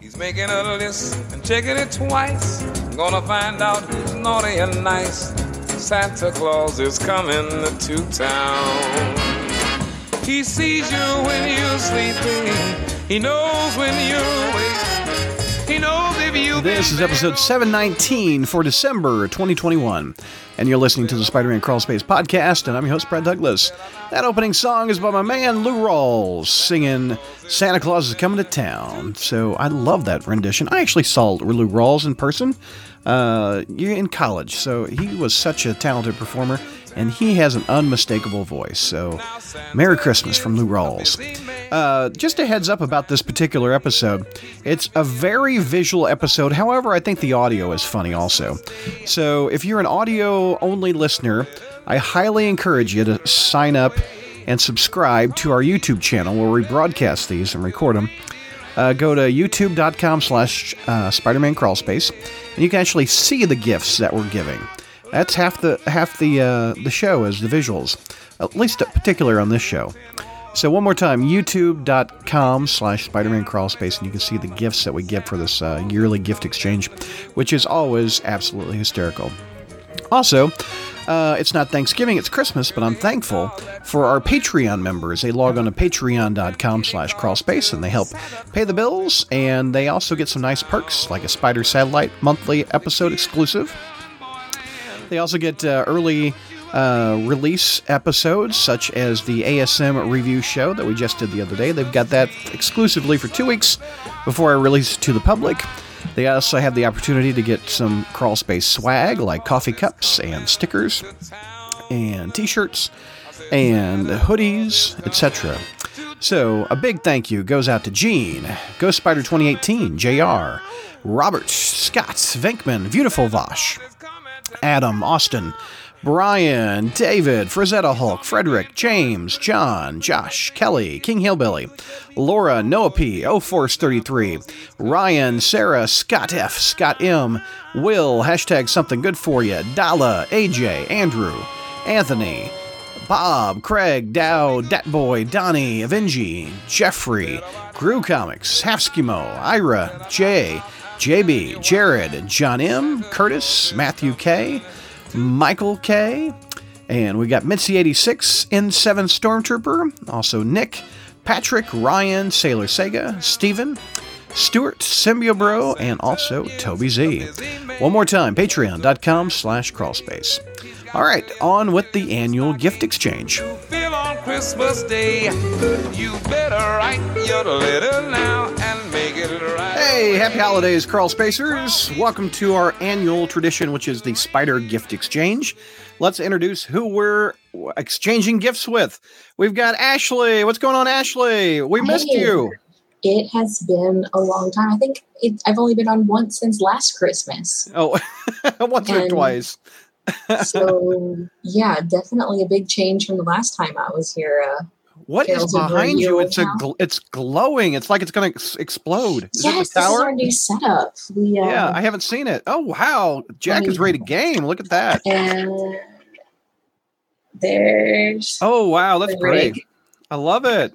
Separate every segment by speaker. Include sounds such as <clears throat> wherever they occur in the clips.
Speaker 1: He's making a list and checking it twice. I'm gonna find out who's naughty and nice. Santa Claus is coming to town. He sees you when you're sleeping. He knows when you're awake. He knows if you've
Speaker 2: This
Speaker 1: been
Speaker 2: is episode 719 for December 2021, and you're listening to the Spider Man Crawl Space podcast, and I'm your host, Brad Douglas. That opening song is by my man Lou Rawls singing Santa Claus is Coming to Town. So I love that rendition. I actually saw Lou Rawls in person uh, you're in college, so he was such a talented performer, and he has an unmistakable voice. So Merry Christmas from Lou Rawls. Uh, just a heads up about this particular episode. It's a very visual episode. However, I think the audio is funny also. So if you're an audio only listener, I highly encourage you to sign up and subscribe to our YouTube channel where we broadcast these and record them. Uh, go to youtube.com slash uh, Spider-Man Crawlspace, and you can actually see the gifts that we're giving. That's half the half the uh, the show is the visuals, at least particular on this show. So one more time, youtube.com slash Spider-Man Crawlspace, and you can see the gifts that we give for this uh, yearly gift exchange, which is always absolutely hysterical. Also, uh, it's not Thanksgiving, it's Christmas, but I'm thankful for our Patreon members. They log on to patreon.com slash crawlspace and they help pay the bills, and they also get some nice perks like a Spider Satellite monthly episode exclusive. They also get uh, early uh, release episodes, such as the ASM review show that we just did the other day. They've got that exclusively for two weeks before I release it to the public. They also have the opportunity to get some crawl space swag like coffee cups and stickers and t-shirts and hoodies, etc. So a big thank you goes out to Gene, Ghost Spider 2018, JR, Robert, Scott, Venkman, Beautiful Vosh, Adam, Austin, Brian, David, Frazetta Hulk, Frederick, James, John, Josh, Kelly, King Hillbilly, Laura, Noah P, 0433, Ryan, Sarah, Scott F, Scott M, Will, hashtag something good for you, Dala, AJ, Andrew, Anthony, Bob, Craig, Dow, Datboy, Donnie, Avengi, Jeffrey, Grew Comics, Halfskimo, Ira, Jay, JB, Jared, John M, Curtis, Matthew K, Michael K, and we got Mitzi86, N7 Stormtrooper, also Nick, Patrick, Ryan, Sailor Sega, Steven, Stuart, Symbiobro, and also Toby Z. One more time, patreon.com slash crawlspace. All right, on with the annual gift exchange.
Speaker 1: feel on Christmas Day. You better write your letter now and make it right.
Speaker 2: Hey, happy holidays, Crawl Spacers. Welcome to our annual tradition, which is the Spider Gift Exchange. Let's introduce who we're exchanging gifts with. We've got Ashley. What's going on, Ashley? We missed
Speaker 3: Hey.
Speaker 2: you.
Speaker 3: It has been a long time. I think it, I've only been on once since last Christmas.
Speaker 2: Oh, <laughs> once or
Speaker 3: And-
Speaker 2: twice.
Speaker 3: So
Speaker 2: <laughs>
Speaker 3: yeah, definitely a big change from the last time I was here. Uh,
Speaker 2: What is
Speaker 3: Carol's over
Speaker 2: behind
Speaker 3: you
Speaker 2: you? It's a
Speaker 3: now.
Speaker 2: gl- it's glowing. It's like it's going to explode. Is
Speaker 3: yes,
Speaker 2: it the
Speaker 3: this is our
Speaker 2: tower?
Speaker 3: new setup. We uh,
Speaker 2: Yeah, I haven't seen it. Oh wow, Jack is ready to game. Look at
Speaker 4: <laughs>
Speaker 2: that.
Speaker 3: and there's
Speaker 2: Oh wow, that's
Speaker 3: the
Speaker 2: great.
Speaker 3: rig.
Speaker 2: I love it.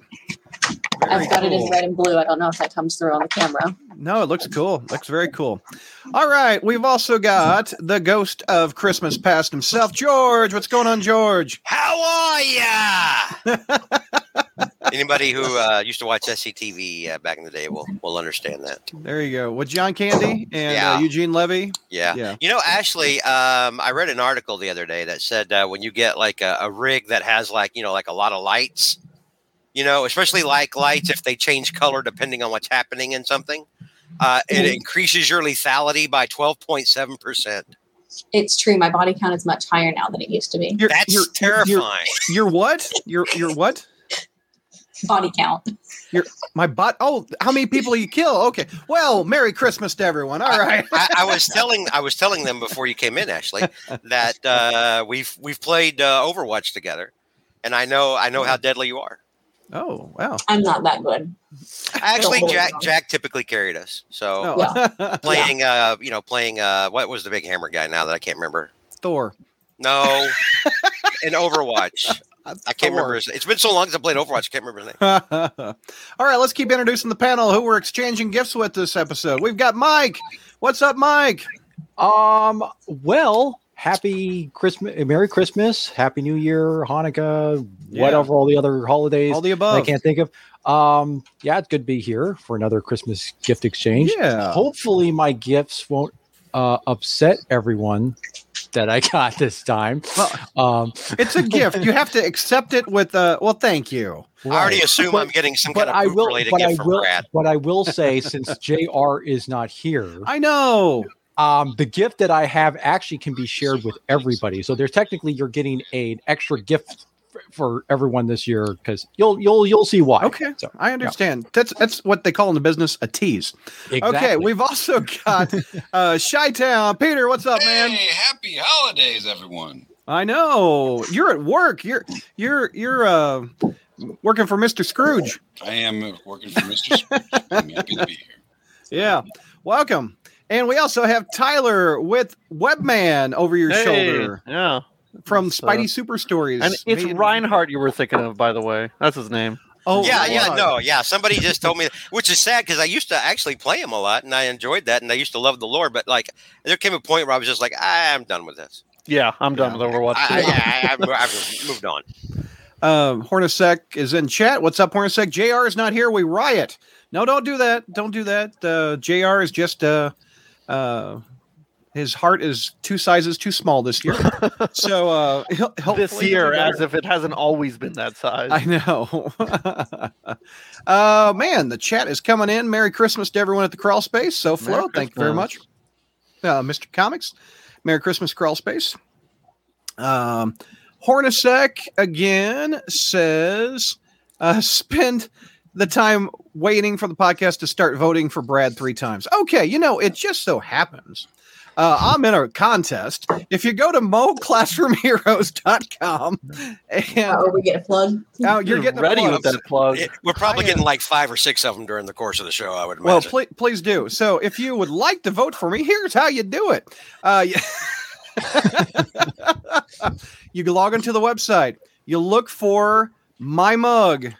Speaker 2: Very
Speaker 4: I've got it
Speaker 2: cool.
Speaker 4: in red and blue. I don't know if that comes through on the camera.
Speaker 2: No, it looks cool. Looks very cool. All right, we've also got the ghost of Christmas past himself, George. What's going on, George?
Speaker 5: How are
Speaker 2: <laughs>
Speaker 5: ya? Anybody who uh, used to watch SCTV uh, back in the day will will understand that.
Speaker 2: There you go. With John Candy and uh,
Speaker 5: Yeah.
Speaker 2: Eugene Levy.
Speaker 5: Yeah.
Speaker 2: Yeah.
Speaker 5: You know, Ashley, um, I read an article the other day that said uh, when you get like a, a rig that has like you know like a lot of lights, you know, especially like lights if they change color depending on what's happening in something, uh, it
Speaker 2: Mm-hmm.
Speaker 3: Mhm.
Speaker 5: increases your lethality by twelve point seven percent.
Speaker 4: It's true. My body count is much higher now than it used to be.
Speaker 2: You're,
Speaker 5: That's
Speaker 2: you're-
Speaker 5: terrifying.
Speaker 2: You're, you're what? You're you're what?
Speaker 4: Body count.
Speaker 2: My butt. Oh, how many people you kill? Okay. Well, Merry Christmas to everyone. All
Speaker 4: <laughs>
Speaker 2: right.
Speaker 5: I, I was telling I was telling them before you came in, Ashley,
Speaker 6: <laughs>
Speaker 5: that uh, we've we've played uh, Overwatch together, and I know I know
Speaker 6: Mm-hmm.
Speaker 5: how deadly you
Speaker 6: <laughs>
Speaker 5: are.
Speaker 2: Oh wow.
Speaker 3: I'm not that good.
Speaker 5: Actually,
Speaker 6: Oh,
Speaker 3: Don't worry
Speaker 5: Jack
Speaker 3: about it.
Speaker 5: Jack typically carried us. So
Speaker 2: <laughs> Oh.
Speaker 5: playing, uh, you know, playing uh, what was the
Speaker 6: <laughs>
Speaker 5: big hammer guy now that I can't remember?
Speaker 2: Thor.
Speaker 5: No, in Overwatch. I can't remember. His, it's been so long since I played Overwatch. I can't remember his name.
Speaker 2: All right, let's keep introducing the panel who we're exchanging gifts with this episode. We've got Mike. What's up, Mike?
Speaker 6: Um. Well, happy Christmas, Merry Christmas, Happy New Year, Hanukkah,
Speaker 2: Yeah.
Speaker 6: whatever all the other holidays
Speaker 2: All the
Speaker 6: that I
Speaker 2: above.
Speaker 6: can't think of. Um. Yeah, it's good to be here for another Christmas gift exchange.
Speaker 2: Yeah.
Speaker 6: Hopefully, my gifts won't uh, upset everyone that I got <laughs> this time.
Speaker 2: Well,
Speaker 6: Um,
Speaker 2: it's a gift. You have to accept it with uh well, thank you.
Speaker 5: I already
Speaker 6: right.
Speaker 5: assume
Speaker 6: But-
Speaker 5: I'm getting some
Speaker 6: but
Speaker 5: kind
Speaker 6: I
Speaker 5: of
Speaker 6: will.
Speaker 5: related
Speaker 6: But
Speaker 5: gift
Speaker 6: I
Speaker 5: from
Speaker 6: will.
Speaker 5: Brad.
Speaker 6: But I will say, since Jr. is not here,
Speaker 2: I know.
Speaker 6: um, the gift that I have actually can be shared with everybody. So there's technically you're getting a- an extra gift f- for everyone this year because you'll you'll you'll see why.
Speaker 2: Okay.
Speaker 6: So
Speaker 2: I understand. That's that's what they call in the business a tease. Okay,
Speaker 6: exactly.
Speaker 2: we've also got uh Chi Town. Peter, what's up, man?
Speaker 7: Hey, happy holidays, everyone.
Speaker 2: I know. You're at work. You're you're you're uh working for Mr. Scrooge.
Speaker 7: I am working for Mr. Scrooge. I'm happy to be here.
Speaker 2: Yeah. Welcome. And we also have Tyler with Webman over your
Speaker 8: Hey,
Speaker 2: shoulder
Speaker 8: Yeah.
Speaker 2: from
Speaker 8: it's, uh,
Speaker 2: Spidey Super Stories.
Speaker 8: And it's
Speaker 2: Made-
Speaker 8: Reinhardt you were thinking of, by the way. That's his name.
Speaker 2: Oh,
Speaker 5: yeah, yeah,
Speaker 2: God.
Speaker 5: no, yeah. Somebody just told
Speaker 2: <laughs>
Speaker 5: me, which is sad because I used to actually play him a lot and I enjoyed that and I used to love the lore. But like, there came a point where I was just like, "Ah, I'm done with this.
Speaker 8: Yeah, I'm done with Overwatch.
Speaker 5: I,
Speaker 8: too.
Speaker 5: I, I, I, have moved on.
Speaker 2: Um, Hornacek is in chat. What's up, Hornacek? JR is not here. We riot. No, don't do that. Don't do that. Uh, JR is just uh, uh, his heart is two sizes too small this
Speaker 8: <laughs>
Speaker 2: year. so uh, he'll, hopefully
Speaker 8: this
Speaker 2: it'll be
Speaker 8: year,
Speaker 2: better.
Speaker 8: as if it hasn't always been that size.
Speaker 2: I know. <laughs> uh, man, the chat is coming in. Merry Christmas to everyone at the Crawl Space. So Flo,
Speaker 8: Merry
Speaker 2: thank you very much,
Speaker 8: Christmas.
Speaker 2: uh, Mr. Comics. Merry Christmas, Crawl Space. Um, Hornacek again says, uh, spend the time waiting for the podcast to start voting for Brad three times. Okay, you know, it just so happens. Uh, I'm in a contest. If you go to moclassroomheroes.com and
Speaker 3: Oh, we get a plug.
Speaker 2: oh, you're getting a
Speaker 8: ready
Speaker 2: plug.
Speaker 8: with that plug.
Speaker 5: It- we're probably
Speaker 2: Oh, I am-
Speaker 5: getting like five or six of them during the course of the show, I would
Speaker 2: Well,
Speaker 5: imagine.
Speaker 2: please, please do. So, if you would like to vote for me, here's how you do it. Uh, you, <laughs> you can log into the website. You look for my mug.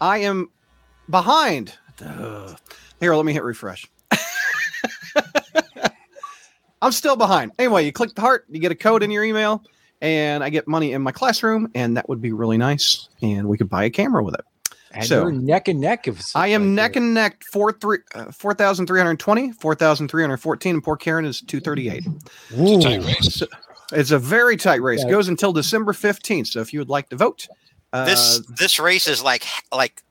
Speaker 2: I am behind. Ugh. Here, let me hit refresh. <laughs> I'm still behind. Anyway, you click the heart, you get a code in your email, and I get money in my classroom, and that would be really nice. And we could buy a camera with it.
Speaker 6: and
Speaker 2: so-
Speaker 6: you're neck and neck. If it's
Speaker 2: I am
Speaker 6: like uh,
Speaker 2: neck
Speaker 6: that.
Speaker 2: and neck. Four three, uh, four thousand three hundred twenty, four thousand three hundred fourteen, and poor Karen is two thirty eight.
Speaker 7: It's a
Speaker 6: uh, Ooh.
Speaker 7: tight race.
Speaker 2: It's a very tight race.
Speaker 6: Yeah.
Speaker 2: Goes until December fifteenth. So if you would like to vote, uh, Oh.
Speaker 5: this this race is like like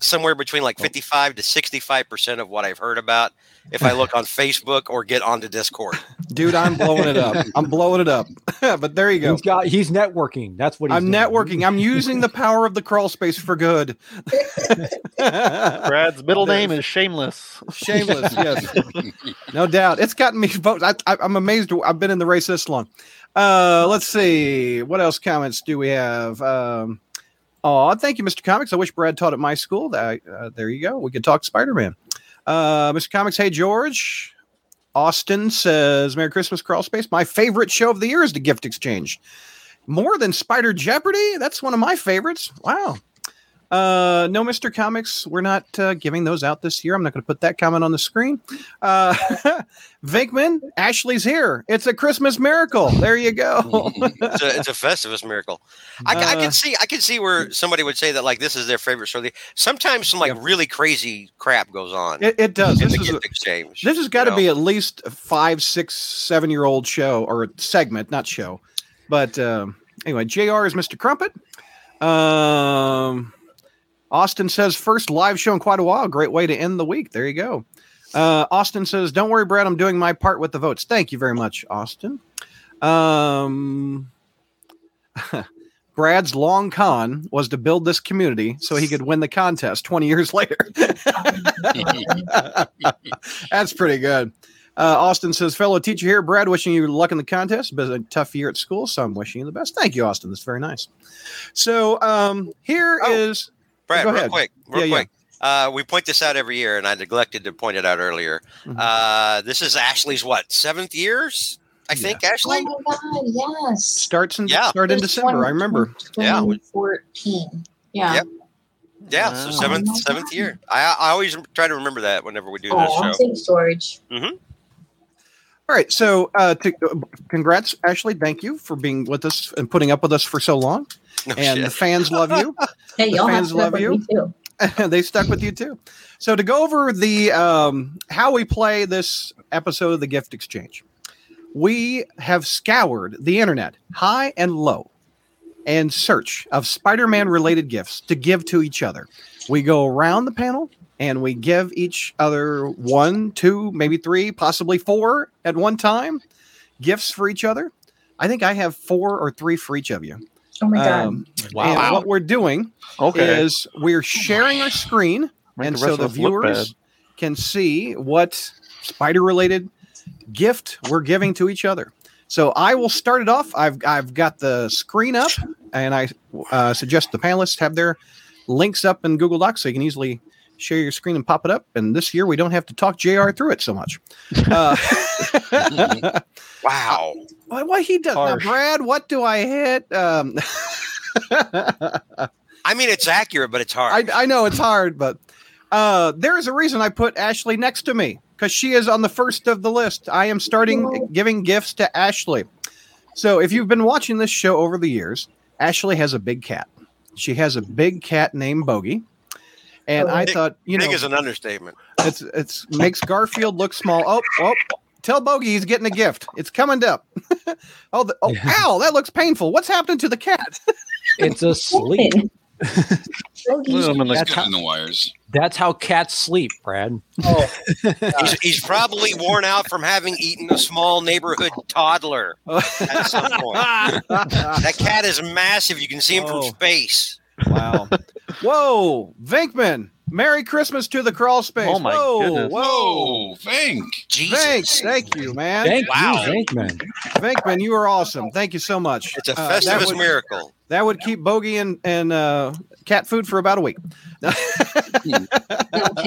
Speaker 5: somewhere between like 55 to 65 percent of what I've heard about. If I look on Facebook or get onto Discord,
Speaker 2: dude, I'm blowing it up. I'm blowing it up. <laughs> but there you go.
Speaker 6: He's got. He's networking. That's what he's
Speaker 2: I'm
Speaker 6: doing.
Speaker 2: networking. I'm using the power of the crawl space for
Speaker 6: <laughs>
Speaker 2: good.
Speaker 8: Brad's middle
Speaker 2: There's-
Speaker 8: name is Shameless.
Speaker 2: Shameless, yes, no doubt. It's gotten me votes. I, I, I'm amazed. I've been in the race this long. Uh, let's see what else comments do we have. Um, oh, thank you, Mr. Comics. I wish Brad taught at my school. That uh, there you go. We could talk Spider Man. Uh, Mr. Comics, hey George. Austin says, "Merry Christmas, Crawl Space. My favorite show of the year is the Gift Exchange. More than Spider Jeopardy. That's one of my favorites. Wow." Uh, no, Mr. Comics, we're not uh, giving those out this year. I'm not going to put that comment on the screen. Uh, <laughs> Vinkman, Ashley's here. It's a Christmas miracle. There you go.
Speaker 5: it's a, it's a festivus miracle. I, ca- I
Speaker 2: Uh,
Speaker 5: can see I can see where somebody would say that like this is their favorite show. of the- Sometimes some like really crazy crap goes on
Speaker 2: It, it does.
Speaker 5: in
Speaker 2: This
Speaker 5: the
Speaker 2: is a-
Speaker 5: gift exchange.
Speaker 2: this has got to
Speaker 5: you know?
Speaker 2: be at least a five, six, seven year old show or segment, not show. But um, anyway, Jr. is Mr. Crumpet. Um, Austin says first live show in quite a while. Great way to end the week. There you go. Uh, Austin says, "Don't worry, Brad. I'm doing my part with the votes." Thank you very much, Austin. Um, <laughs> Brad's long con was to build this community so he could win the contest 20 years <laughs> later. That's pretty good. Uh, Austin says, fellow teacher here, Brad, wishing you luck in the contest. Been a tough year at school, so I'm wishing you the best. Thank you, Austin. That's very nice. So um, here
Speaker 5: Oh.
Speaker 2: is
Speaker 5: Brad,
Speaker 2: Go
Speaker 5: real
Speaker 2: ahead.
Speaker 5: quick, real
Speaker 2: Yeah, yeah.
Speaker 5: quick. Uh, we point this out every year, and I neglected to point it out earlier.
Speaker 2: Mhm.
Speaker 5: Uh, this is Ashley's what seventh year,
Speaker 2: Yeah.
Speaker 5: I think,
Speaker 3: Oh
Speaker 5: Ashley.
Speaker 3: my God, yes.
Speaker 2: Starts in
Speaker 5: Yeah.
Speaker 2: start in December. I remember.
Speaker 5: Yeah.
Speaker 3: 2014.
Speaker 4: Yeah.
Speaker 5: Yep. Yeah, so
Speaker 2: Ah.
Speaker 8: Wow.
Speaker 5: seventh
Speaker 3: Oh my
Speaker 5: seventh
Speaker 3: God.
Speaker 5: year. I I always try to remember that whenever we do this
Speaker 3: Oh,
Speaker 5: show. <laughs>
Speaker 3: thanks, George.
Speaker 2: All right. So, uh, to, congrats, Ashley. Thank you for being with us and putting up with us for so long.
Speaker 5: No
Speaker 2: and the
Speaker 5: shit.
Speaker 2: fans love you.
Speaker 3: Hey,
Speaker 2: The
Speaker 3: y'all have
Speaker 2: fans
Speaker 3: to
Speaker 2: love
Speaker 3: remember
Speaker 2: you.
Speaker 3: Me too.
Speaker 2: <laughs> they stuck with you too. So to go over the um, how we play this episode of the Gift Exchange, we have scoured the internet high and low in search of Spider-Man related gifts to give to each other. We go around the panel and we give each other one, two, maybe three, possibly four at one time gifts for each other. I think I have four or three for each of you.
Speaker 3: Oh my God.
Speaker 2: Um,
Speaker 6: <laughs>
Speaker 2: <laughs>
Speaker 8: Wow.
Speaker 2: And what we're doing
Speaker 8: Okay.
Speaker 2: is we're sharing our screen
Speaker 8: Make
Speaker 2: and
Speaker 8: the
Speaker 2: so
Speaker 8: rest
Speaker 2: the
Speaker 8: of us look
Speaker 2: viewers can see what spider related gift we're giving to each other so i will start it off i've i've got the screen up and i uh, suggest the panelists have their links up in google docs so you can easily share your screen and pop it up and this year we don't have to talk jr through it so
Speaker 8: <laughs>
Speaker 2: much uh,
Speaker 5: wow.
Speaker 2: why, why he does now
Speaker 8: Harsh.
Speaker 2: brad what do i hit um, <laughs>
Speaker 5: I mean, it's accurate, but it's
Speaker 2: I,
Speaker 5: hard.
Speaker 2: I know it's hard, but uh, there is a reason I put Ashley next to me because she is on the first of the list. I am starting giving gifts to Ashley. So if you've been watching this show over the years, Ashley has a big cat. She has a big cat named Bogey. And I
Speaker 5: Big-
Speaker 2: thought, you know,
Speaker 5: Big is an understatement.
Speaker 2: it's it's makes Garfield look small. Oh, oh, tell Bogey he's getting a gift. It's coming up. <laughs> oh, the, oh, ow, that looks painful. What's happening to the
Speaker 5: <laughs>
Speaker 2: cat?
Speaker 4: <laughs>
Speaker 6: It's asleep.
Speaker 8: Put 'em in the-
Speaker 6: That's
Speaker 7: That's
Speaker 6: how-
Speaker 7: in the wires.
Speaker 6: That's how cats sleep, Brad.
Speaker 5: He's, he's probably worn out from having eaten a small neighborhood toddler at some point.
Speaker 2: <laughs>
Speaker 5: That cat is massive. You can see him from
Speaker 2: Oh.
Speaker 5: space.
Speaker 2: Wow. Whoa, Vinkman. Merry Christmas to the crawl space.
Speaker 8: Oh my
Speaker 2: whoa,
Speaker 8: goodness.
Speaker 2: Whoa.
Speaker 7: Whoa, Vink.
Speaker 5: Jesus.
Speaker 2: Thanks. Thank you, man.
Speaker 6: Thank
Speaker 5: Wow.
Speaker 6: you, Venkman.
Speaker 2: Vinkman, you are awesome. Thank you so much.
Speaker 5: It's a
Speaker 2: Uh, that,
Speaker 5: Festivus
Speaker 2: would,
Speaker 5: miracle.
Speaker 2: that would keep Bogey and, and uh, cat food for about a week. <laughs>
Speaker 4: Okay,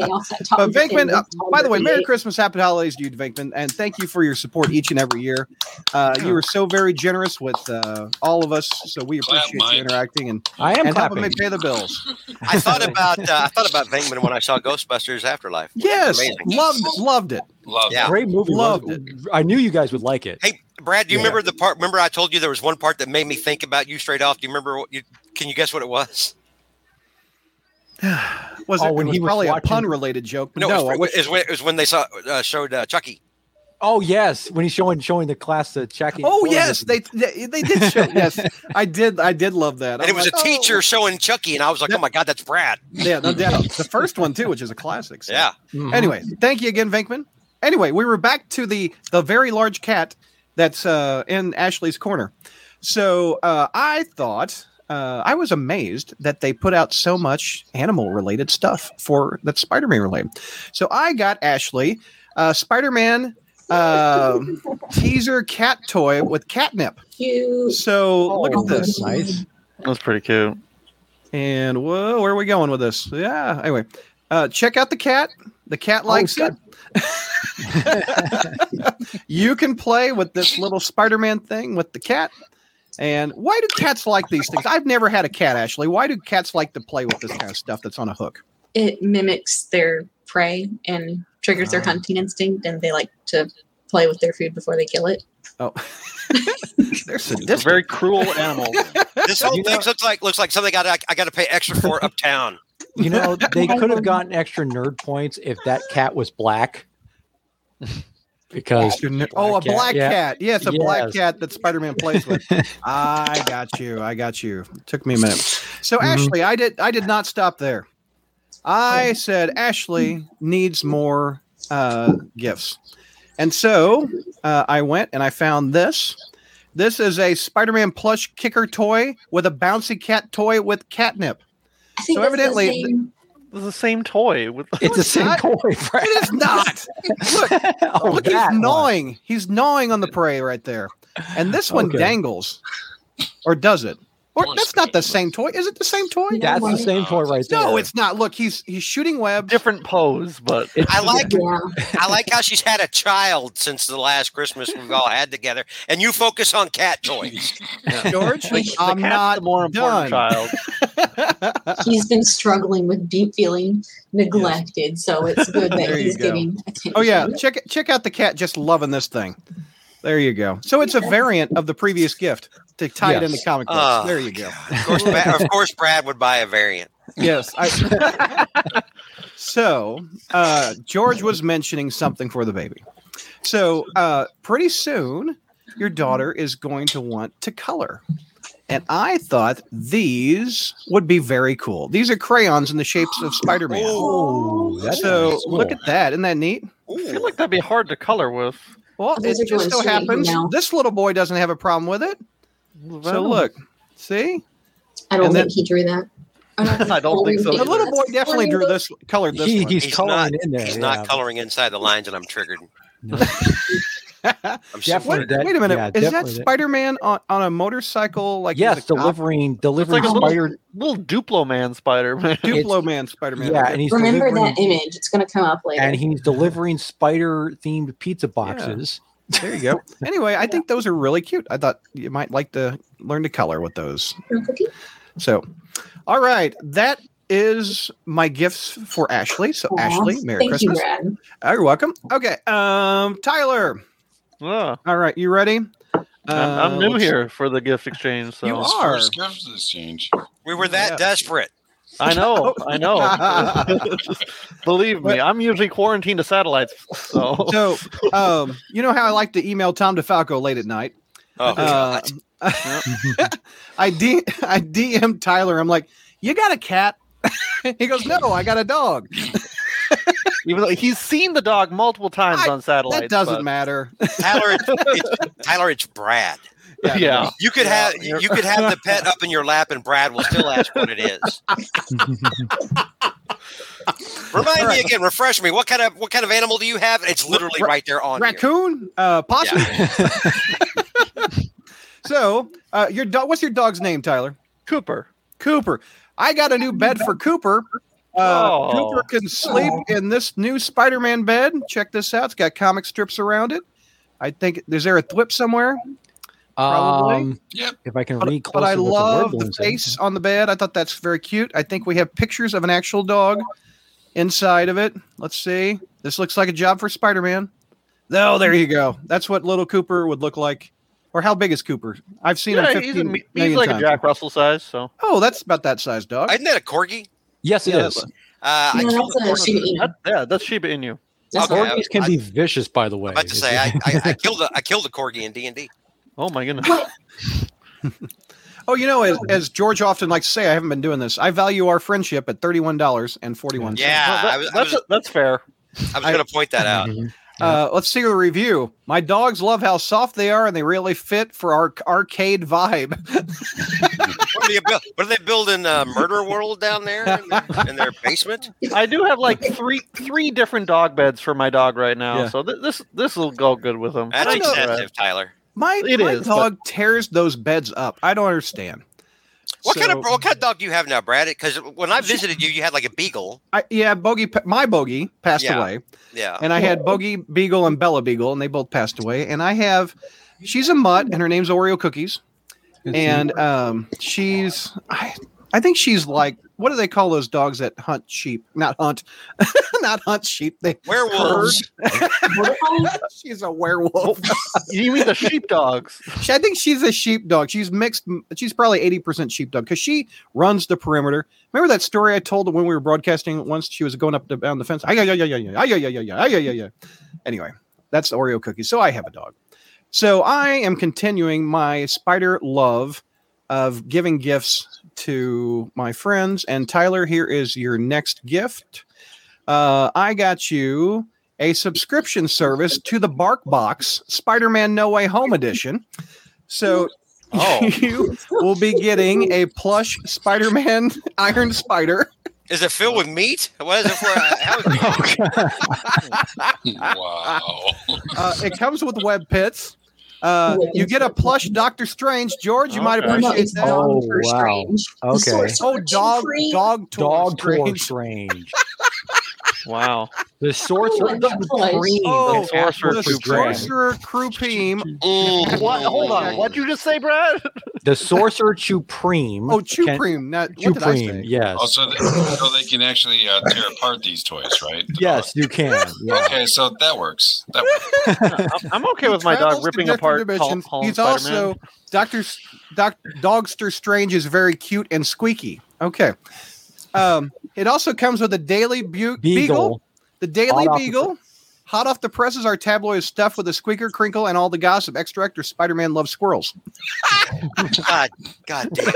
Speaker 4: I'll set top
Speaker 2: But
Speaker 4: of the
Speaker 2: Venkman,
Speaker 4: thing.
Speaker 2: uh, By the way, Merry Christmas, Happy Holidays to you, Vinkman, and thank you for your support each and every year. Uh, you were so very generous with uh, all of us, so we
Speaker 7: Clap,
Speaker 2: appreciate you
Speaker 7: Mike.
Speaker 2: interacting and,
Speaker 6: I am
Speaker 2: and helping me
Speaker 6: clapping.
Speaker 2: pay the bills. <laughs>
Speaker 5: I thought about uh, I thought about Venkman when I saw Ghostbusters Afterlife.
Speaker 2: Yes,
Speaker 5: Amazing.
Speaker 2: loved loved it.
Speaker 7: Love
Speaker 5: Yeah.
Speaker 7: it.
Speaker 6: Great movie.
Speaker 2: Loved
Speaker 6: wasn't it? I knew you guys would like it.
Speaker 5: Hey, Brad, do you
Speaker 6: Yeah.
Speaker 5: remember the part? Remember I told you there was one part that made me think about you straight off. Do you remember what you? Can you guess what it was? <laughs>
Speaker 2: Was
Speaker 6: Oh,
Speaker 2: it,
Speaker 6: when
Speaker 2: it was
Speaker 6: he was
Speaker 2: probably a
Speaker 6: watching-
Speaker 2: pun related joke? but
Speaker 5: No,
Speaker 2: no
Speaker 5: it, was,
Speaker 2: I-
Speaker 5: it, was when, it was when they saw uh, showed uh, Chucky.
Speaker 6: Oh yes, when he's showing showing the class the Chucky.
Speaker 2: Oh yes, they they they did show. yes, I did. I did love that.
Speaker 5: And it
Speaker 2: I'm
Speaker 5: was a
Speaker 2: like,
Speaker 5: teacher
Speaker 2: oh.
Speaker 5: showing Chucky, and I was like, "Oh my god, that's Brad!"
Speaker 2: Yeah, no doubt.
Speaker 5: <laughs>
Speaker 2: The first one too, which is a classic. so.
Speaker 5: Yeah,
Speaker 6: Mhm.
Speaker 2: Anyway, thank you again, Venkman. Anyway, we were back to the the very large cat that's uh, in Ashley's corner. So uh, I thought uh, I was amazed that they put out so much animal related stuff for that Spider Man related. So I got Ashley uh, Spider Man uh,
Speaker 4: <laughs>
Speaker 2: teaser cat toy with catnip.
Speaker 3: Cute.
Speaker 2: So look
Speaker 4: Oh,
Speaker 2: at this.
Speaker 6: Nice.
Speaker 8: That's pretty cute.
Speaker 2: And whoa, where are we going with this? Yeah. Anyway, uh, check out the cat. The cat likes it. <laughs> you can play with this little Spider-Man thing with the cat. And why do cats like these things? I've never had a cat, Ashley. Why do cats like to play with this kind of stuff that's on a hook?
Speaker 4: It mimics their prey and triggers their
Speaker 2: Ah.
Speaker 4: hunting instinct, and they like to play with their food before they kill it.
Speaker 2: Oh, <laughs> they're
Speaker 8: They're
Speaker 2: sadistic.
Speaker 8: very
Speaker 7: <laughs>
Speaker 8: cruel animals.
Speaker 5: this whole thing looks like looks like something I, I, got to pay extra for uptown.
Speaker 2: <laughs>
Speaker 6: You know they could have gotten extra nerd points if that cat was black. Because
Speaker 2: oh, a
Speaker 6: Black cat,
Speaker 2: black
Speaker 6: yeah.
Speaker 2: cat. Yes, a black
Speaker 6: Yes.
Speaker 2: cat that Spider-Man plays
Speaker 6: <laughs>
Speaker 2: with. I got you. I got you. Took me a minute. So
Speaker 6: Mhm.
Speaker 2: Ashley, I did I did not stop there. I said Ashley needs more uh, gifts. And so uh, I went and I found this. This is a Spider-Man plush kicker toy with a bouncy cat toy with catnip.
Speaker 4: I think
Speaker 2: So
Speaker 4: that's the
Speaker 2: evidently-
Speaker 4: same-
Speaker 8: It's the same toy. With
Speaker 6: it's the same
Speaker 2: not.
Speaker 6: toy, Brad.
Speaker 2: <laughs> It is
Speaker 6: <laughs>
Speaker 2: not. Look,
Speaker 6: oh,
Speaker 2: Look, he's
Speaker 6: that one.
Speaker 2: gnawing. He's gnawing on the prey right there. And this one
Speaker 6: Okay.
Speaker 2: dangles. Or does it? Or
Speaker 7: course
Speaker 2: that's
Speaker 7: they
Speaker 2: not the
Speaker 7: do.
Speaker 2: same toy. Is it the same toy?
Speaker 3: Yeah.
Speaker 6: That's the same toy right there.
Speaker 2: No, it's not. Look, he's he's shooting webs.
Speaker 8: Different pose, but
Speaker 6: It's-
Speaker 5: I like
Speaker 3: Yeah.
Speaker 5: I like how she's had a child since the last Christmas we've all had together, and you focus on cat toys.
Speaker 2: <laughs> George,
Speaker 8: like,
Speaker 2: I'm
Speaker 8: the cat's
Speaker 2: not
Speaker 8: the more important
Speaker 2: done.
Speaker 8: child.
Speaker 4: He's been struggling with be- feeling neglected, so it's good
Speaker 2: There
Speaker 4: that
Speaker 2: you
Speaker 4: he's
Speaker 2: go.
Speaker 4: getting attention.
Speaker 2: Oh yeah, check it- check out the cat just loving this thing. There you go. So it's a variant of the previous gift to tie it
Speaker 6: Yes.
Speaker 2: into comic books.
Speaker 5: Oh,
Speaker 2: there you go.
Speaker 5: Of course, Ba- of course, Brad would buy a variant.
Speaker 2: Yes. I- <laughs> so uh, George was mentioning something for the baby. So uh, pretty soon, your daughter is going to want to color. And I thought these would be very cool. These are crayons in the shapes of Spider Man.
Speaker 6: Oh, that's
Speaker 2: So
Speaker 6: nice.
Speaker 2: look at that. Isn't that neat?
Speaker 8: I feel like that'd be hard to color with.
Speaker 2: Well,
Speaker 4: Those
Speaker 2: it
Speaker 4: are
Speaker 2: just
Speaker 4: going
Speaker 2: so
Speaker 4: straight
Speaker 2: happens
Speaker 4: now.
Speaker 2: this little boy doesn't have a problem with it. <laughs> So look, see,
Speaker 4: I don't
Speaker 2: And
Speaker 4: think
Speaker 2: then-
Speaker 4: he
Speaker 2: <laughs>
Speaker 4: drew that. I don't
Speaker 8: I don't think so.
Speaker 2: the little boy definitely drew this, colored this.
Speaker 6: He-
Speaker 2: one.
Speaker 6: he's,
Speaker 5: He's
Speaker 6: coloring
Speaker 5: not-
Speaker 6: in there.
Speaker 5: He's
Speaker 6: yeah.
Speaker 5: not coloring inside the lines, and I'm triggered.
Speaker 6: No.
Speaker 5: I'm so-
Speaker 6: Definitely.
Speaker 2: What- wait a minute,
Speaker 6: yeah,
Speaker 2: is that
Speaker 6: definitely that-
Speaker 2: Spider Man on, on a motorcycle? Like
Speaker 6: yes,
Speaker 2: he's a cop?
Speaker 6: delivering
Speaker 8: It's
Speaker 6: delivering
Speaker 8: like a
Speaker 6: spider.
Speaker 8: little, little Duplo Man Spider <laughs> Man.
Speaker 2: Duplo Man, Spider Man.
Speaker 6: yeah, and he's
Speaker 4: Remember
Speaker 6: delivering,
Speaker 4: that image. It's going to come up later.
Speaker 6: and he's delivering spider themed pizza boxes.
Speaker 2: there you
Speaker 6: <laughs>
Speaker 2: go. Anyway, I think those are really cute. I thought you might like to learn to color with those. So, all right, that is my gifts for Ashley. So,
Speaker 4: Aw,
Speaker 2: Ashley, Merry
Speaker 4: Thank
Speaker 2: Christmas.
Speaker 4: you, Brad.
Speaker 2: Oh, you're welcome. Okay, um, Tyler.
Speaker 8: Yeah.
Speaker 2: All right, you ready?
Speaker 8: Ah, I'm, I'm
Speaker 2: Uh,
Speaker 8: new
Speaker 2: let's-
Speaker 8: here for the gift exchange, so
Speaker 2: You
Speaker 7: This
Speaker 2: are.
Speaker 7: first gift exchange.
Speaker 5: we were that
Speaker 2: Yeah.
Speaker 5: desperate.
Speaker 2: <laughs>
Speaker 8: I know, I know. Believe me, I'm usually quarantined to satellites, so
Speaker 2: So, um, you know how I like to email Tom DeFalco late at
Speaker 8: <laughs>
Speaker 2: night.
Speaker 5: Oh,
Speaker 2: Uh,
Speaker 5: God.
Speaker 6: Mm-hmm.
Speaker 2: I D <laughs> I DM Tyler. I'm like, you got a cat? <laughs> he goes, no, I got a
Speaker 8: <laughs>
Speaker 2: dog.
Speaker 8: <laughs> even though he's seen the dog multiple times
Speaker 2: I-
Speaker 8: on satellites,
Speaker 2: that doesn't
Speaker 8: but-
Speaker 2: matter.
Speaker 5: Tyler, it's, it's, Tyler, it's Brad.
Speaker 8: Yeah,
Speaker 5: You could
Speaker 8: Yeah,
Speaker 5: have
Speaker 8: you're-
Speaker 5: you could have the pet up in your lap, and Brad will still ask what it is. Remind me again, refresh me. What kind of what kind of animal do you have? It's literally
Speaker 2: Ra-
Speaker 5: right there on here.
Speaker 2: Raccoon, uh, possum.
Speaker 5: Yeah.
Speaker 2: <laughs> So, uh, your dog. What's your dog's name, Tyler?
Speaker 8: Cooper.
Speaker 2: Cooper. I got a new bed for Cooper. Uh,
Speaker 8: Oh.
Speaker 2: Cooper can sleep in this new Spider-Man bed. Check this out. It's got comic strips around it. I think is there a thwip somewhere? Probably.
Speaker 6: Um,
Speaker 7: Yep.
Speaker 6: If I can
Speaker 2: But,
Speaker 6: read
Speaker 2: but
Speaker 6: closer
Speaker 2: I
Speaker 6: with
Speaker 2: love
Speaker 6: the, eh?
Speaker 2: the
Speaker 6: word balloons, I-
Speaker 2: face on the bed. I thought that's very cute. I think we have pictures of an actual dog inside of it. Let's see. This looks like a job for Spider-Man. No, there you go. That's what little Cooper would look like. Or how big is Cooper? I've seen
Speaker 8: Yeah,
Speaker 2: him
Speaker 8: he's, a
Speaker 2: 15
Speaker 8: me- he's
Speaker 2: million
Speaker 8: like a
Speaker 2: times.
Speaker 8: Jack Russell size, so
Speaker 2: Oh, that's about that size dog.
Speaker 5: Isn't that a corgi?
Speaker 6: Yes, it
Speaker 2: Yeah,
Speaker 6: is.
Speaker 5: Uh, I
Speaker 4: No,
Speaker 5: killed a
Speaker 4: that's a
Speaker 5: corgi.
Speaker 4: Shiba Inu.
Speaker 8: that, yeah, that's Shiba Inu.
Speaker 4: That's
Speaker 5: Okay.
Speaker 4: not-
Speaker 6: Corgis can
Speaker 5: I-
Speaker 6: be vicious, by the
Speaker 5: I'm
Speaker 6: way.
Speaker 5: about to say I,
Speaker 6: <laughs>
Speaker 5: I, I killed a I killed a corgi in D and D.
Speaker 8: Oh my goodness!
Speaker 2: Oh, you know, as, as George often likes to say, I haven't been doing this. I value our friendship at thirty-one dollars and forty-one cents.
Speaker 5: Yeah,
Speaker 8: No, that-
Speaker 5: I was, I
Speaker 8: that's
Speaker 5: was,
Speaker 8: that's fair.
Speaker 5: I was
Speaker 2: I-
Speaker 5: going to point
Speaker 2: <laughs>
Speaker 5: that out.
Speaker 8: Mm-hmm.
Speaker 6: Mhm.
Speaker 2: Uh, let's see the review. My dogs love how soft they are, and they really fit for our arcade vibe.
Speaker 5: What are, they build, what are they building? Uh, Murder World down there in their, in their basement?
Speaker 8: I do have like three three different dog beds for my dog right now,
Speaker 2: Yeah.
Speaker 8: so th- this this will go good with him.
Speaker 5: That's
Speaker 2: I know. uh,
Speaker 5: excessive, Tyler.
Speaker 2: My,
Speaker 8: It
Speaker 2: my
Speaker 8: is, but-
Speaker 2: dog tears those beds up. I don't understand.
Speaker 5: What kind of
Speaker 2: So,
Speaker 5: what kind of dog do you have now, Brad? Because when I visited you, you had like a beagle.
Speaker 2: I, yeah, Bogey, pa- my Bogey passed
Speaker 5: Yeah. Oh.
Speaker 2: away,
Speaker 5: Yeah.
Speaker 2: and I had Bogey Beagle and Bella Beagle, and they both passed away. And I have, she's a mutt, and her name's Oreo Cookies, and um, she's, I, I think she's like, what do they call those dogs that hunt sheep? Not hunt, <laughs> not hunt sheep. They
Speaker 5: Werewolves.
Speaker 2: she's a werewolf.
Speaker 8: You mean the sheepdogs?
Speaker 2: She, I think she's a sheepdog. She's mixed. She's probably eighty percent sheepdog because she runs the perimeter. Remember that story I told when we were broadcasting once? She was going up the, down the fence. Yeah, yeah, yeah, yeah, yeah, yeah, yeah, yeah, yeah, yeah, yeah. Anyway, that's the Oreo cookie. So I have a dog. So I am continuing my spider love of giving gifts to my friends. And Tyler, here is your next gift. Uh, I got you a subscription service to the BarkBox Spider-Man No Way Home edition. <laughs> So
Speaker 5: Oh.
Speaker 2: you will be getting a plush Spider-Man <laughs> Iron Spider.
Speaker 5: Is it filled with meat? What
Speaker 8: <laughs>
Speaker 5: is it for? Uh, how is
Speaker 7: Wow.
Speaker 2: Uh, it comes with web pits. Uh, you get a plush Doctor Strange, George. You might
Speaker 8: Okay.
Speaker 3: No,
Speaker 2: appreciate
Speaker 3: it's
Speaker 2: that.
Speaker 6: Oh,
Speaker 3: dog for
Speaker 6: wow.
Speaker 3: strange. The
Speaker 6: Okay.
Speaker 3: sword-
Speaker 2: Oh,
Speaker 3: sword
Speaker 2: dog,
Speaker 3: tree.
Speaker 2: dog,
Speaker 6: Dog Tor
Speaker 2: Strange.
Speaker 6: Strange.
Speaker 2: <laughs>
Speaker 8: Wow.
Speaker 6: The sorcerer.
Speaker 3: Oh,
Speaker 6: the
Speaker 3: gosh.
Speaker 6: green.
Speaker 2: Oh,
Speaker 6: the sorcerer.
Speaker 2: The
Speaker 6: Supreme.
Speaker 8: Sorcerer
Speaker 2: Sorcerer Cream.
Speaker 5: Mm.
Speaker 8: What? Hold on. What'd you just say, Brad?
Speaker 6: The sorcerer supreme.
Speaker 2: Oh,
Speaker 6: can-
Speaker 2: Chupreme. Not what did I
Speaker 6: Supreme.
Speaker 2: say?
Speaker 6: Yes.
Speaker 7: Also, they, Oh, so they can actually uh, tear apart these toys, right?
Speaker 6: Yes, you can. Yeah.
Speaker 7: Okay, so that works. That works.
Speaker 8: I'm
Speaker 2: <laughs>
Speaker 8: I'm okay with my
Speaker 2: Travels
Speaker 8: dog
Speaker 2: to
Speaker 8: ripping
Speaker 2: different
Speaker 8: apart Hol-
Speaker 2: dimensions.
Speaker 8: Holland
Speaker 2: He's <laughs>
Speaker 8: Spider-Man.
Speaker 2: also Doctor Doc, Dogster Strange is very cute and squeaky. Okay. Um, it also comes with a daily bu- beagle.
Speaker 6: Beagle.
Speaker 2: The Daily
Speaker 6: Hot off the
Speaker 2: Beagle. Hot off the presses, our tabloid is stuffed with a squeaker, crinkle, and all the gossip. Extra actor Spider Man loves squirrels.
Speaker 5: God, God damn.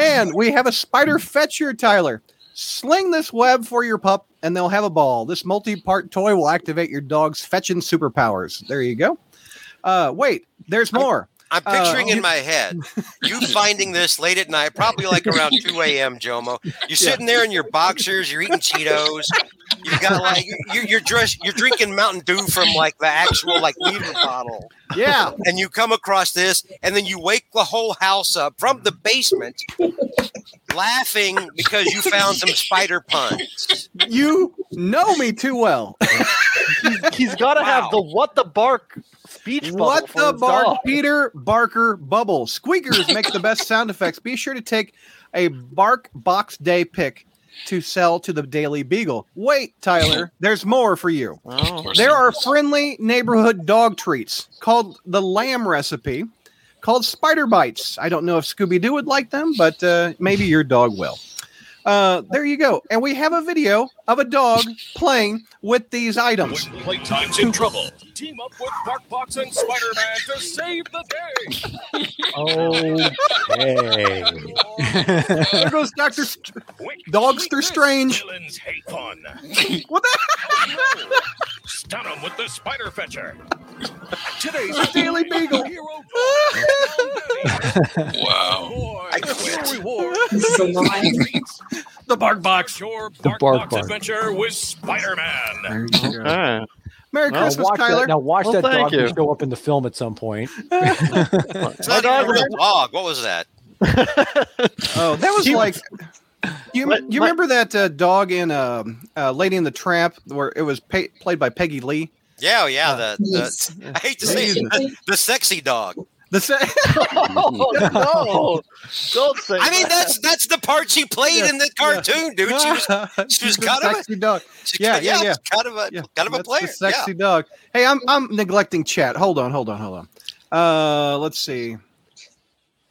Speaker 2: And we have a spider fetcher, Tyler. Sling this web for your pup, and they'll have a ball. This multi part toy will activate your dog's fetching superpowers. There you go. Uh, wait, there's
Speaker 8: <laughs>
Speaker 2: more.
Speaker 5: I'm
Speaker 2: Uh,
Speaker 5: picturing in
Speaker 2: you-
Speaker 5: my head you finding this late at night, probably like around 2 a.m., Jomo. You're sitting there in your boxers, you're eating Cheetos. You got like you're, you're dressed, you're drinking Mountain Dew from like the actual like liter bottle,
Speaker 2: Yeah.
Speaker 5: and you come across this, and then you wake the whole house up from the basement, laughing because you found some spider puns.
Speaker 2: you know me too well.
Speaker 8: <laughs> He's got to
Speaker 5: Wow.
Speaker 8: have the what the bark speech bubble.
Speaker 2: What
Speaker 8: for
Speaker 2: the
Speaker 8: his
Speaker 2: bark?
Speaker 8: dog.
Speaker 2: Peter Barker bubble. Squeakers make the best sound effects. Be sure to take a bark box day pick to sell to the Daily Beagle. Wait,
Speaker 8: <laughs>
Speaker 2: Tyler, there's more for you.
Speaker 8: Oh.
Speaker 2: There are friendly neighborhood dog treats called the lamb recipe, called spider bites. I don't know if Scooby Doo would like them, but uh, maybe your dog will. Uh, there you go. And we have a video of a dog playing with these items.
Speaker 9: Playtime's in trouble. Team up with BarkBox and Spider-Man to save the day.
Speaker 6: Okay.
Speaker 2: There
Speaker 5: <laughs>
Speaker 2: goes Doctor Str- Dogster Strange.
Speaker 9: Villains hate fun.
Speaker 2: What the
Speaker 9: <laughs> Stun 'em with the Spider Fetcher.
Speaker 2: Today's Daily Beagle.
Speaker 9: Hero
Speaker 7: Wow.
Speaker 9: I quit. Reward.
Speaker 3: This is a lie.
Speaker 2: the bark
Speaker 9: Box. Your
Speaker 6: The
Speaker 9: Bark
Speaker 6: bark
Speaker 9: Box
Speaker 6: bark.
Speaker 9: adventure with Spider-Man.
Speaker 8: Okay.
Speaker 2: Merry
Speaker 8: Well,
Speaker 6: Now
Speaker 2: Christmas,
Speaker 6: watch
Speaker 2: Tyler.
Speaker 6: that, now watch
Speaker 8: Well,
Speaker 6: that
Speaker 8: thank
Speaker 6: dog
Speaker 8: you.
Speaker 6: show up in the film at some point.
Speaker 5: It's not even a real dog. What was that?
Speaker 2: Oh, that was
Speaker 8: He
Speaker 2: like. You,
Speaker 8: Let-
Speaker 2: you
Speaker 8: let-
Speaker 2: remember that uh, dog in um uh, Lady in the Tramp where it was pa- played by Peggy Lee?
Speaker 5: Yeah, oh,
Speaker 2: Uh,
Speaker 5: yeah. The,
Speaker 3: Yes.
Speaker 5: the <laughs> I hate to say it, the, the sexy dog.
Speaker 2: The se-
Speaker 8: <laughs> Oh, no. Don't say
Speaker 5: I mean,
Speaker 8: that.
Speaker 5: that's that's the part she played in the cartoon, dude. She
Speaker 2: <laughs>
Speaker 5: was, she was kind of a,
Speaker 2: sexy dog.
Speaker 5: she,
Speaker 2: Yeah,
Speaker 5: yeah,
Speaker 2: yeah, yeah.
Speaker 5: kind of a
Speaker 2: Yeah,
Speaker 5: kind of a
Speaker 2: that's
Speaker 5: player.
Speaker 2: The sexy dog. Hey, I'm I'm neglecting chat. Hold on, hold on, hold on. Uh, let's see.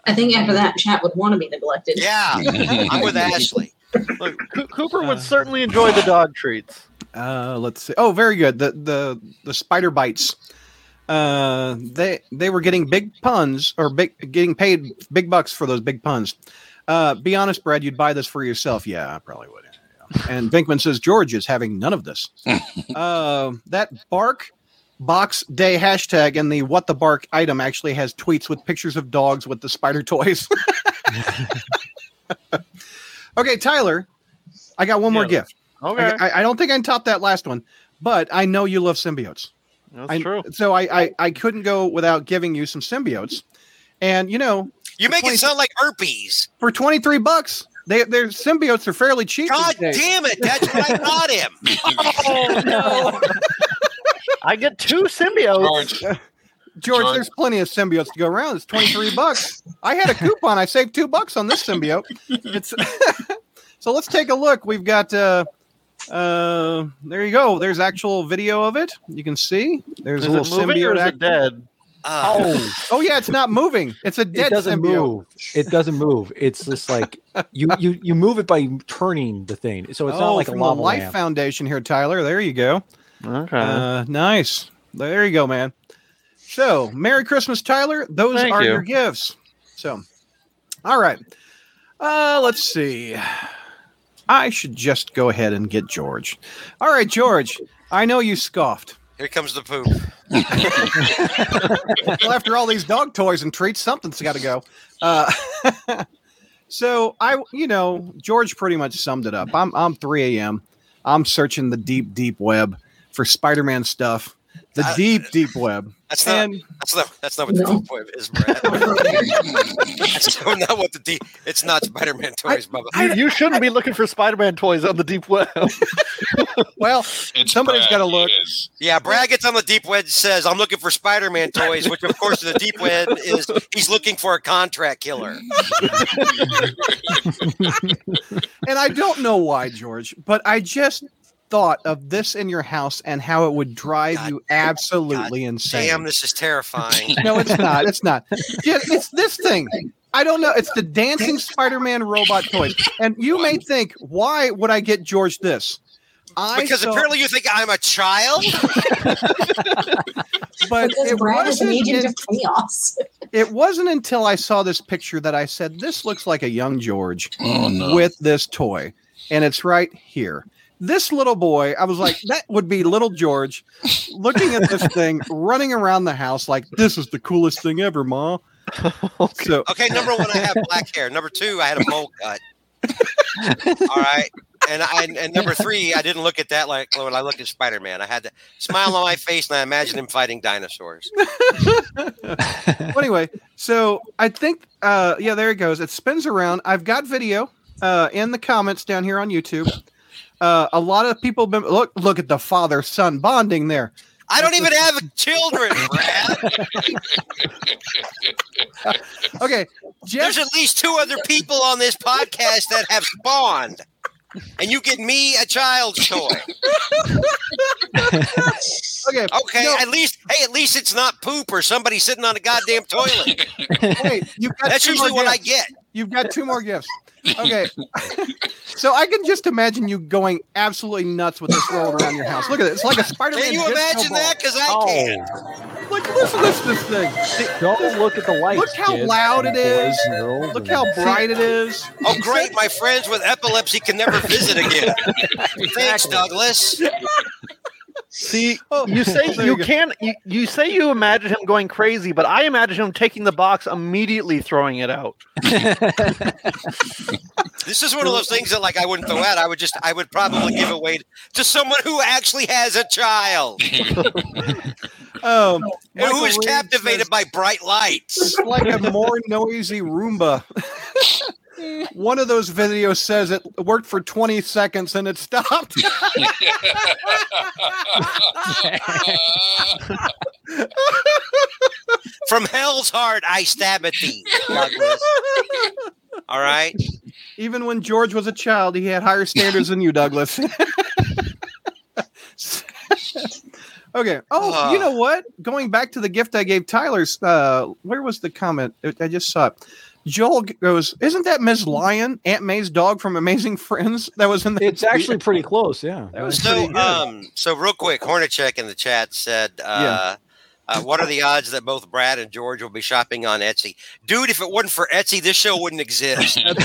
Speaker 3: I think after that, chat would want to be neglected.
Speaker 5: yeah, yeah. I'm with Ashley.
Speaker 8: Look, Co- Cooper
Speaker 2: Uh.
Speaker 8: would certainly enjoy the dog treats.
Speaker 2: Uh, let's see. Oh, very good. The the the spider bites. Uh, they they were getting big puns or big getting paid big bucks for those big puns. Uh, be honest, Brad, you'd buy this for yourself. Yeah, I probably would. Yeah. And Binkman says George is having none of this. uh, that bark box day hashtag and the what the bark item actually has tweets with pictures of dogs with the spider toys. <laughs> okay, Tyler, I got one more
Speaker 8: Yeah.
Speaker 2: gift.
Speaker 8: Okay,
Speaker 2: I, I- I don't think I can top that last one, but I know you love symbiotes.
Speaker 8: that's
Speaker 2: I- <laughs>
Speaker 8: true.
Speaker 2: So I, I I couldn't go without giving you some symbiotes, and you know
Speaker 5: You make
Speaker 2: Twenty-
Speaker 5: it sound like herpes.
Speaker 2: for twenty three bucks, they their symbiotes are fairly cheap. these
Speaker 5: God
Speaker 2: days.
Speaker 5: damn it! That's what I got him.
Speaker 2: <laughs>
Speaker 8: I get two symbiotes.
Speaker 7: George,
Speaker 2: George,
Speaker 7: George.
Speaker 2: there's plenty of symbiotes to go around. It's twenty three bucks. I had a coupon. I saved two bucks on this symbiote. It's <laughs> so let's take a look. We've got. Uh, uh, there you go. There's actual video of it. You can see there's
Speaker 8: Is
Speaker 2: a
Speaker 8: it
Speaker 2: little
Speaker 8: moving or
Speaker 2: symbiote.
Speaker 8: is it
Speaker 2: act-
Speaker 8: dead?
Speaker 5: Uh,
Speaker 6: Oh,
Speaker 2: oh yeah, it's not moving. It's a dead
Speaker 6: it doesn't
Speaker 2: symbiote.
Speaker 6: move. It doesn't move. It's just like you you you move it by turning the thing. So it's not like a
Speaker 2: Oh, from
Speaker 6: lava
Speaker 2: the Life
Speaker 6: lamp. Uh-huh.
Speaker 2: Foundation here, Tyler. There you go.
Speaker 8: Okay.
Speaker 2: Uh, nice. There you go, man. So, Merry Christmas, Tyler. Those
Speaker 8: Thank
Speaker 2: are
Speaker 8: you.
Speaker 2: your gifts. So, all right. Uh, let's see. I should just go ahead and get George. All right, George. I know you scoffed.
Speaker 5: here comes the poop.
Speaker 2: well, after all these dog toys and treats, something's got to go. Uh, <laughs> so I, you know, George pretty much summed it up. I'm I'm 3 a.m. I'm searching the deep, deep web for Spider-Man stuff. The
Speaker 5: I-
Speaker 2: deep, deep
Speaker 5: <laughs>
Speaker 2: web.
Speaker 5: That's not.
Speaker 6: And
Speaker 5: that's not. That's not what the
Speaker 3: No.
Speaker 5: deep web is, Brad. that's not what the deep. It's not Spider-Man toys, Bubba.
Speaker 8: You, you shouldn't be looking for Spider-Man toys on
Speaker 2: <laughs>
Speaker 8: the deep <laughs> web.
Speaker 2: Well,
Speaker 7: It's
Speaker 2: Somebody's
Speaker 7: Brad,
Speaker 2: gotta look.
Speaker 7: it is.
Speaker 5: yeah, Brad gets on the deep web and says, "I'm looking for Spider-Man toys," which, of course, the deep web is he's looking for a contract killer.
Speaker 2: and I don't know why, George, but I just thought of this in your house and how it would drive
Speaker 5: God-
Speaker 2: you absolutely insane.
Speaker 5: Damn, this is terrifying.
Speaker 2: No,
Speaker 4: <laughs>
Speaker 2: it's not. It's not. Yeah, it's this thing. I don't know. It's the dancing Spider-Man robot toys. And you may think, why would I get George this? <laughs> I
Speaker 5: Because
Speaker 2: thought-
Speaker 5: apparently you think I'm a child.
Speaker 2: but
Speaker 4: because
Speaker 2: it
Speaker 4: Brad is an
Speaker 2: wasn't
Speaker 4: agent
Speaker 2: in-
Speaker 4: of chaos.
Speaker 2: it wasn't until I saw this picture that I said, "This looks like a young George
Speaker 7: Oh
Speaker 2: <laughs>
Speaker 7: no.
Speaker 2: with this toy," and it's right here. This little boy, I was like, that would be little George looking at this thing, running around the house like, this is the coolest thing ever, Ma. So,
Speaker 5: Okay, number one, I have black hair. Number two, I had a bowl cut. All right. And I and number three, I didn't look at that like when I looked at Spider Man. I had the smile on my face and I imagined him fighting dinosaurs.
Speaker 2: well, anyway, so I think, uh, yeah, there it goes. It spins around. I've got video uh, in the comments down here on YouTube. Uh, a lot of people been look look at the father son bonding there.
Speaker 5: I don't even have children, Brad.
Speaker 2: Okay, Jeff
Speaker 5: There's at least two other people on this podcast that have spawned. And you get me a child's toy.
Speaker 2: Okay.
Speaker 5: Okay,
Speaker 2: No,
Speaker 5: at least hey, at least it's not poop or somebody sitting on a goddamn toilet.
Speaker 2: wait, you've got
Speaker 5: That's
Speaker 2: two
Speaker 5: usually
Speaker 2: more
Speaker 5: what I
Speaker 2: gifts.
Speaker 5: get.
Speaker 2: You've got two more gifts.
Speaker 5: <laughs>
Speaker 2: Okay. <laughs> so I can just imagine you going absolutely nuts with this rolling around your house. Look at it. It's like a Spider-Man.
Speaker 5: Can you
Speaker 2: disco
Speaker 5: imagine
Speaker 2: ball.
Speaker 5: that? Because I
Speaker 6: oh,
Speaker 5: can't.
Speaker 2: Look, listen, listen to this thing.
Speaker 6: don't look at the lights.
Speaker 2: Look how
Speaker 6: kids
Speaker 2: loud
Speaker 6: and
Speaker 2: it
Speaker 6: boys
Speaker 2: is.
Speaker 6: and girls
Speaker 2: Look
Speaker 6: and-
Speaker 2: how bright it is.
Speaker 5: Oh, great. My friends with epilepsy can never visit again.
Speaker 2: <laughs>
Speaker 5: Thanks, Douglas.
Speaker 8: See,
Speaker 2: Oh,
Speaker 8: <laughs> you say
Speaker 2: there
Speaker 8: you
Speaker 2: go.
Speaker 8: can you, you say you imagine him going crazy, but I imagine him taking the box immediately throwing it out.
Speaker 5: This is one of those things that, like, I wouldn't throw out. I would just, I would probably give away to someone who actually has a
Speaker 2: <laughs>
Speaker 5: child
Speaker 2: Um,
Speaker 5: and Oh, who
Speaker 2: Michael
Speaker 5: is
Speaker 2: Reed
Speaker 5: captivated
Speaker 2: says,
Speaker 5: by bright lights.
Speaker 2: "It's like a more noisy Roomba. One of those videos says it worked for 20 seconds and it stopped.
Speaker 5: From hell's heart, I stab at thee, Douglas. All right.
Speaker 2: Even when George was a child, he had higher standards than you, Douglas. <laughs> okay. Oh,
Speaker 5: Ah.
Speaker 2: you know what? Going back to the gift I gave Tyler's, uh, where was the comment? I- I just saw it. Joel g- goes, "Isn't that Ms. Lion, Aunt May's dog from Amazing Friends?" That was in the.
Speaker 6: It's actually pretty close. Yeah.
Speaker 2: <laughs> That was pretty
Speaker 5: So,
Speaker 2: good.
Speaker 5: um, so real quick, Hornacek in the chat said, uh, uh, "What are the odds that both Brad and George will be shopping on Etsy, dude? If it wasn't for Etsy, this show
Speaker 2: <laughs>
Speaker 5: wouldn't exist. <laughs>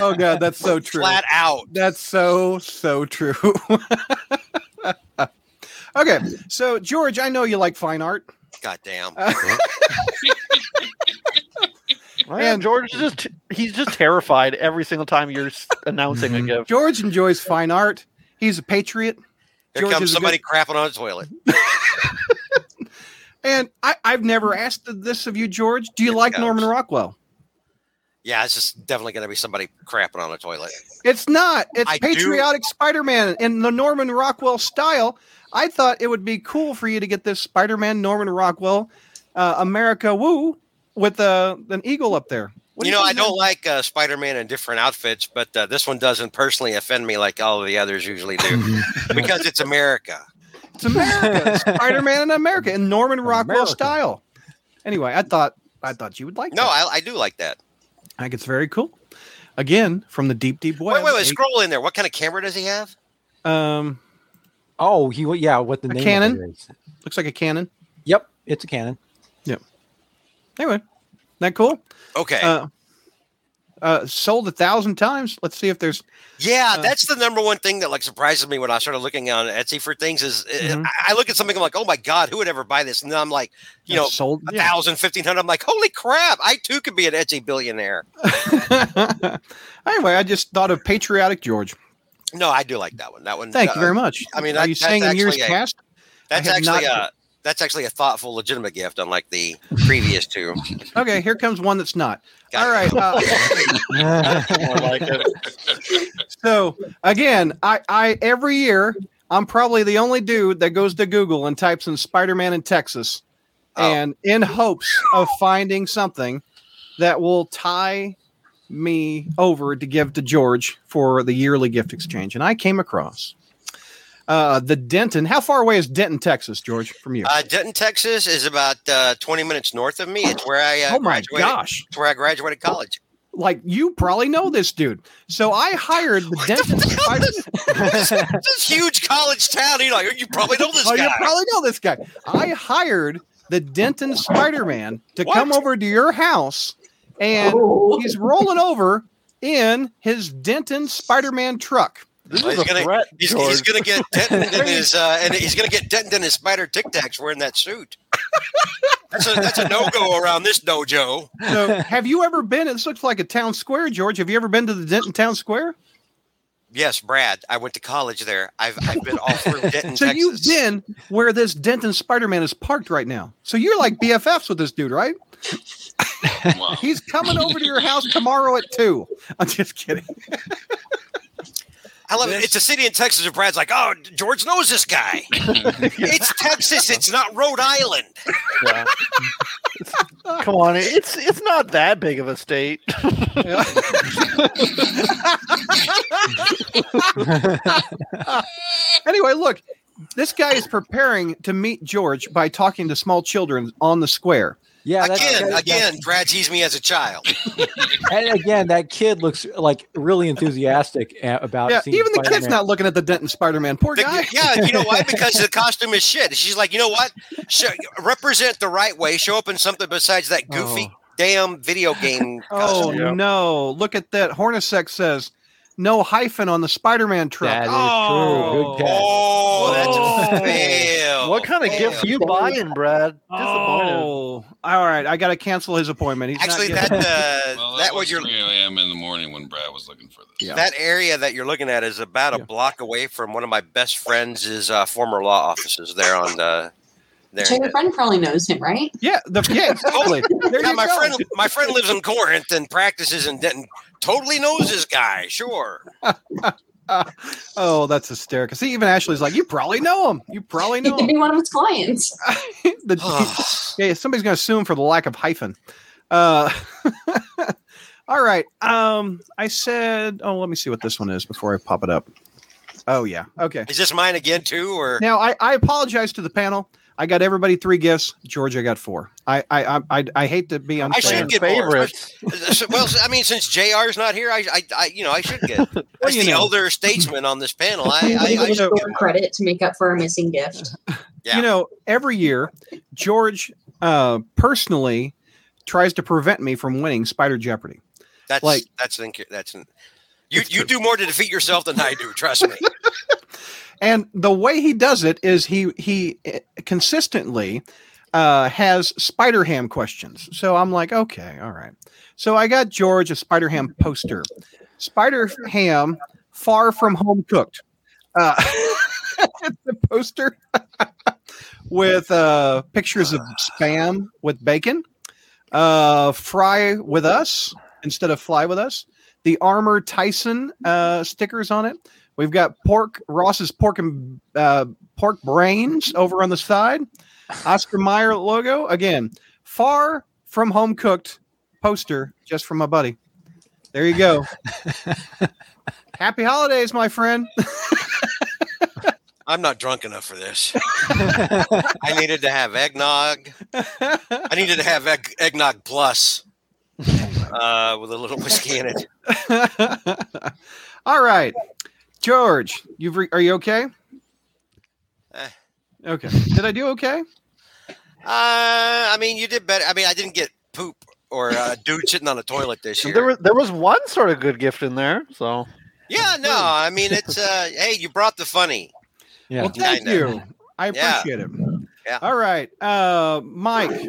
Speaker 2: oh god, that's so true.
Speaker 5: Flat out.
Speaker 2: That's so so true. <laughs> okay, so George, I know you like fine art. <laughs>
Speaker 5: Goddamn.
Speaker 8: And George is just he's just terrified every single time you're s- announcing a gift.
Speaker 2: George enjoys fine art. He's a patriot.
Speaker 5: Here
Speaker 2: George
Speaker 5: comes
Speaker 2: is a Mm-hmm.
Speaker 5: somebody crapping on a toilet.
Speaker 2: And I, I've never asked this of you, George. Do you
Speaker 5: Here it
Speaker 2: like
Speaker 5: goes.
Speaker 2: Norman Rockwell?
Speaker 5: Yeah, it's just definitely going to be somebody crapping on a toilet.
Speaker 2: It's not. It's
Speaker 5: I do-
Speaker 2: patriotic Spider-Man in the Norman Rockwell style. I thought it would be cool for you to get this Spider-Man Norman Rockwell uh, America Woo with uh, an eagle up there. What do
Speaker 5: you know, I
Speaker 2: think, man?
Speaker 5: don't like uh, Spider-Man in different outfits, but uh, this one doesn't personally offend me like all of the others
Speaker 2: <laughs>
Speaker 5: usually do because it's America.
Speaker 2: It's America, Spider-Man in America in Norman Rockwell
Speaker 6: America.
Speaker 2: style. Anyway, I thought I thought you would like.
Speaker 5: No,
Speaker 2: that.
Speaker 5: I, I do like that.
Speaker 2: I think it's very cool. Again, from the deep, deep web.
Speaker 5: Wait, wait, wait. Scroll in there. What kind of camera does he have?
Speaker 2: Um,
Speaker 6: Oh, he wa- yeah, what the
Speaker 2: A
Speaker 6: name
Speaker 2: cannon?
Speaker 6: Of it is.
Speaker 2: looks like a cannon.
Speaker 6: Yep, it's a <laughs> cannon.
Speaker 2: Anyway, that cool.
Speaker 5: Okay.
Speaker 2: uh, uh, sold a thousand times. Let's see if there's.
Speaker 5: Yeah,
Speaker 2: Uh,
Speaker 5: that's the number one thing that like surprises me when I started looking on Etsy for things is uh,
Speaker 2: Mhm.
Speaker 5: I, I look at something I'm like, oh my god, who would ever buy this? And then I'm like, you know,
Speaker 2: sold.
Speaker 5: a
Speaker 2: yeah.
Speaker 5: thousand, fifteen hundred. I'm like, holy crap, I too could be an Etsy billionaire.
Speaker 2: <laughs> anyway, I just thought of patriotic George.
Speaker 5: No, I do like that one. That one.
Speaker 2: Thank
Speaker 5: uh,
Speaker 2: you very much.
Speaker 5: I mean,
Speaker 2: are
Speaker 5: that-
Speaker 2: you
Speaker 5: that's
Speaker 2: saying in years
Speaker 5: actually a-
Speaker 2: past?
Speaker 5: That's
Speaker 2: have
Speaker 5: actually
Speaker 2: not-
Speaker 5: a that's actually a thoughtful, legitimate gift, unlike the previous two.
Speaker 2: Okay, here comes one that's not.
Speaker 5: Got
Speaker 2: All
Speaker 5: it.
Speaker 2: right.
Speaker 5: <laughs>
Speaker 2: Uh,
Speaker 8: I like it.
Speaker 2: so again, I, I every year I'm probably the only dude that goes to Google and types in Spider-Man in Texas,
Speaker 5: Oh.
Speaker 2: and in hopes of finding something that will tie me over to give to George for the yearly gift exchange. And I came across uh, the Denton. How far away is Denton, Texas, George, from you?
Speaker 5: Uh, Denton, Texas is about uh, 20 minutes north of me. It's where I uh,
Speaker 2: oh my
Speaker 5: graduated.
Speaker 2: gosh!
Speaker 5: It's where I graduated college.
Speaker 2: Like you probably know this dude. So I hired the Denton. Spider-
Speaker 5: this, this huge college town. You know, you probably know this
Speaker 2: oh, you
Speaker 5: guy.
Speaker 2: probably know this guy. I hired the Denton Spider Man to
Speaker 5: What? Oh.
Speaker 2: come over to your house, and
Speaker 4: Oh.
Speaker 2: he's rolling over in his Denton Spider Man truck.
Speaker 8: This
Speaker 5: Well,
Speaker 8: is
Speaker 5: he's
Speaker 8: a
Speaker 5: gonna-
Speaker 8: threat,
Speaker 5: He's,
Speaker 8: George.
Speaker 5: he's gonna get dented
Speaker 2: <laughs>
Speaker 5: in his uh, and he's gonna get dented in his spider tic tacs wearing that suit. That's a that's a no go around this dojo.
Speaker 2: So,
Speaker 5: <laughs>
Speaker 2: have you ever been? This looks like a town square, George. Have you ever been to the Denton Town Square?
Speaker 5: Yes, Brad, I went to college there. I've I've been all
Speaker 2: <laughs>
Speaker 5: through Denton,
Speaker 2: So,
Speaker 5: Texas.
Speaker 2: you've been where this Denton Spider Man is parked right now. So, you're like BFFs with this dude, right?
Speaker 7: Wow.
Speaker 2: He's coming over to your house tomorrow at two. <laughs> I'm just kidding.
Speaker 5: I love it. It's a city in Texas where Brad's like, oh, George knows
Speaker 2: <laughs>
Speaker 5: this guy. it's Texas. It's not Rhode Island.
Speaker 8: Yeah. Come on, it's it's not that big of a state.
Speaker 2: anyway, look, this guy is preparing to meet George by talking to small children on the square.
Speaker 6: Yeah, that's-
Speaker 5: again,
Speaker 6: that's-
Speaker 5: again, Brad teased me as a child.
Speaker 6: and again, that kid looks like really enthusiastic a- about.
Speaker 2: yeah,
Speaker 6: seeing
Speaker 2: even the kid's
Speaker 6: Spider-Man.
Speaker 2: not looking at the Denton Spider Man. Poor
Speaker 5: The-
Speaker 2: guy.
Speaker 5: yeah, you know
Speaker 2: <laughs>
Speaker 5: why? Because the costume is shit. She's like, you know what? Show, represent the right way. Show up in something besides that goofy damn video game
Speaker 2: <laughs> Oh
Speaker 5: costume.
Speaker 8: Yeah.
Speaker 2: no! Look at that. Hornacek says no hyphen on the Spider Man truck.
Speaker 6: That is
Speaker 2: oh,
Speaker 6: true. Good catch.
Speaker 5: Oh, that's
Speaker 2: Oh.
Speaker 5: a fail.
Speaker 8: What kind of
Speaker 5: Fail.
Speaker 8: gifts are you buying, Brad? Disappointed.
Speaker 2: Oh, all right. I got to cancel his appointment. He's
Speaker 5: Actually,
Speaker 2: not
Speaker 5: that
Speaker 2: getting-
Speaker 5: uh,
Speaker 7: Well,
Speaker 5: that
Speaker 7: that
Speaker 5: what
Speaker 7: was
Speaker 5: you're
Speaker 7: 3 a.m. in the morning when Brad was looking for this.
Speaker 2: Yeah.
Speaker 5: that area that you're looking at is about a block away from one of my best friends' is, uh, former law offices there on the there.
Speaker 4: Check your friend probably knows him, right?
Speaker 2: yeah, the yeah,
Speaker 5: <laughs>
Speaker 2: exactly. There
Speaker 5: Oh, Yeah,
Speaker 2: you
Speaker 5: my
Speaker 2: go.
Speaker 5: friend my friend lives in Corinth and practices in Denton. Totally knows this guy,
Speaker 2: <laughs>
Speaker 5: sure.
Speaker 2: oh, that's hysterical. See, even Ashley's like, you probably know him. You probably
Speaker 4: He <laughs>
Speaker 2: know
Speaker 4: could
Speaker 5: <laughs>
Speaker 2: him.
Speaker 4: be one of his clients.
Speaker 2: The- Yeah, somebody's going to sue him for the lack of hyphen. Uh, <laughs> all right. Um, I said, oh, let me see what this one is before I pop it up. Oh, yeah. Okay.
Speaker 5: Is this mine again too? Or
Speaker 2: Now, I, I apologize to the panel. I got everybody three gifts. George, I got four. I I I- I, I hate to be
Speaker 5: I
Speaker 2: unfair.
Speaker 5: should get
Speaker 8: favorites.
Speaker 5: More. especially- well, I mean, since JR's not here, I, I, I you know, I should get.
Speaker 2: <laughs>
Speaker 5: As
Speaker 2: you
Speaker 5: the
Speaker 2: know.
Speaker 5: elder statesman on this
Speaker 2: <laughs>
Speaker 5: panel, I,
Speaker 4: We
Speaker 5: I,
Speaker 4: give
Speaker 5: I
Speaker 4: him
Speaker 5: should
Speaker 4: store
Speaker 5: get.
Speaker 4: credit to make up for a missing gift.
Speaker 5: Yeah.
Speaker 2: You know, every year, George uh, personally tries to prevent me from winning Spider Jeopardy.
Speaker 5: That's
Speaker 2: like-
Speaker 5: that's inc- that's. in- you, you do more to defeat yourself than I do. Trust
Speaker 2: <laughs>
Speaker 5: me.
Speaker 2: And the way he does it is he he eh, consistently uh, has Spider Ham questions. So I'm like, okay, all right. So I got George a Spider Ham poster. Spider Ham, far from home cooked. Uh, <laughs> it's a poster <laughs> with uh, pictures of spam with bacon, uh, fry with us instead of fly with us. The armor Tyson uh, stickers on it. We've got pork Ross's pork and uh, pork brains over on the side. Oscar Mayer logo again. Far from home cooked poster just from my buddy. There you go. Happy holidays, my friend. <laughs>
Speaker 5: I'm not drunk enough
Speaker 2: <laughs>
Speaker 5: for this. I needed to have eggnog. I needed to have egg, eggnog plus, uh, with a little whiskey in it.
Speaker 2: All right, George, you've re- are you okay?
Speaker 5: Eh.
Speaker 2: Okay. Did I do okay?
Speaker 5: Uh, I mean, you did better. I mean, I didn't get poop or uh, dude sitting on a toilet this year.
Speaker 8: There was there was one sort of good gift in there, so
Speaker 5: yeah, no. I mean, it's uh, hey, you brought the funny.
Speaker 6: Yeah.
Speaker 2: Well, thank
Speaker 5: Kinda.
Speaker 2: you. I
Speaker 5: Yeah.
Speaker 2: appreciate it.
Speaker 5: Yeah.
Speaker 2: All right, uh, Mike.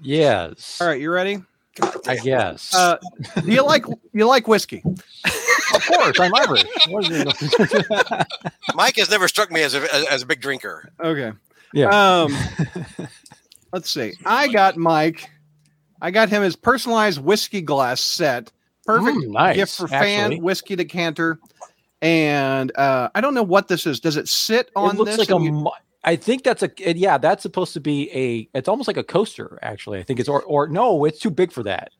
Speaker 6: yes.
Speaker 2: All right, you ready?
Speaker 6: I guess.
Speaker 2: Uh, do you like you like whiskey?
Speaker 6: of course, I'm Irish. What do you know?
Speaker 2: <laughs>
Speaker 5: Mike has never struck me as a as, as a big drinker.
Speaker 2: Okay.
Speaker 6: Yeah. <laughs>
Speaker 2: Um, let's see. I got Mike. I got him his personalized whiskey glass set. Perfect
Speaker 6: Ooh, Mm, nice.
Speaker 2: gift for
Speaker 6: actually.
Speaker 2: fan whiskey decanter. And uh, I don't know what this is. Does it sit on
Speaker 6: it looks
Speaker 2: this?
Speaker 6: like
Speaker 2: <laughs>
Speaker 6: a.
Speaker 2: and you-
Speaker 6: mu- I think that's a. and Yeah, that's supposed to be a. It's almost like a coaster, actually. I think it's or or no, it's too big for that.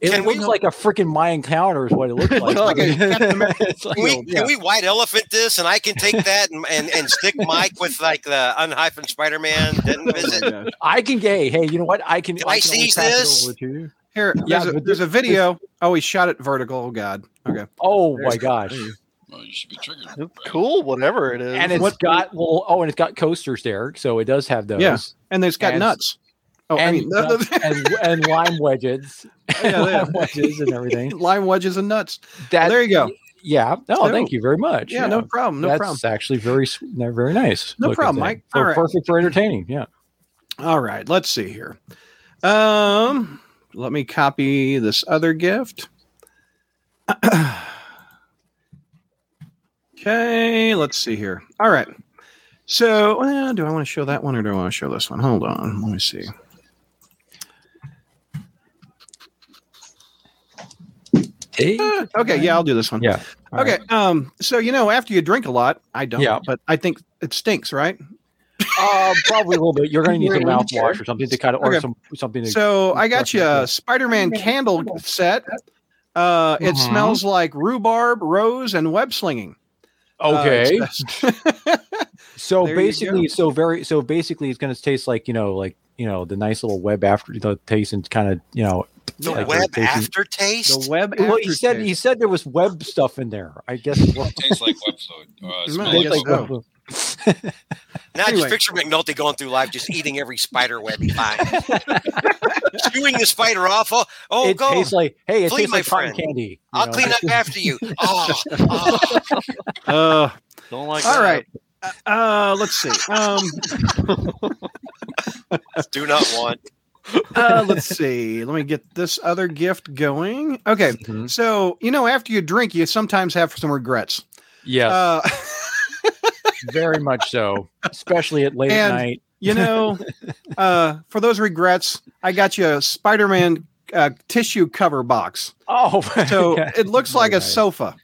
Speaker 6: It
Speaker 5: Can we-
Speaker 6: looks like a freaking Mayan calendar, is
Speaker 2: <laughs>
Speaker 6: what it looks like.
Speaker 2: like a
Speaker 6: It's like- oh,
Speaker 5: Can we,
Speaker 2: Yeah.
Speaker 5: can we white elephant this and I can take that and, and, and stick Mike with like the unhyphen Spider Man
Speaker 2: <laughs>
Speaker 5: didn't visit?
Speaker 2: Oh, yeah.
Speaker 6: I can gay. Hey, you know what? I can.
Speaker 5: Can I
Speaker 6: can always
Speaker 5: seize
Speaker 6: pass it
Speaker 5: this?
Speaker 6: over to you.
Speaker 2: Here,
Speaker 6: Yeah,
Speaker 2: there's, a,
Speaker 6: but
Speaker 2: there's a video. Oh, he shot it vertical. Oh, God. Okay.
Speaker 6: Oh my gosh!
Speaker 7: Well, you should be triggered.
Speaker 8: Cool, whatever it is.
Speaker 6: And it's
Speaker 2: What-
Speaker 6: got well. Oh, and it's got coasters there, so it does have those.
Speaker 2: Yeah. And it's got
Speaker 6: And-
Speaker 2: nuts. Oh,
Speaker 6: and,
Speaker 2: I mean, <laughs> Oh,
Speaker 6: uh, and and lime wedges, <laughs>
Speaker 2: yeah, yeah.
Speaker 6: lime wedges,
Speaker 2: <laughs>
Speaker 6: and everything.
Speaker 2: lime wedges and nuts.
Speaker 6: That
Speaker 2: there you go.
Speaker 6: Yeah. No,
Speaker 2: So-
Speaker 6: thank you very much.
Speaker 2: Yeah, no problem. No
Speaker 6: That's
Speaker 2: problem.
Speaker 6: actually very s- no, very nice.
Speaker 2: No
Speaker 6: looking
Speaker 2: problem,
Speaker 6: thing.
Speaker 2: Mike.
Speaker 6: Per-
Speaker 2: All right.
Speaker 6: Perfect for entertaining. Yeah.
Speaker 2: All right, let's see here. Um, let me copy this other gift. <clears throat> okay, let's see here. All right. So, uh, do I want to show that one or do I want to show this one? Hold on, let me see. Uh, okay, yeah, I'll do this one.
Speaker 6: Yeah. All
Speaker 2: Okay. Um. So you know, after you drink a lot, I don't.
Speaker 6: Yeah.
Speaker 2: But I think it stinks, right?
Speaker 6: Uh, probably a little bit. You're going to need
Speaker 4: You're
Speaker 6: some
Speaker 4: in
Speaker 6: mouthwash or something to kind of or
Speaker 2: Okay.
Speaker 6: some something. To,
Speaker 2: So I got you a
Speaker 6: Definitely.
Speaker 2: Spider-Man candle set. Uh, it
Speaker 6: Mhm.
Speaker 2: smells like rhubarb, rose, and web slinging. Uh,
Speaker 6: okay.
Speaker 2: it's-
Speaker 6: so
Speaker 2: there you go.
Speaker 6: basically, so very, so basically, it's going to taste like you know, like you know, the nice little web after the taste and kind of you know.
Speaker 5: The
Speaker 6: like
Speaker 5: web
Speaker 6: tasting-
Speaker 5: aftertaste?
Speaker 2: <laughs> the web.
Speaker 6: Well, he said he
Speaker 2: aftertaste.
Speaker 6: said there was web stuff in there. I guess.
Speaker 2: <laughs>
Speaker 6: it was-
Speaker 7: It tastes like web fluid. Uh,
Speaker 2: Might
Speaker 7: smells
Speaker 2: I
Speaker 6: Tastes
Speaker 2: guess
Speaker 7: like
Speaker 6: like
Speaker 7: web
Speaker 2: so.
Speaker 6: web-
Speaker 5: now
Speaker 2: anyway.
Speaker 5: just picture McNulty going through life just eating every spider web he finds. Chewing the spider off. Oh, oh
Speaker 6: it
Speaker 5: go.
Speaker 6: tastes like hey, it
Speaker 5: Flee,
Speaker 6: tastes
Speaker 5: my
Speaker 6: like cotton
Speaker 5: friend.
Speaker 6: candy. you
Speaker 5: I'll
Speaker 6: know?
Speaker 5: clean up after you. Oh, oh.
Speaker 2: Uh,
Speaker 8: Don't like
Speaker 2: all
Speaker 8: that.
Speaker 2: right. Uh, Uh, let's see. Um,
Speaker 5: do not want.
Speaker 2: uh,
Speaker 6: <laughs>
Speaker 2: let's see. Let me get this other gift going. Okay.
Speaker 6: Mhm.
Speaker 2: So you know, after you drink, you sometimes have some regrets.
Speaker 6: Yes.
Speaker 5: <laughs>
Speaker 2: Uh,
Speaker 6: Very much so, especially at late at
Speaker 2: And-
Speaker 6: night.
Speaker 2: you
Speaker 6: <laughs>
Speaker 2: know, uh, for those regrets, I got you a Spider-Man uh, tissue cover box.
Speaker 6: Oh, <laughs>
Speaker 2: So
Speaker 6: yeah.
Speaker 2: it looks like a
Speaker 6: Very nice.
Speaker 2: sofa.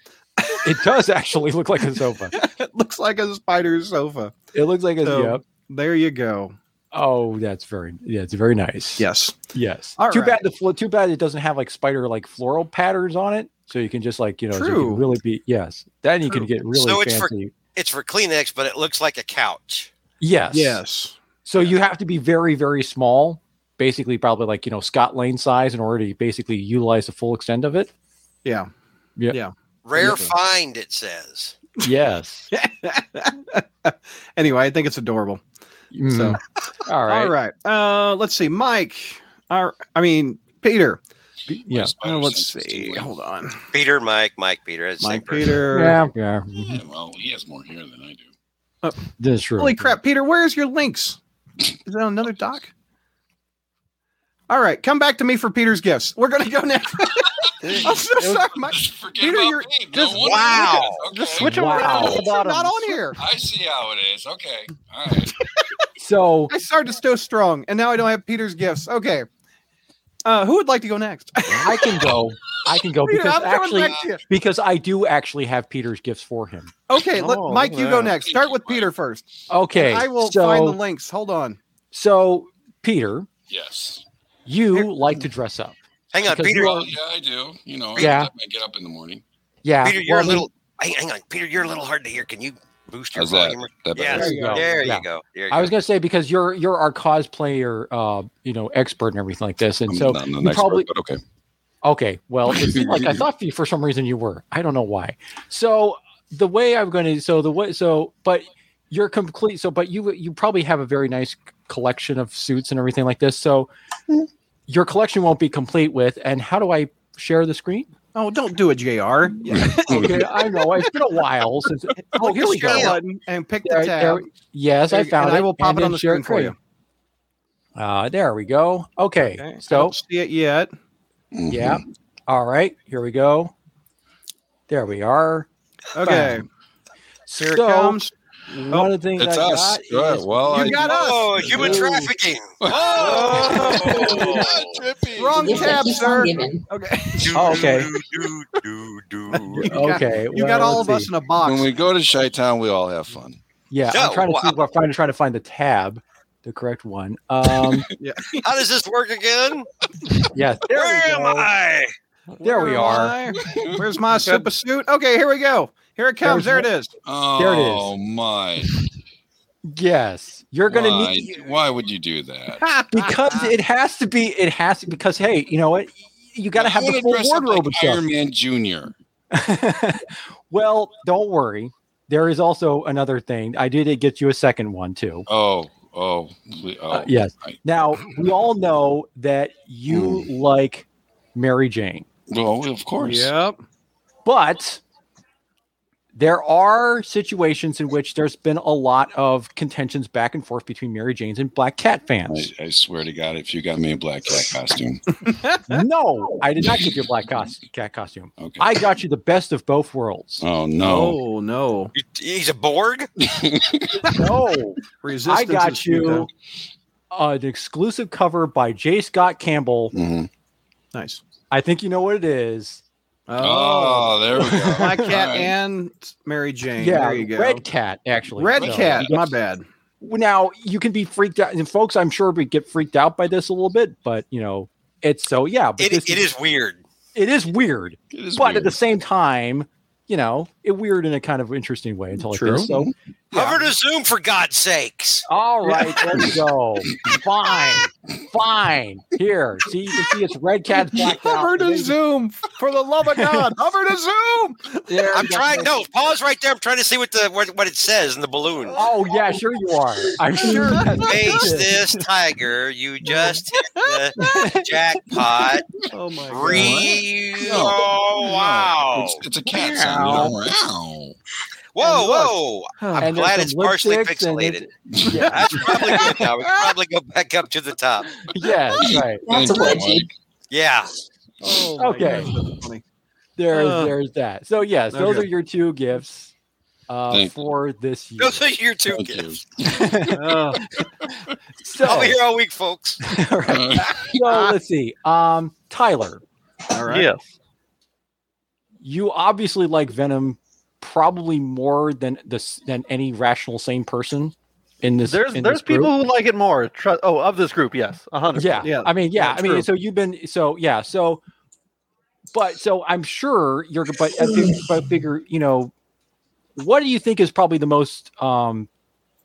Speaker 6: It does actually look like a sofa.
Speaker 2: It looks like a spider sofa.
Speaker 6: It looks like a
Speaker 2: So-
Speaker 6: yep.
Speaker 2: There you go.
Speaker 6: Oh, that's very yeah, it's very nice.
Speaker 2: Yes.
Speaker 6: Yes.
Speaker 2: All
Speaker 6: too
Speaker 2: right.
Speaker 6: bad the flo- too bad it doesn't have like spider like floral patterns on it, so you can just like you know so you can
Speaker 2: True.
Speaker 6: really be yes. Then you can
Speaker 2: True.
Speaker 6: get really
Speaker 5: So it's for-
Speaker 6: fancy.
Speaker 5: It's for Kleenex, but it looks like a couch.
Speaker 6: yes.
Speaker 2: Yes.
Speaker 6: So you have to be very very small, basically probably like you know Scott Lane size in order to basically utilize the full extent of it.
Speaker 2: Yeah.
Speaker 5: Rare
Speaker 2: Yeah.
Speaker 5: find, it says.
Speaker 2: <laughs>
Speaker 6: Yes.
Speaker 2: anyway, I think it's adorable.
Speaker 6: Mm. all right.
Speaker 2: All right. Uh, let's see. Mike. Our, I mean, Peter.
Speaker 6: Yeah.
Speaker 2: Uh,
Speaker 7: spider
Speaker 2: let's
Speaker 7: senses to
Speaker 2: see. Oh.
Speaker 7: it.
Speaker 2: Hold on.
Speaker 5: Peter, Mike, Mike, Peter. It's the same
Speaker 2: Mike
Speaker 5: person.
Speaker 2: Peter.
Speaker 6: Yeah. Yeah. mhm.
Speaker 7: Yeah, well, he has more hair than I do.
Speaker 6: That's true.
Speaker 2: Holy crap. Peter, where's your links? Is that another doc? All right. Come back to me for Peter's gifts. We're going to go next. <laughs> I'm so sorry, Mike.
Speaker 7: Just <laughs> forget
Speaker 2: Peter,
Speaker 7: about
Speaker 2: you're-
Speaker 7: me. No
Speaker 8: just-
Speaker 7: wonder-
Speaker 5: wow.
Speaker 7: Okay.
Speaker 8: Just switch
Speaker 6: <laughs>
Speaker 8: them
Speaker 6: Wow.
Speaker 8: around at the
Speaker 2: You're
Speaker 8: bottom.
Speaker 2: not on here.
Speaker 7: I see how it is. Okay. All right.
Speaker 6: So
Speaker 2: I started so strong, and now I don't have Peter's gifts. Okay. Uh, who would like to go next?
Speaker 6: I can go. I
Speaker 2: <laughs>
Speaker 6: can go
Speaker 2: Peter,
Speaker 6: Oh, because
Speaker 2: <laughs> I'm
Speaker 6: actually
Speaker 2: coming back to you.
Speaker 6: because I do actually have Peter's gifts for him.
Speaker 2: Okay, let,
Speaker 8: Oh, look
Speaker 2: Mike,
Speaker 8: at
Speaker 2: you go
Speaker 8: that.
Speaker 2: next. Start with Peter first.
Speaker 6: Okay.
Speaker 2: I will
Speaker 6: so,
Speaker 2: find the links. Hold on.
Speaker 6: So Peter,
Speaker 7: Yes.
Speaker 6: you
Speaker 2: Here-
Speaker 6: like to dress up.
Speaker 5: Hang on,
Speaker 6: Because
Speaker 5: Peter.
Speaker 6: you
Speaker 7: Well, yeah, I do. You know, every
Speaker 6: Yeah.
Speaker 7: time I get up in the morning.
Speaker 6: Yeah.
Speaker 5: Peter, you're
Speaker 6: well, I
Speaker 5: a
Speaker 6: mean,
Speaker 5: little. Hang, hang on, Peter, you're a little hard to hear. Can you boost your
Speaker 7: How's that?
Speaker 5: volume?
Speaker 7: That
Speaker 5: Yeah,
Speaker 7: better?
Speaker 5: there
Speaker 2: There
Speaker 5: you
Speaker 2: you go.
Speaker 5: go. There
Speaker 6: Yeah.
Speaker 5: you go.
Speaker 6: I was gonna say because you're you're our cosplayer uh you know expert and everything like this. And so
Speaker 7: not an
Speaker 6: you
Speaker 7: expert,
Speaker 6: probably-
Speaker 7: but okay.
Speaker 6: Okay. Well,
Speaker 7: <laughs>
Speaker 6: it seemed like I thought for you for some reason you were. I don't know why. So the way I'm going to, so the way, so, but you're complete. So, but you, you probably have a very nice collection of suits and everything like this. So your collection won't be complete with, and how do I share the screen?
Speaker 2: Oh, don't do it, JR. Yeah.
Speaker 6: Okay. Oh, I know. It's been a while since. Oh, here we
Speaker 2: Click the share
Speaker 6: go.
Speaker 2: button and pick
Speaker 6: There-
Speaker 2: the tab.
Speaker 6: there- yes, I
Speaker 2: And
Speaker 6: found it.
Speaker 2: I will pop it
Speaker 6: then
Speaker 2: on the
Speaker 6: share
Speaker 2: screen for you.
Speaker 6: Uh, there we go. Okay.
Speaker 2: Okay. I
Speaker 6: So,
Speaker 2: don't see it yet.
Speaker 7: Mm-hmm.
Speaker 6: yeah.
Speaker 5: Mm-hmm.
Speaker 6: All right. Here we go. There we are.
Speaker 2: Okay,
Speaker 6: Bam.
Speaker 2: here
Speaker 6: So-
Speaker 2: it comes. Oh,
Speaker 6: One of the things
Speaker 7: It's
Speaker 6: I
Speaker 7: us.
Speaker 6: got
Speaker 7: Good.
Speaker 6: is-
Speaker 7: well,
Speaker 2: You
Speaker 7: I,
Speaker 2: got us.
Speaker 5: Oh, human
Speaker 6: Ooh. <laughs>
Speaker 5: trafficking.
Speaker 7: <laughs> Oh,
Speaker 5: trippy.
Speaker 2: Wrong
Speaker 4: Yes,
Speaker 2: tab,
Speaker 4: keep on
Speaker 2: sir.
Speaker 4: giving.
Speaker 2: Okay.
Speaker 6: Oh, okay.
Speaker 5: Do, do, do, do.
Speaker 2: <laughs> You got-
Speaker 6: okay,
Speaker 2: You got
Speaker 6: well,
Speaker 2: all of
Speaker 6: let's
Speaker 2: us
Speaker 6: see.
Speaker 2: in a box.
Speaker 7: when we go to Chi Town, we all have fun.
Speaker 6: Yeah,
Speaker 5: No,
Speaker 6: I'm trying to
Speaker 5: wow.
Speaker 6: see what I'm trying to find the tab, the correct one.
Speaker 5: <laughs>
Speaker 6: Um,
Speaker 5: How does this work again?
Speaker 6: yeah, there
Speaker 5: Where
Speaker 6: we
Speaker 5: am
Speaker 6: go.
Speaker 5: I?
Speaker 6: There we
Speaker 2: Where
Speaker 6: are.
Speaker 2: am I? <laughs> Where's my super suit? Okay, here we go. Here it comes.
Speaker 6: There's <laughs>
Speaker 2: there it is.
Speaker 7: Oh,
Speaker 6: There it is.
Speaker 7: my.
Speaker 6: Yes, you're gonna
Speaker 7: why,
Speaker 6: need
Speaker 7: why would you do that?
Speaker 6: because
Speaker 7: Ah.
Speaker 6: it has to be. It has to because hey, you know what? You got to have
Speaker 7: You
Speaker 6: the
Speaker 7: wanna
Speaker 6: full
Speaker 7: dress up
Speaker 6: wardrobe
Speaker 7: like
Speaker 6: and
Speaker 7: Iron Man Junior.
Speaker 6: stuff. <laughs> well, don't worry. There is also another thing. I did get you a second one too.
Speaker 7: Oh, oh, ple- oh.
Speaker 6: Uh, yes.
Speaker 7: right. Mm.
Speaker 6: Now we all know that you like Mary Jane.
Speaker 7: Well, of course.
Speaker 2: Yep.
Speaker 6: but there are situations in which there's been a lot of contentions back and forth between Mary Jane's and Black Cat
Speaker 7: I,
Speaker 6: fans.
Speaker 7: I swear to God, if you got me a black cat costume,
Speaker 6: no, I did not give you a black cos- cat costume.
Speaker 7: okay.
Speaker 6: I got you the best of both worlds.
Speaker 7: oh no,
Speaker 2: Oh no.
Speaker 5: You- He's a Borg.
Speaker 6: No, I
Speaker 2: Resistance. is
Speaker 6: got you
Speaker 2: futile.
Speaker 6: an exclusive cover by J. Scott Campbell.
Speaker 7: Mhm.
Speaker 2: Nice.
Speaker 6: I think you know what it is.
Speaker 2: Oh.
Speaker 7: oh, there we <laughs>
Speaker 6: <laughs>
Speaker 7: go.
Speaker 2: Black cat
Speaker 7: All right.
Speaker 2: and Mary Jane.
Speaker 6: yeah,
Speaker 2: there you go.
Speaker 6: Red Cat actually.
Speaker 2: Red
Speaker 6: So-
Speaker 2: cat. My bad.
Speaker 6: now you can be freaked out and folks i'm sure we get freaked out by this a little bit but you know it's so yeah but
Speaker 5: It,
Speaker 6: this
Speaker 5: it is weird.
Speaker 6: it is weird
Speaker 7: It is
Speaker 6: but at
Speaker 7: weird.
Speaker 6: the same time you know it weird in a kind of interesting way until like
Speaker 2: True.
Speaker 6: this so yeah.
Speaker 5: Cover to Zoom for God's sakes.
Speaker 6: all right
Speaker 2: <laughs>
Speaker 6: let's go fine fine here see you can see it's red cat
Speaker 2: <laughs>
Speaker 6: blacked out.
Speaker 2: Hover to
Speaker 6: Amazing.
Speaker 2: zoom for the love of God. Hover to zoom.
Speaker 6: There
Speaker 5: I'm
Speaker 6: you go.
Speaker 5: trying. No, pause right there. I'm trying to see what the what, what it says in the balloon.
Speaker 6: oh yeah sure you are
Speaker 2: <laughs>
Speaker 6: i'm sure that's what it
Speaker 5: Face
Speaker 6: is.
Speaker 5: this tiger.
Speaker 6: <laughs>
Speaker 5: You just hit the jackpot.
Speaker 2: Oh my
Speaker 5: Re-
Speaker 7: No.
Speaker 5: oh
Speaker 7: No,
Speaker 5: wow!
Speaker 7: It's, it's a cat sound. you know.
Speaker 5: Whoa,
Speaker 6: and look.
Speaker 5: whoa!
Speaker 2: God.
Speaker 5: I'm
Speaker 6: And there's
Speaker 5: glad
Speaker 6: some
Speaker 5: it's partially
Speaker 6: lipsticks and
Speaker 5: pixelated.
Speaker 6: it's- yeah,
Speaker 5: That's probably good now. We can probably go back up to the top.
Speaker 6: yeah
Speaker 5: <laughs>
Speaker 6: right
Speaker 7: Thank
Speaker 4: That's a
Speaker 7: you,
Speaker 4: wedgie.
Speaker 7: Mike.
Speaker 6: <laughs>
Speaker 5: Yeah. <laughs>
Speaker 2: Oh, my
Speaker 6: Okay.
Speaker 2: gosh, that's funny.
Speaker 6: there's
Speaker 2: Uh,
Speaker 6: there's that. So yes, those
Speaker 2: okay.
Speaker 6: are your two gifts uh,
Speaker 7: Thank you.
Speaker 6: for this year.
Speaker 5: <laughs> Those are your two
Speaker 7: Thank you.
Speaker 5: gifts.
Speaker 2: <laughs> Oh,
Speaker 6: So,
Speaker 5: I'll be here all week, folks.
Speaker 6: all right.
Speaker 7: <laughs>
Speaker 6: so let's see. Um, Tyler,
Speaker 2: all right.
Speaker 8: Yes.
Speaker 6: you obviously like Venom probably more than this than any rational sane person in this.
Speaker 8: There's
Speaker 6: in
Speaker 8: there's
Speaker 6: this group.
Speaker 8: people who like it more. Tru- oh, of this group, yes, a hundred.
Speaker 6: Yeah,
Speaker 2: Yeah,
Speaker 6: I mean, yeah,
Speaker 2: yeah,
Speaker 6: I mean,
Speaker 2: true.
Speaker 6: so you've been so yeah, so but so I'm sure you're but I think but bigger, you know, what do you think is probably the most um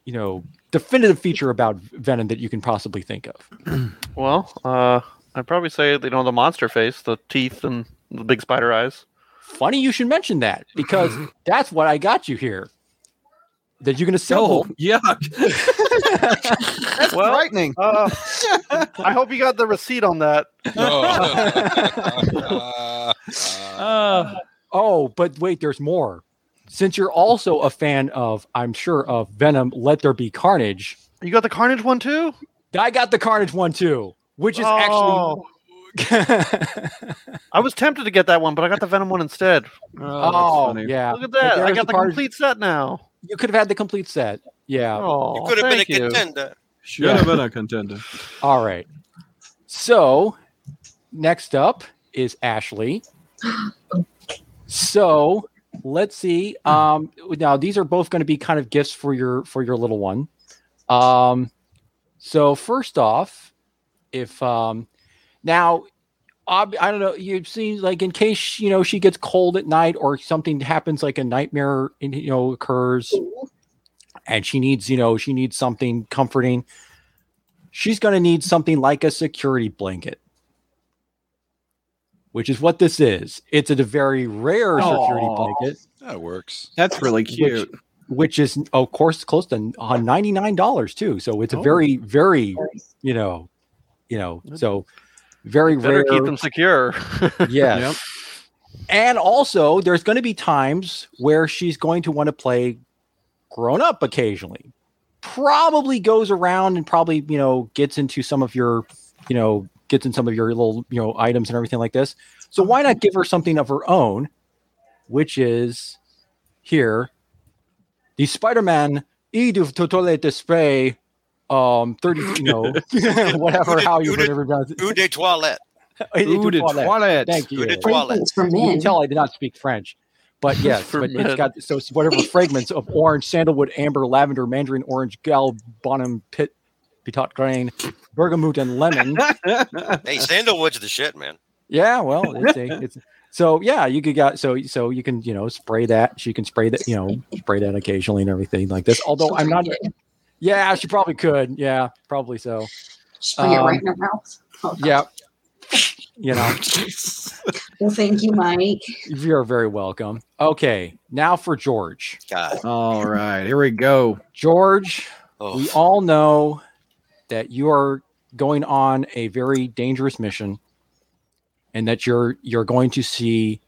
Speaker 6: you know definitive feature about Venom that you can possibly think of?
Speaker 8: percent. Well, uh, I'd probably say you know the monster face, the teeth, and the big spider eyes.
Speaker 6: Funny you should mention that
Speaker 2: <laughs>
Speaker 6: because that's what I got you here. That you can assemble.
Speaker 2: Oh, yuck. That's
Speaker 8: Well,
Speaker 2: frightening.
Speaker 8: Uh, I hope you got the receipt on that.
Speaker 7: Uh, Oh.
Speaker 2: Uh,
Speaker 6: Oh, but wait, there's more. Since you're also a fan of, I'm sure, of Venom, Let There Be Carnage,
Speaker 8: You got the Carnage one too.
Speaker 6: I got the Carnage one too, which is actually
Speaker 8: Oh, I was tempted to get that one, but I got the Venom one instead.
Speaker 6: oh, yeah.
Speaker 8: Look at
Speaker 6: But
Speaker 8: that!
Speaker 6: there
Speaker 8: I
Speaker 6: is
Speaker 8: got
Speaker 6: a
Speaker 8: the
Speaker 6: part-
Speaker 8: complete set now.
Speaker 6: You could have had the complete set. Yeah.
Speaker 8: Oh,
Speaker 5: You could have been a
Speaker 8: thank you.
Speaker 5: contender.
Speaker 2: Should have been a contender.
Speaker 6: All right. So next up is Ashley. So let's see. Um, now these are both going to be kind of gifts for your for your little one. Um, so first off, if um, now ob- I don't know, you've seen like in case you know she gets cold at night or something happens like a nightmare you know occurs, and she needs you know she needs something comforting she's going to need something like a security blanket, which is what this is. It's a very rare security
Speaker 2: Aw.
Speaker 6: blanket,
Speaker 7: <laughs> That works.
Speaker 2: That's really cute.
Speaker 6: which is, of course, close to uh, ninety nine dollars too. So it's a very, very, you know, you know, so very
Speaker 8: Better
Speaker 6: rare.
Speaker 8: keep them secure.
Speaker 6: yes. And also, there's going to be times where she's going to want to play grown up occasionally. Probably goes around and probably, you know, gets into some of your, you know, gets in some of your little, you know, items and everything like this. So why not give her something of her own, which is here the Spider Man eat of totole de spray, um, 30, you know, <laughs> whatever, how you whatever. pronounce it.
Speaker 5: Eau de
Speaker 6: <laughs>
Speaker 5: toilette.
Speaker 6: Eat of
Speaker 2: Ooh, the
Speaker 6: toilette.
Speaker 2: toilet.
Speaker 6: Thank
Speaker 5: Eau
Speaker 6: you.
Speaker 5: de
Speaker 4: Well,
Speaker 5: toilette.
Speaker 4: it's for
Speaker 6: You can
Speaker 4: men.
Speaker 6: tell I did not speak French,
Speaker 8: <laughs>
Speaker 6: but yes,
Speaker 8: For
Speaker 6: but it's
Speaker 8: men.
Speaker 6: got so it's whatever fragments of orange, sandalwood, amber, lavender, mandarin, orange, gal, bonum, pit, pitot grain, bergamot, and
Speaker 8: <laughs>
Speaker 6: lemon.
Speaker 5: Hey, sandalwood's the shit, man.
Speaker 6: Yeah, well, it's a, it's so yeah, you could got so so you can you know spray that. She can spray that you know spray that occasionally and everything
Speaker 4: <laughs>
Speaker 6: like this. Although I'm not. Yeah, she probably could. Yeah, probably so.
Speaker 4: She put it
Speaker 6: Um,
Speaker 4: right in her mouth. Oh, God.
Speaker 6: Yeah. You know,
Speaker 4: Well, thank you, Mike.
Speaker 6: you're very welcome. Okay, now for George.
Speaker 5: God.
Speaker 2: All right, here we go.
Speaker 6: George,
Speaker 5: Oh.
Speaker 6: we all know that you are going on a very dangerous mission and that you're you're going to see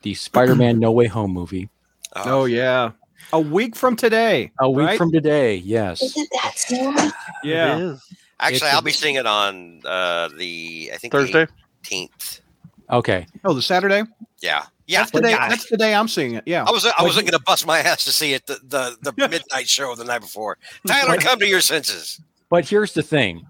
Speaker 6: the Spider-Man No Way Home movie
Speaker 2: Oh yeah, a week from today.
Speaker 6: a week
Speaker 2: right?
Speaker 6: from today. Yes.
Speaker 4: Isn't that sad?
Speaker 2: yeah.
Speaker 8: It is.
Speaker 5: Actually,
Speaker 6: It's a-
Speaker 5: I'll be seeing it on uh, the I think
Speaker 8: <laughs> Thursday.
Speaker 5: eighteenth.
Speaker 6: Okay.
Speaker 2: Oh, Oh, the Saturday.
Speaker 5: Yeah, yeah.
Speaker 2: That's the day.
Speaker 5: yeah.
Speaker 2: That's the day I'm seeing it. Yeah.
Speaker 5: I was I wasn't going to bust my ass to see it the, the,
Speaker 6: <laughs>
Speaker 5: the midnight show the night before. Tyler, come to your senses.
Speaker 6: But here's the thing.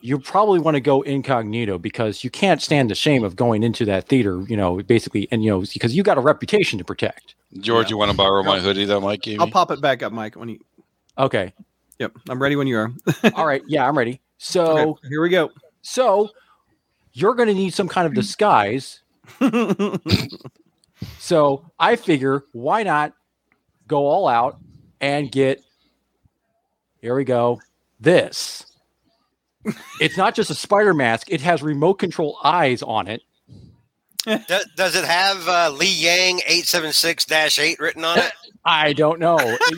Speaker 6: You probably want to go incognito because you can't stand the shame of going into that theater, you know, basically and you know, because you got a reputation to protect.
Speaker 7: George, you want to borrow my hoodie that Mike gave
Speaker 2: I'll
Speaker 7: me?
Speaker 2: pop it back up, Mike. When you.
Speaker 6: Okay.
Speaker 2: Yep. I'm ready when you are.
Speaker 6: All right. Yeah, I'm ready. So
Speaker 2: Okay, here we go.
Speaker 6: So you're going to need some <clears throat> kind of disguise. So I figure why not go all out and get here we go this. It's not just a spider mask, it has remote control eyes on it.
Speaker 5: Does, does it have uh, Lee Yang eight seven six eight written on
Speaker 6: <laughs>
Speaker 5: it?
Speaker 6: I don't know. <laughs>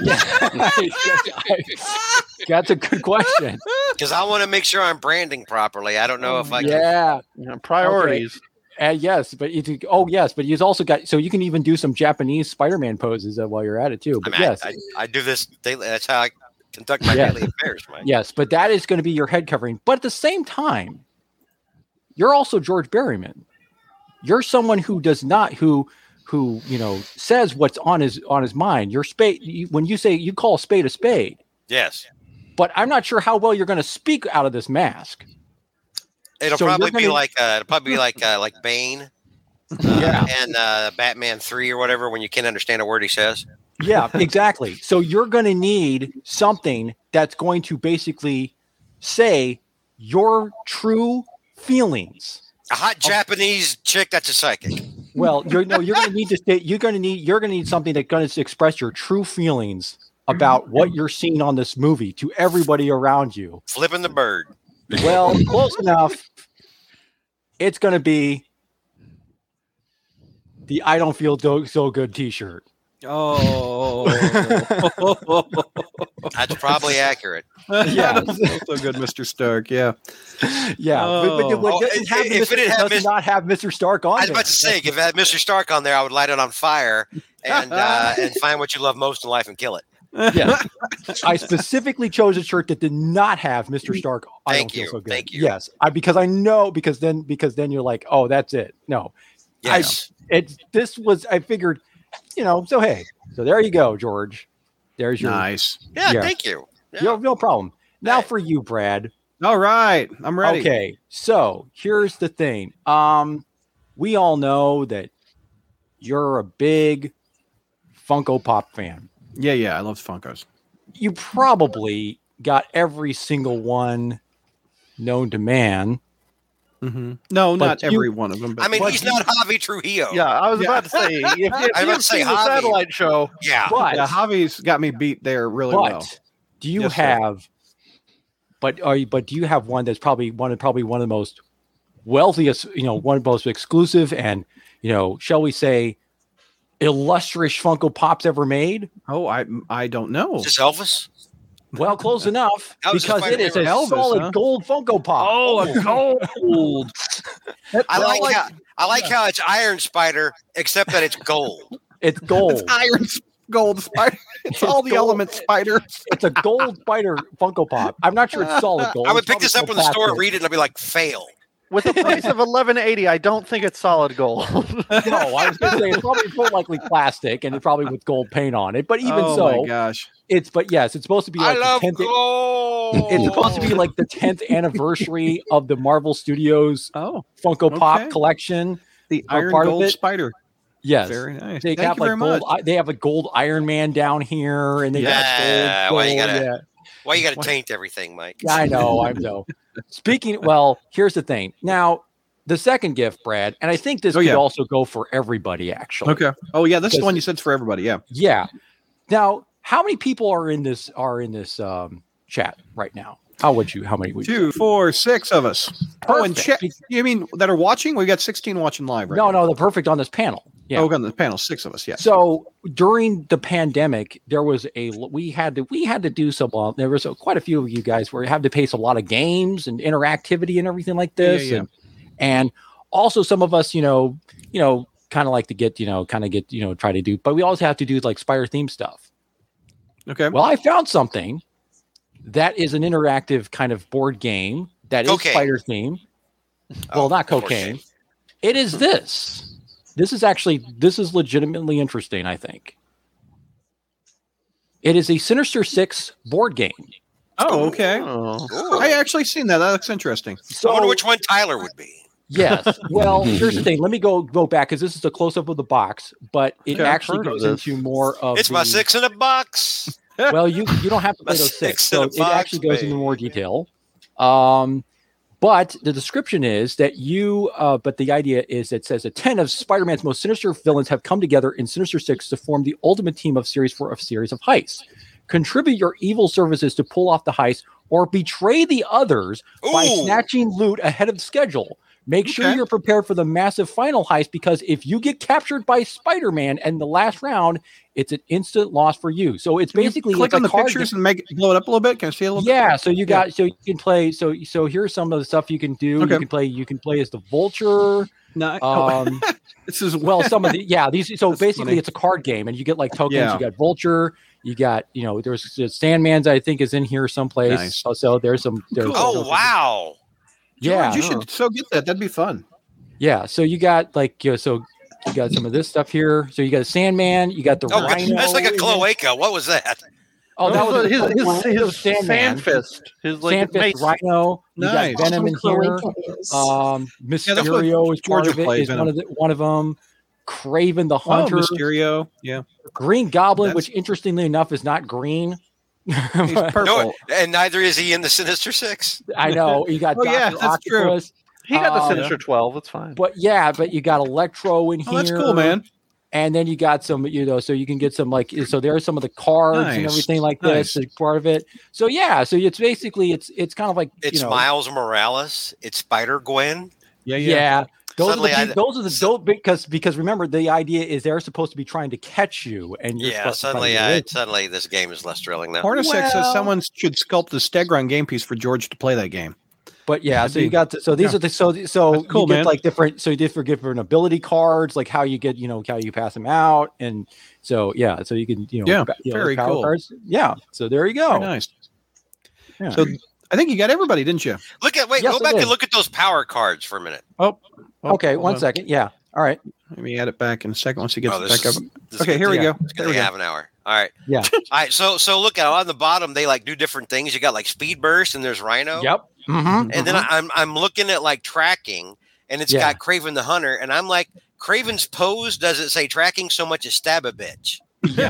Speaker 6: That's a good question.
Speaker 5: Because I want to make sure I'm branding properly. I don't know if I can.
Speaker 6: Yeah.
Speaker 8: Yeah, priorities.
Speaker 6: Uh, yes, but you do- oh yes, but you've also got so you can even do some Japanese Spider-Man poses uh, while you're at it too.
Speaker 5: I,
Speaker 6: But
Speaker 5: mean, I-
Speaker 6: yes,
Speaker 5: I, I do this daily. That's how I conduct my
Speaker 6: Yes.
Speaker 5: daily affairs, Mike.
Speaker 6: Yes, but that is going to be your head covering. But at the same time, you're also George Berryman. You're someone who does not who who you know says what's on his on his mind. Your spade you, when you say you call a spade a spade.
Speaker 5: Yes,
Speaker 6: But I'm not sure how well you're going to speak out of this mask.
Speaker 5: it'll
Speaker 6: So you're
Speaker 5: probably be
Speaker 6: gonna-
Speaker 5: like uh, it'll probably be like uh, like Bane. uh,
Speaker 6: Yeah.
Speaker 5: and uh, Batman three or whatever when you can't understand a word he says.
Speaker 6: Yeah, exactly. so you're going to need something that's going to basically say your true feelings.
Speaker 5: A hot
Speaker 6: Oh.
Speaker 5: Japanese chick that's a psychic.
Speaker 6: Well, you're no, you're going to need to stay. You're going to need you're going to need something that's going to express your true feelings about what you're seeing on this movie to everybody around you.
Speaker 5: Flipping the bird.
Speaker 6: Well, close enough. It's going to be the "I don't feel do- so good" T-shirt.
Speaker 2: <laughs> <laughs> Oh.
Speaker 5: That's
Speaker 6: <laughs>
Speaker 5: probably accurate.
Speaker 2: yeah. <laughs> so good, Mr. Stark. Yeah.
Speaker 6: Yeah, but, but,
Speaker 5: Oh.
Speaker 6: but it doesn't have
Speaker 5: If- if
Speaker 6: Mr.
Speaker 5: it had
Speaker 6: does
Speaker 5: Mis-
Speaker 6: not have Mr. Stark on
Speaker 5: I was
Speaker 6: it.
Speaker 5: about to say, if I had Mr. Stark on there, I would light it on fire and
Speaker 6: <laughs>
Speaker 5: uh, and find what you love most in life and kill it.
Speaker 6: Yes. <laughs> I specifically chose a shirt that did not have Mr. Stark. I
Speaker 5: Mm-hmm. Thank
Speaker 6: don't feel
Speaker 5: you.
Speaker 6: so good.
Speaker 5: Thank you.
Speaker 6: Yes, I because I know because then because then you're like, oh, that's it. No, I-
Speaker 5: Yes.
Speaker 6: it this was I figured, you know. So hey, so there you go, George. There's your
Speaker 2: Nice.
Speaker 5: yeah,
Speaker 6: yeah.
Speaker 5: Thank you. Yeah.
Speaker 6: no, no problem. Now
Speaker 5: Hey.
Speaker 6: for you, Brad.
Speaker 2: All right. I'm ready.
Speaker 6: Okay, so here's the thing. Um, we all know that you're a big Funko Pop fan.
Speaker 2: Yeah, yeah. I love Funkos.
Speaker 6: you probably got every single one known to man.
Speaker 2: hmm No,
Speaker 6: Mm-hmm. But
Speaker 2: not
Speaker 6: you-
Speaker 2: every one of them. But
Speaker 5: I mean,
Speaker 2: What-
Speaker 5: he's not Javi Trujillo.
Speaker 8: Yeah, I was
Speaker 2: Yeah.
Speaker 8: about to say if, if
Speaker 5: about
Speaker 8: you've
Speaker 5: to say
Speaker 8: seen the
Speaker 5: hobby.
Speaker 8: satellite show,
Speaker 5: Yeah.
Speaker 6: But,
Speaker 2: yeah, Javi's got me beat there really
Speaker 6: but
Speaker 2: well.
Speaker 6: do you
Speaker 2: Yes, sir.
Speaker 6: have but are you but do you have one that's probably one of probably one of the most wealthiest, you know, one of the most exclusive and you know, shall we say illustrious Funko Pops ever made?
Speaker 2: Oh, I I don't know.
Speaker 5: Is this Elvis?
Speaker 6: Well,
Speaker 2: <laughs>
Speaker 6: close enough
Speaker 5: That was just
Speaker 6: because
Speaker 5: my
Speaker 6: it is a
Speaker 2: favorite Elvis,
Speaker 6: solid
Speaker 2: huh? Oh,
Speaker 6: gold Funko Pop.
Speaker 2: gold.
Speaker 5: I like, how I like how it's Iron Spider, except that it's
Speaker 6: <laughs>
Speaker 5: gold.
Speaker 6: it's gold.
Speaker 2: Iron s- gold <laughs> spider. <laughs> It's all the
Speaker 6: gold.
Speaker 2: element spiders.
Speaker 6: It's
Speaker 2: <laughs>
Speaker 6: a gold spider Funko Pop. I'm not sure it's solid gold.
Speaker 5: I would
Speaker 6: It's
Speaker 5: pick this up
Speaker 6: probably
Speaker 5: in the store,
Speaker 6: plastic.
Speaker 5: read it, and I'd be like, fail.
Speaker 8: With a price of eleven eighty, I don't think it's solid gold.
Speaker 6: No, I was going to say it's probably more likely plastic and it probably with gold paint on it. But even
Speaker 2: oh my
Speaker 6: so,
Speaker 2: gosh.
Speaker 6: it's but yes, it's supposed to be
Speaker 5: I
Speaker 6: like the
Speaker 5: love
Speaker 6: 10th
Speaker 5: gold.
Speaker 6: it's supposed to be like the 10th anniversary of the Marvel Studios
Speaker 2: Oh,
Speaker 6: Funko
Speaker 2: Okay.
Speaker 6: Pop collection.
Speaker 2: the
Speaker 6: Or
Speaker 2: iron
Speaker 6: part of
Speaker 2: gold
Speaker 6: it.
Speaker 2: spider.
Speaker 6: Yes.
Speaker 2: Very nice.
Speaker 6: They
Speaker 2: Thank
Speaker 6: have
Speaker 2: you very
Speaker 6: like gold,
Speaker 2: much.
Speaker 6: I- they have a gold Iron Man down here, and they
Speaker 5: Yeah,
Speaker 6: got gold.
Speaker 5: why you
Speaker 6: gold,
Speaker 5: gotta-
Speaker 6: yeah.
Speaker 5: Why you got to taint everything, Mike?
Speaker 6: Yeah, I know.
Speaker 2: <laughs>
Speaker 6: I know. Speaking, well, here's the thing. Now, the second gift, Brad, and I think this
Speaker 2: Oh,
Speaker 6: could
Speaker 2: yeah.
Speaker 6: also go for everybody, actually.
Speaker 2: Okay. Oh yeah, that's the
Speaker 6: Because-
Speaker 2: one you said for everybody. Yeah.
Speaker 6: Yeah. Now, how many people are in this are in this um, chat right now? How would you? How many would
Speaker 2: Two,
Speaker 6: you?
Speaker 2: four, six of us. Oh, and check.
Speaker 6: Perfect. Be-
Speaker 2: You mean that are watching? We got sixteen watching live right
Speaker 6: no,
Speaker 2: now.
Speaker 6: no, the perfect on this panel. Yeah.
Speaker 2: Oh, on the panel, six of us. Yes.
Speaker 6: So during the pandemic, there was a we had to we had to do some. Uh, there was uh quite a few of you guys where you had to pace a lot of games and interactivity and everything like
Speaker 2: Yeah,
Speaker 6: this,
Speaker 2: yeah.
Speaker 6: and and also some of us, you know, you know, kind of like to get you know, kind of get you know, try to do, but we always have to do like Spire theme stuff.
Speaker 2: okay.
Speaker 6: Well, I found something that is an interactive kind of board game that is
Speaker 5: Cocaine.
Speaker 6: spider theme.
Speaker 5: Oh,
Speaker 6: Well, not
Speaker 5: of course.
Speaker 6: cocaine. It is this. This is actually this is legitimately interesting, I think. It is a Sinister Six board game.
Speaker 2: oh,
Speaker 8: <laughs>
Speaker 2: okay.
Speaker 8: Oh.
Speaker 5: Ooh.
Speaker 2: I actually seen that. That looks interesting.
Speaker 6: So
Speaker 5: I wonder which one Tyler would be.
Speaker 6: yes.
Speaker 5: <laughs>
Speaker 6: Well, here's the thing. Let me go go back because this is a close up of the box, but it
Speaker 8: Yeah, I've
Speaker 6: actually
Speaker 8: heard of
Speaker 6: goes
Speaker 8: this.
Speaker 6: into more of
Speaker 5: It's my
Speaker 6: the-
Speaker 5: six in a box.
Speaker 6: well, you you don't have to
Speaker 5: A
Speaker 6: play those six.
Speaker 5: six
Speaker 6: So
Speaker 5: and
Speaker 6: it
Speaker 5: a box,
Speaker 6: actually goes into more
Speaker 5: baby.
Speaker 6: detail. Um, but the description is that you. Uh, but the idea is it says a ten of Spider-Man's most sinister villains have come together in Sinister Six to form the ultimate team of series for a series of heists. Contribute your evil services to pull off the heist, or betray the others by
Speaker 5: Ooh.
Speaker 6: snatching loot ahead of schedule. Make sure
Speaker 2: Okay.
Speaker 6: you're prepared for the massive final heist because if you get captured by Spider-Man in the last round, it's an instant loss for you. So it's
Speaker 2: Can you
Speaker 6: basically
Speaker 2: click
Speaker 6: it's a
Speaker 2: on the
Speaker 6: card
Speaker 2: pictures
Speaker 6: game.
Speaker 2: and make it blow it up a little bit. Can I see a little?
Speaker 6: yeah, so you got so you can play so so here's some of the stuff you can do.
Speaker 2: Okay.
Speaker 6: You can play you can play as the vulture.
Speaker 2: bit? No. <laughs> oh,
Speaker 6: Um
Speaker 2: this is <laughs>
Speaker 6: well some of the yeah, these so
Speaker 2: That's
Speaker 6: basically
Speaker 2: funny.
Speaker 6: it's a card game and you get like tokens,
Speaker 2: Yeah.
Speaker 6: you got vulture, you got you know there's there's Sandman's I think is in here someplace.
Speaker 2: Nice.
Speaker 6: So, so there's some there's
Speaker 2: Cool.
Speaker 5: Oh wow!
Speaker 6: yeah.
Speaker 2: George, you should so get that. That'd be fun.
Speaker 6: Yeah, so you got like you know, so you got some of this stuff here. So you got a Sandman, you got the
Speaker 5: Oh, God,
Speaker 6: Rhino.
Speaker 5: that's like a cloaca. What was that?
Speaker 2: <laughs>
Speaker 6: Oh, that was
Speaker 8: his,
Speaker 6: the-
Speaker 8: his, his,
Speaker 6: Sandman.
Speaker 8: sand fist. His like
Speaker 6: Sandfist,
Speaker 8: mace.
Speaker 6: Rhino.
Speaker 2: Nice.
Speaker 6: You got Venom in here. Um,
Speaker 2: that's what
Speaker 6: Mysterio is part
Speaker 2: Georgia
Speaker 6: of it.
Speaker 2: played,
Speaker 6: Is
Speaker 2: Venom.
Speaker 6: one of the, one of them. Craven the
Speaker 2: Oh,
Speaker 6: Hunter,
Speaker 2: Mysterio.
Speaker 6: <laughs>
Speaker 2: Yeah.
Speaker 6: Green Goblin,
Speaker 2: That's-
Speaker 6: which interestingly enough is not green. <laughs>
Speaker 2: He's purple.
Speaker 5: No, and neither is he in the Sinister Six.
Speaker 6: I know you got
Speaker 2: Oh, yeah,
Speaker 6: Dr.
Speaker 2: that's true.
Speaker 6: Octopus,
Speaker 8: He got the
Speaker 6: Um,
Speaker 8: Sinister Twelve. It's fine.
Speaker 6: but yeah, but you got Electro in
Speaker 2: Oh,
Speaker 6: here.
Speaker 2: that's cool, man.
Speaker 6: and then you got some you know so you can get some like so there are some of the cards and
Speaker 2: Nice,
Speaker 6: everything like this
Speaker 2: nice.
Speaker 6: as part of it so yeah so it's basically it's it's kind of like
Speaker 5: It's
Speaker 6: you know,
Speaker 5: Miles Morales. It's Spider Gwen.
Speaker 2: Yeah,
Speaker 6: yeah,
Speaker 2: yeah.
Speaker 6: Those
Speaker 5: Suddenly
Speaker 6: are the,
Speaker 5: I-
Speaker 6: peop- those are the
Speaker 5: su-
Speaker 6: dope because because remember the idea is they're supposed to be trying to catch you and you're
Speaker 5: Yeah,
Speaker 6: supposed to try to
Speaker 5: suddenly,
Speaker 6: get away.
Speaker 5: I, suddenly, this game is less thrilling now.
Speaker 2: Hornacek says
Speaker 6: Well-
Speaker 2: someone should sculpt the Stegron game piece for George to play that game.
Speaker 6: but yeah
Speaker 2: that'd
Speaker 6: so you
Speaker 2: be-
Speaker 6: got the, so these
Speaker 2: yeah.
Speaker 6: are the so so
Speaker 2: That's cool,
Speaker 6: you get
Speaker 2: man.
Speaker 6: like different so you different different ability cards like how you get you know how you pass them out and so yeah so you can you know
Speaker 2: Yeah,
Speaker 6: ba- you know,
Speaker 2: very
Speaker 6: power
Speaker 2: cool.
Speaker 6: cards. yeah so there you go
Speaker 2: Very nice.
Speaker 6: Oh. Yeah.
Speaker 2: So I think you got everybody, didn't you?
Speaker 5: Look at wait,
Speaker 6: Yes,
Speaker 5: go
Speaker 6: it
Speaker 5: back
Speaker 6: is.
Speaker 5: and look at those power cards for a minute.
Speaker 2: Oh,
Speaker 6: okay
Speaker 2: hold
Speaker 6: one
Speaker 2: on.
Speaker 6: second yeah all right
Speaker 2: Let me add it back in a second once he gets
Speaker 5: Oh,
Speaker 2: it
Speaker 5: this
Speaker 2: back
Speaker 5: is-
Speaker 2: up.
Speaker 5: This is
Speaker 2: Okay, here we
Speaker 6: yeah.
Speaker 2: go.
Speaker 5: It's
Speaker 2: There
Speaker 5: gonna
Speaker 2: we
Speaker 5: be
Speaker 2: go.
Speaker 5: half an hour. All right.
Speaker 6: Yeah.
Speaker 5: <laughs> All right. So so look at on the bottom they like do different things. You got like speed burst and there's Rhino. <laughs>
Speaker 6: yep mm-hmm.
Speaker 5: And then I- I'm I'm looking at like tracking and it's
Speaker 6: Yeah.
Speaker 5: got Craven the Hunter and I'm like Craven's pose doesn't say tracking so much as stab a bitch.
Speaker 2: <laughs>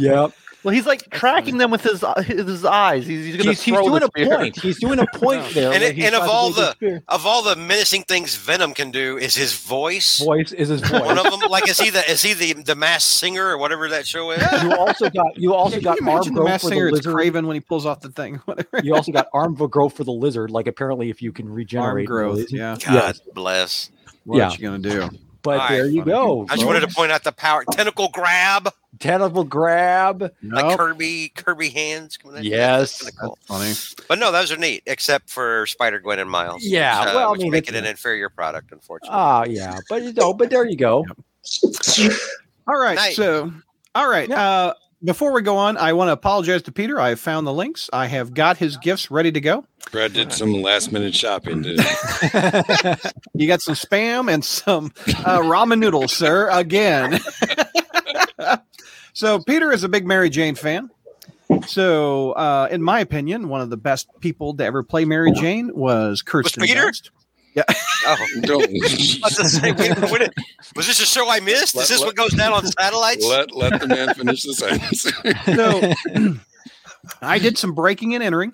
Speaker 6: yep.
Speaker 8: Well, he's like tracking them with his uh, his eyes. He's, he's gonna
Speaker 6: He's, he's
Speaker 8: throw
Speaker 6: doing
Speaker 8: the
Speaker 6: a
Speaker 8: spear.
Speaker 6: point.
Speaker 2: <laughs>
Speaker 6: He's doing a point there.
Speaker 5: And
Speaker 6: where
Speaker 5: it-
Speaker 6: he's
Speaker 5: and of
Speaker 6: trying to
Speaker 5: all
Speaker 6: make his
Speaker 5: the-
Speaker 6: spear.
Speaker 5: Of all the menacing things Venom can do is his voice.
Speaker 6: voice is his voice.
Speaker 5: One of them, like is he the is he the the mass singer or whatever that show is?
Speaker 6: you also got you
Speaker 2: <laughs>
Speaker 6: also
Speaker 2: Yeah, can
Speaker 6: got
Speaker 2: you
Speaker 6: arm
Speaker 2: imagine the
Speaker 6: growth
Speaker 2: mass
Speaker 6: for
Speaker 2: singer
Speaker 6: the
Speaker 2: it's
Speaker 6: lizard.
Speaker 2: Craven when he pulls off the thing. Whatever.
Speaker 6: You also got arm growth for the lizard. Like apparently, if you can
Speaker 2: Arm
Speaker 6: regenerate
Speaker 2: growth. Yeah.
Speaker 5: God
Speaker 6: Yes.
Speaker 5: bless.
Speaker 2: What
Speaker 6: Yeah.
Speaker 2: you gonna do?
Speaker 6: But
Speaker 5: All
Speaker 6: there
Speaker 5: right,
Speaker 6: you
Speaker 2: funny.
Speaker 6: go.
Speaker 5: I just wanted to
Speaker 6: folks.
Speaker 5: point out the power tentacle grab,
Speaker 6: tentacle grab.
Speaker 5: like
Speaker 2: Nope.
Speaker 5: Kirby Kirby hands coming at you.
Speaker 6: Yes.
Speaker 5: Kinda cool.
Speaker 2: Funny.
Speaker 5: But no, those are neat, except for Spider Gwen and Miles.
Speaker 6: Yeah,
Speaker 5: which, uh,
Speaker 6: well, I
Speaker 5: which
Speaker 6: mean,
Speaker 5: make it
Speaker 6: it's-
Speaker 5: an inferior product, unfortunately.
Speaker 6: Ah, yeah. But you know, but there you go.
Speaker 2: All right.
Speaker 5: Nice.
Speaker 2: So all right.
Speaker 6: Yeah.
Speaker 2: Uh before we go on, I want to apologize to Peter. I found the links. I have got his gifts ready to go.
Speaker 7: Brad did some last minute shopping. Did <laughs>
Speaker 2: You got some spam and some
Speaker 6: <laughs>
Speaker 2: uh, ramen noodles, sir. Again. so Peter is a big Mary Jane fan. So, uh, in my opinion, one of the best people to ever play Mary Jane was Kirsten
Speaker 5: Peter?
Speaker 2: Dunst.
Speaker 5: Oh.
Speaker 7: <laughs>
Speaker 5: <laughs>
Speaker 7: Don't-
Speaker 5: I was gonna say, wait, what is- was this a show I missed? Is this what goes down on satellites?
Speaker 7: let let the man finish the sentence.
Speaker 8: <laughs>
Speaker 2: So, <clears throat> I did some breaking and entering.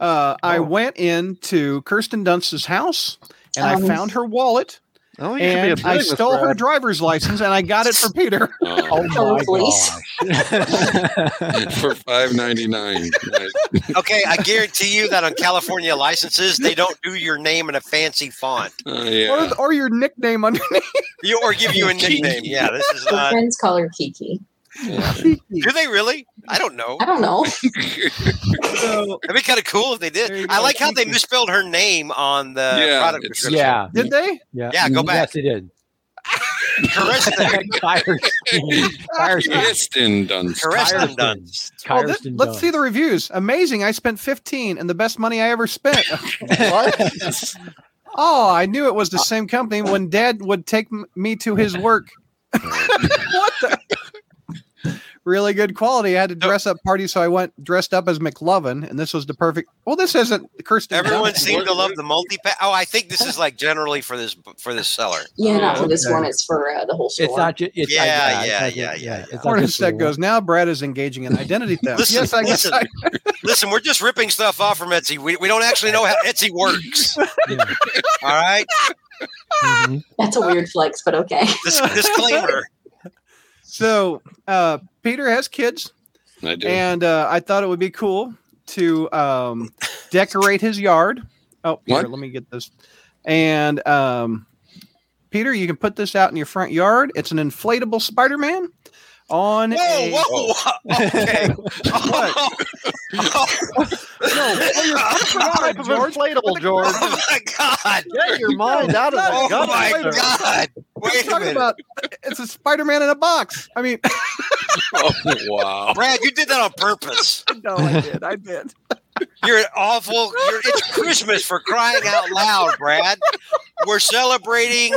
Speaker 2: Uh,
Speaker 8: Oh.
Speaker 2: I went into Kirsten Dunst's house and
Speaker 4: Um.
Speaker 2: I found her wallet
Speaker 8: <laughs> Oh, you should be
Speaker 2: and
Speaker 8: appealing
Speaker 2: I
Speaker 8: this,
Speaker 2: stole her
Speaker 8: Brad.
Speaker 2: driver's license and I got it
Speaker 8: <laughs>
Speaker 2: for Peter.
Speaker 7: Oh,
Speaker 4: Oh, please.
Speaker 7: <laughs> for five ninety nine. Nice.
Speaker 5: Okay, I guarantee you that on California licenses, they don't do your name in a fancy font.
Speaker 7: Oh, yeah.
Speaker 2: or, or your nickname underneath.
Speaker 5: You or give you a nickname. Yeah, this is
Speaker 4: Her
Speaker 5: not.
Speaker 4: friends call her Kiki.
Speaker 2: <laughs>
Speaker 5: Do they really? I don't know.
Speaker 4: I don't know. <laughs>
Speaker 2: So,
Speaker 5: It'd be kind of cool if they
Speaker 2: There you
Speaker 5: did. I
Speaker 2: go,
Speaker 5: like how they
Speaker 2: Kiki.
Speaker 5: misspelled her name on the
Speaker 7: Yeah,
Speaker 5: product
Speaker 7: it's-
Speaker 5: description.
Speaker 6: <laughs> yeah,
Speaker 8: <laughs>
Speaker 2: did they?
Speaker 6: yeah,
Speaker 5: Yeah, go back.
Speaker 6: Yes, it did. <laughs>
Speaker 7: <laughs>
Speaker 5: Kirsten,
Speaker 6: Kyrston. Kyrston.
Speaker 7: Kirsten Dunst.
Speaker 5: Kirsten Dunst.
Speaker 2: Well, th-
Speaker 6: Kyrston
Speaker 2: let's see
Speaker 6: Dunst.
Speaker 2: the reviews. Amazing. I spent 15 and the best money I ever spent.
Speaker 8: <laughs>
Speaker 2: What? oh, I knew it was the same company when dad would take m- me to his work. <laughs> what the? Really good quality. I had to dress up party, so I went dressed up as McLovin, and this was the perfect. Well, this isn't Kirsten. Dunst.
Speaker 5: Everyone seemed to love the multi pack. Oh, I think this is like generally for this for this seller.
Speaker 4: Yeah, not for this
Speaker 2: Okay.
Speaker 4: one. It's for uh, the whole store.
Speaker 6: It's not just. It's,
Speaker 5: Yeah,
Speaker 6: I- it's
Speaker 5: yeah,
Speaker 6: not ju-
Speaker 5: yeah, yeah,
Speaker 6: It's not just
Speaker 2: Hornacek
Speaker 6: the
Speaker 5: <laughs>
Speaker 2: goes now. Brad is engaging in identity theft.
Speaker 5: Listen,
Speaker 2: yes, I guess
Speaker 5: listen.
Speaker 2: I-
Speaker 5: Listen, we're just ripping stuff off from Etsy. We, we don't actually know how Etsy works.
Speaker 6: one. Yeah.
Speaker 5: All right,
Speaker 6: Mhm.
Speaker 4: That's a weird flex, but okay.
Speaker 5: Dis- disclaimer.
Speaker 2: So uh, Peter has kids,
Speaker 7: I do.
Speaker 2: and uh, I thought it would be cool to um, decorate his yard. Oh, here,
Speaker 7: What?
Speaker 2: let me get this. And um, Peter, you can put this out in your front yard. It's an inflatable Spider-Man on.
Speaker 5: Whoa,
Speaker 2: a-
Speaker 5: whoa, whoa.
Speaker 2: <laughs>
Speaker 5: Okay. Oh,
Speaker 2: No, oh,
Speaker 6: <laughs>
Speaker 2: you're- I forgot,
Speaker 8: Type of
Speaker 2: George.
Speaker 8: inflatable, George.
Speaker 5: oh my God.
Speaker 8: Get
Speaker 6: <laughs>
Speaker 8: your mind out of
Speaker 2: Oh
Speaker 8: that.
Speaker 5: Oh
Speaker 8: gutter,
Speaker 5: my
Speaker 8: <laughs> sir.
Speaker 5: God.
Speaker 2: I'm
Speaker 5: Wait a
Speaker 2: talking
Speaker 5: minute.
Speaker 2: about it's a Spider-Man in a box. I mean,
Speaker 7: <laughs> oh, wow.
Speaker 5: Brad, you did that on purpose.
Speaker 2: no, I did, I did.
Speaker 5: You're an awful. You're, it's Christmas for crying out loud, Brad. We're celebrating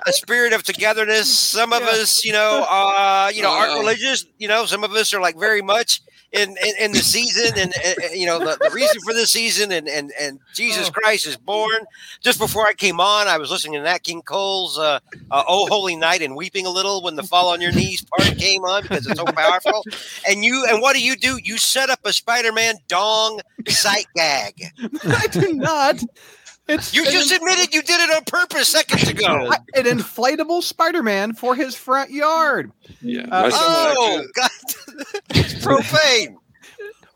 Speaker 5: a spirit of togetherness. Some of
Speaker 2: Yeah.
Speaker 5: us, you know, uh, you know, aren't
Speaker 7: Wow.
Speaker 5: religious. You know, some of us are like very much in in, in the season, and uh, uh, you know, the, the reason for this season, and and and Jesus
Speaker 2: Oh.
Speaker 5: Christ is born. Just before I came on, I was listening to Nat King Cole's uh, uh, "Oh Holy Night" and weeping a little when the "Fall on Your Knees" part came on because it's so powerful. And you and what do you do? You set up a Spider-Man dong sight gag.
Speaker 2: <laughs> I do not. It's
Speaker 5: You
Speaker 2: an
Speaker 5: just admitted you did it on purpose seconds
Speaker 7: <laughs>
Speaker 5: ago.
Speaker 2: an inflatable Spider-Man for his front yard.
Speaker 7: Yeah.
Speaker 2: Uh,
Speaker 7: My son
Speaker 5: Oh
Speaker 7: liked
Speaker 5: God, it's profane.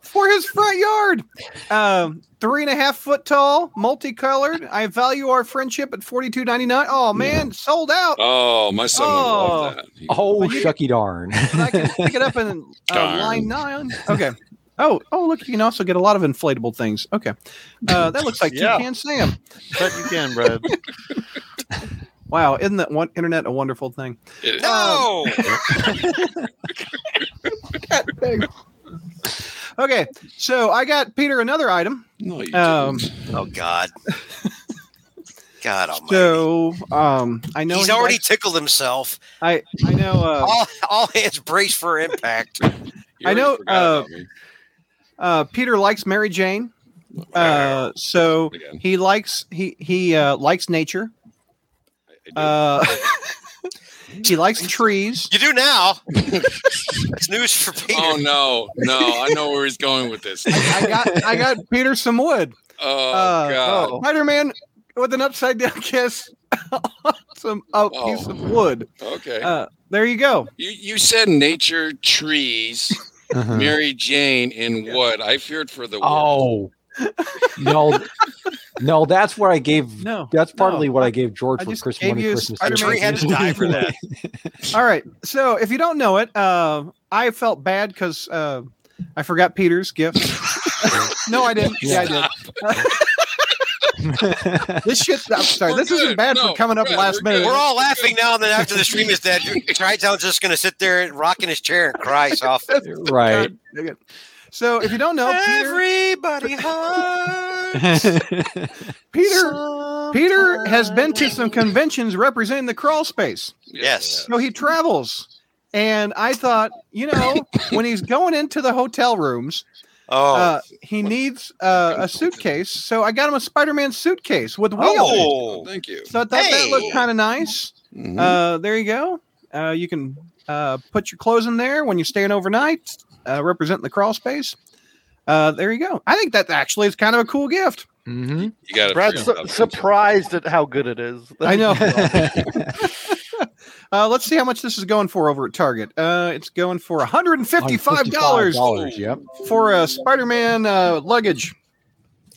Speaker 2: for his front yard. Um, three and a half foot tall, multicolored. I value our friendship at forty two ninety nine. Oh man, sold out.
Speaker 7: it. Oh, my son
Speaker 2: Oh.
Speaker 7: would love that. He-
Speaker 6: <laughs> Oh,
Speaker 2: But you-
Speaker 6: shucky darn.
Speaker 2: And I can pick it up in uh,
Speaker 7: Darn.
Speaker 2: line nine. Okay. Oh, oh, look, you can also get a lot of inflatable things. Okay. Uh, that looks like
Speaker 8: Yeah.
Speaker 2: Toucan Sam.
Speaker 8: Bet you can, Brad.
Speaker 2: Wow, isn't that one internet a wonderful thing? Um,
Speaker 7: it-
Speaker 5: No,
Speaker 2: Okay, so I got Peter another item.
Speaker 7: no, you
Speaker 2: Um,
Speaker 7: didn't.
Speaker 5: oh God, God Almighty.
Speaker 2: So um, I know
Speaker 5: He's
Speaker 2: he
Speaker 5: already
Speaker 2: likes-
Speaker 5: tickled himself.
Speaker 2: I I know. Uh,
Speaker 5: All, all hands brace for impact.
Speaker 7: You
Speaker 2: I
Speaker 7: already
Speaker 2: know,
Speaker 7: forgot
Speaker 2: uh,
Speaker 7: about me.
Speaker 2: uh, Peter likes Mary Jane. Uh, so
Speaker 7: Again.
Speaker 2: he likes he he uh, likes nature.
Speaker 7: I-
Speaker 2: Uh, <laughs> he likes trees.
Speaker 5: You do now. That's news for
Speaker 7: I
Speaker 5: Peter.
Speaker 7: do. oh no, no! I know where he's going
Speaker 2: <laughs>
Speaker 7: with this. Oh
Speaker 2: I got I got Peter some wood. uh,
Speaker 7: God!
Speaker 8: oh.
Speaker 2: Spider Man with an upside down <laughs> kiss. some a
Speaker 7: Oh.
Speaker 2: piece of wood.
Speaker 7: Okay.
Speaker 2: Uh, there you go.
Speaker 7: you you said nature, trees,
Speaker 6: <laughs> Uh-huh.
Speaker 7: Mary Jane, and what? I feared for the word.
Speaker 6: Oh no, no, that's what I gave.
Speaker 2: No.
Speaker 6: That's
Speaker 2: no.
Speaker 6: partly what I gave George
Speaker 2: I
Speaker 6: for
Speaker 2: just
Speaker 6: Christmas.
Speaker 2: gave
Speaker 6: when he
Speaker 2: you a
Speaker 6: Christmas
Speaker 2: Spider-Man
Speaker 5: Tree had to die for that.
Speaker 2: All right. So if you don't know it, uh, I felt bad because uh, <laughs>
Speaker 7: <laughs>
Speaker 2: I forgot Peter's gift. no, I didn't. Yeah, I did.
Speaker 6: <laughs>
Speaker 5: <laughs>
Speaker 2: This shit. I'm sorry.
Speaker 7: We're
Speaker 2: this isn't
Speaker 7: good.
Speaker 2: bad
Speaker 7: No,
Speaker 2: for coming up
Speaker 7: Brad,
Speaker 2: last
Speaker 7: we're
Speaker 2: minute.
Speaker 7: good.
Speaker 5: We're all laughing now, and then after the stream is dead, Tri-Town's just going to sit there and rock in his chair and cry softly.
Speaker 7: <laughs>
Speaker 2: <laughs>
Speaker 6: right.
Speaker 2: Okay. So if you don't know, Peter,
Speaker 5: Everybody hurts.
Speaker 2: Peter, Peter has been to some conventions representing the crawl space.
Speaker 5: Yes.
Speaker 2: So he travels. And I thought, you know, when he's going into the hotel rooms,
Speaker 5: Oh.
Speaker 2: uh, he needs uh, a suitcase. So I got him a Spider Man suitcase with wheels.
Speaker 5: oh.
Speaker 7: Thank you.
Speaker 2: So I thought that
Speaker 5: Hey. Hmm?
Speaker 2: looked kind of nice.
Speaker 6: Mm-hmm.
Speaker 7: Mhm.
Speaker 2: Uh, there you go. Uh, you can uh, put your clothes in there when you're staying overnight, uh, representing the crawl space. Uh, there you go. I think that actually is kind of a cool gift. <laughs>
Speaker 6: Mhm.
Speaker 7: you got
Speaker 8: Brad's su- surprised at how good it is.
Speaker 2: I
Speaker 8: <laughs>
Speaker 2: know. uh, let's see how much this is going for over at Target. Uh, it's going for $155
Speaker 6: $55, Yep.
Speaker 2: for a Spider-Man uh, luggage.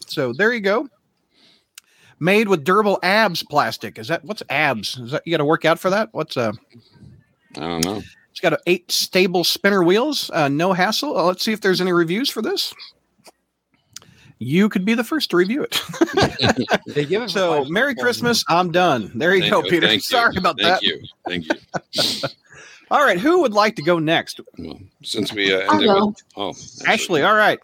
Speaker 2: So there you go. Made with durable abs plastic. Is that what's abs? Is that you got to work out for that? What's uh?
Speaker 7: I don't know.
Speaker 2: It's got uh, eight stable spinner wheels. Uh, no hassle. Uh, let's see if there's any reviews for this. You could be the first to review
Speaker 7: <laughs>
Speaker 2: it.
Speaker 6: They give it
Speaker 2: so Merry Christmas. I'm done. There you
Speaker 7: Thank
Speaker 2: go, Peter.
Speaker 7: Thank you.
Speaker 2: Sorry about that.
Speaker 7: Thank you. Thank you.
Speaker 2: All right, who would like to go next?
Speaker 7: Well, since we uh,
Speaker 4: I'll
Speaker 7: ended
Speaker 4: go.
Speaker 7: with oh
Speaker 2: Ashley. All right.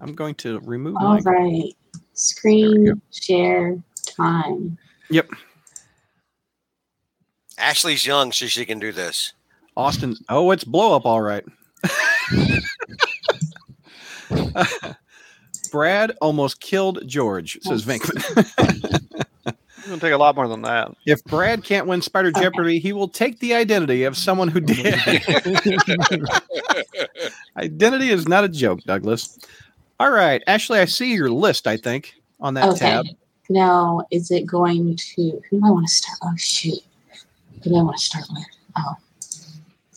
Speaker 2: I'm going to remove
Speaker 4: All
Speaker 2: my
Speaker 4: right.
Speaker 2: There
Speaker 4: Screen share time.
Speaker 5: Ashley's young, so she can do this.
Speaker 2: Austin. Oh, it's blow up all
Speaker 4: <laughs>
Speaker 2: right. Brad almost killed George, says Vinkman.
Speaker 8: It's going to take a lot more than that.
Speaker 2: If Brad can't win Spider
Speaker 4: Okay.
Speaker 2: Jeopardy, he will take the identity of someone who did.
Speaker 4: <laughs>
Speaker 2: identity is not a joke, Douglas. All right. Ashley, I see your list, I think, on that
Speaker 4: Okay.
Speaker 2: tab.
Speaker 4: Now, is it going to? Who do I want to start? Oh shoot! Who do I want to start with? Oh,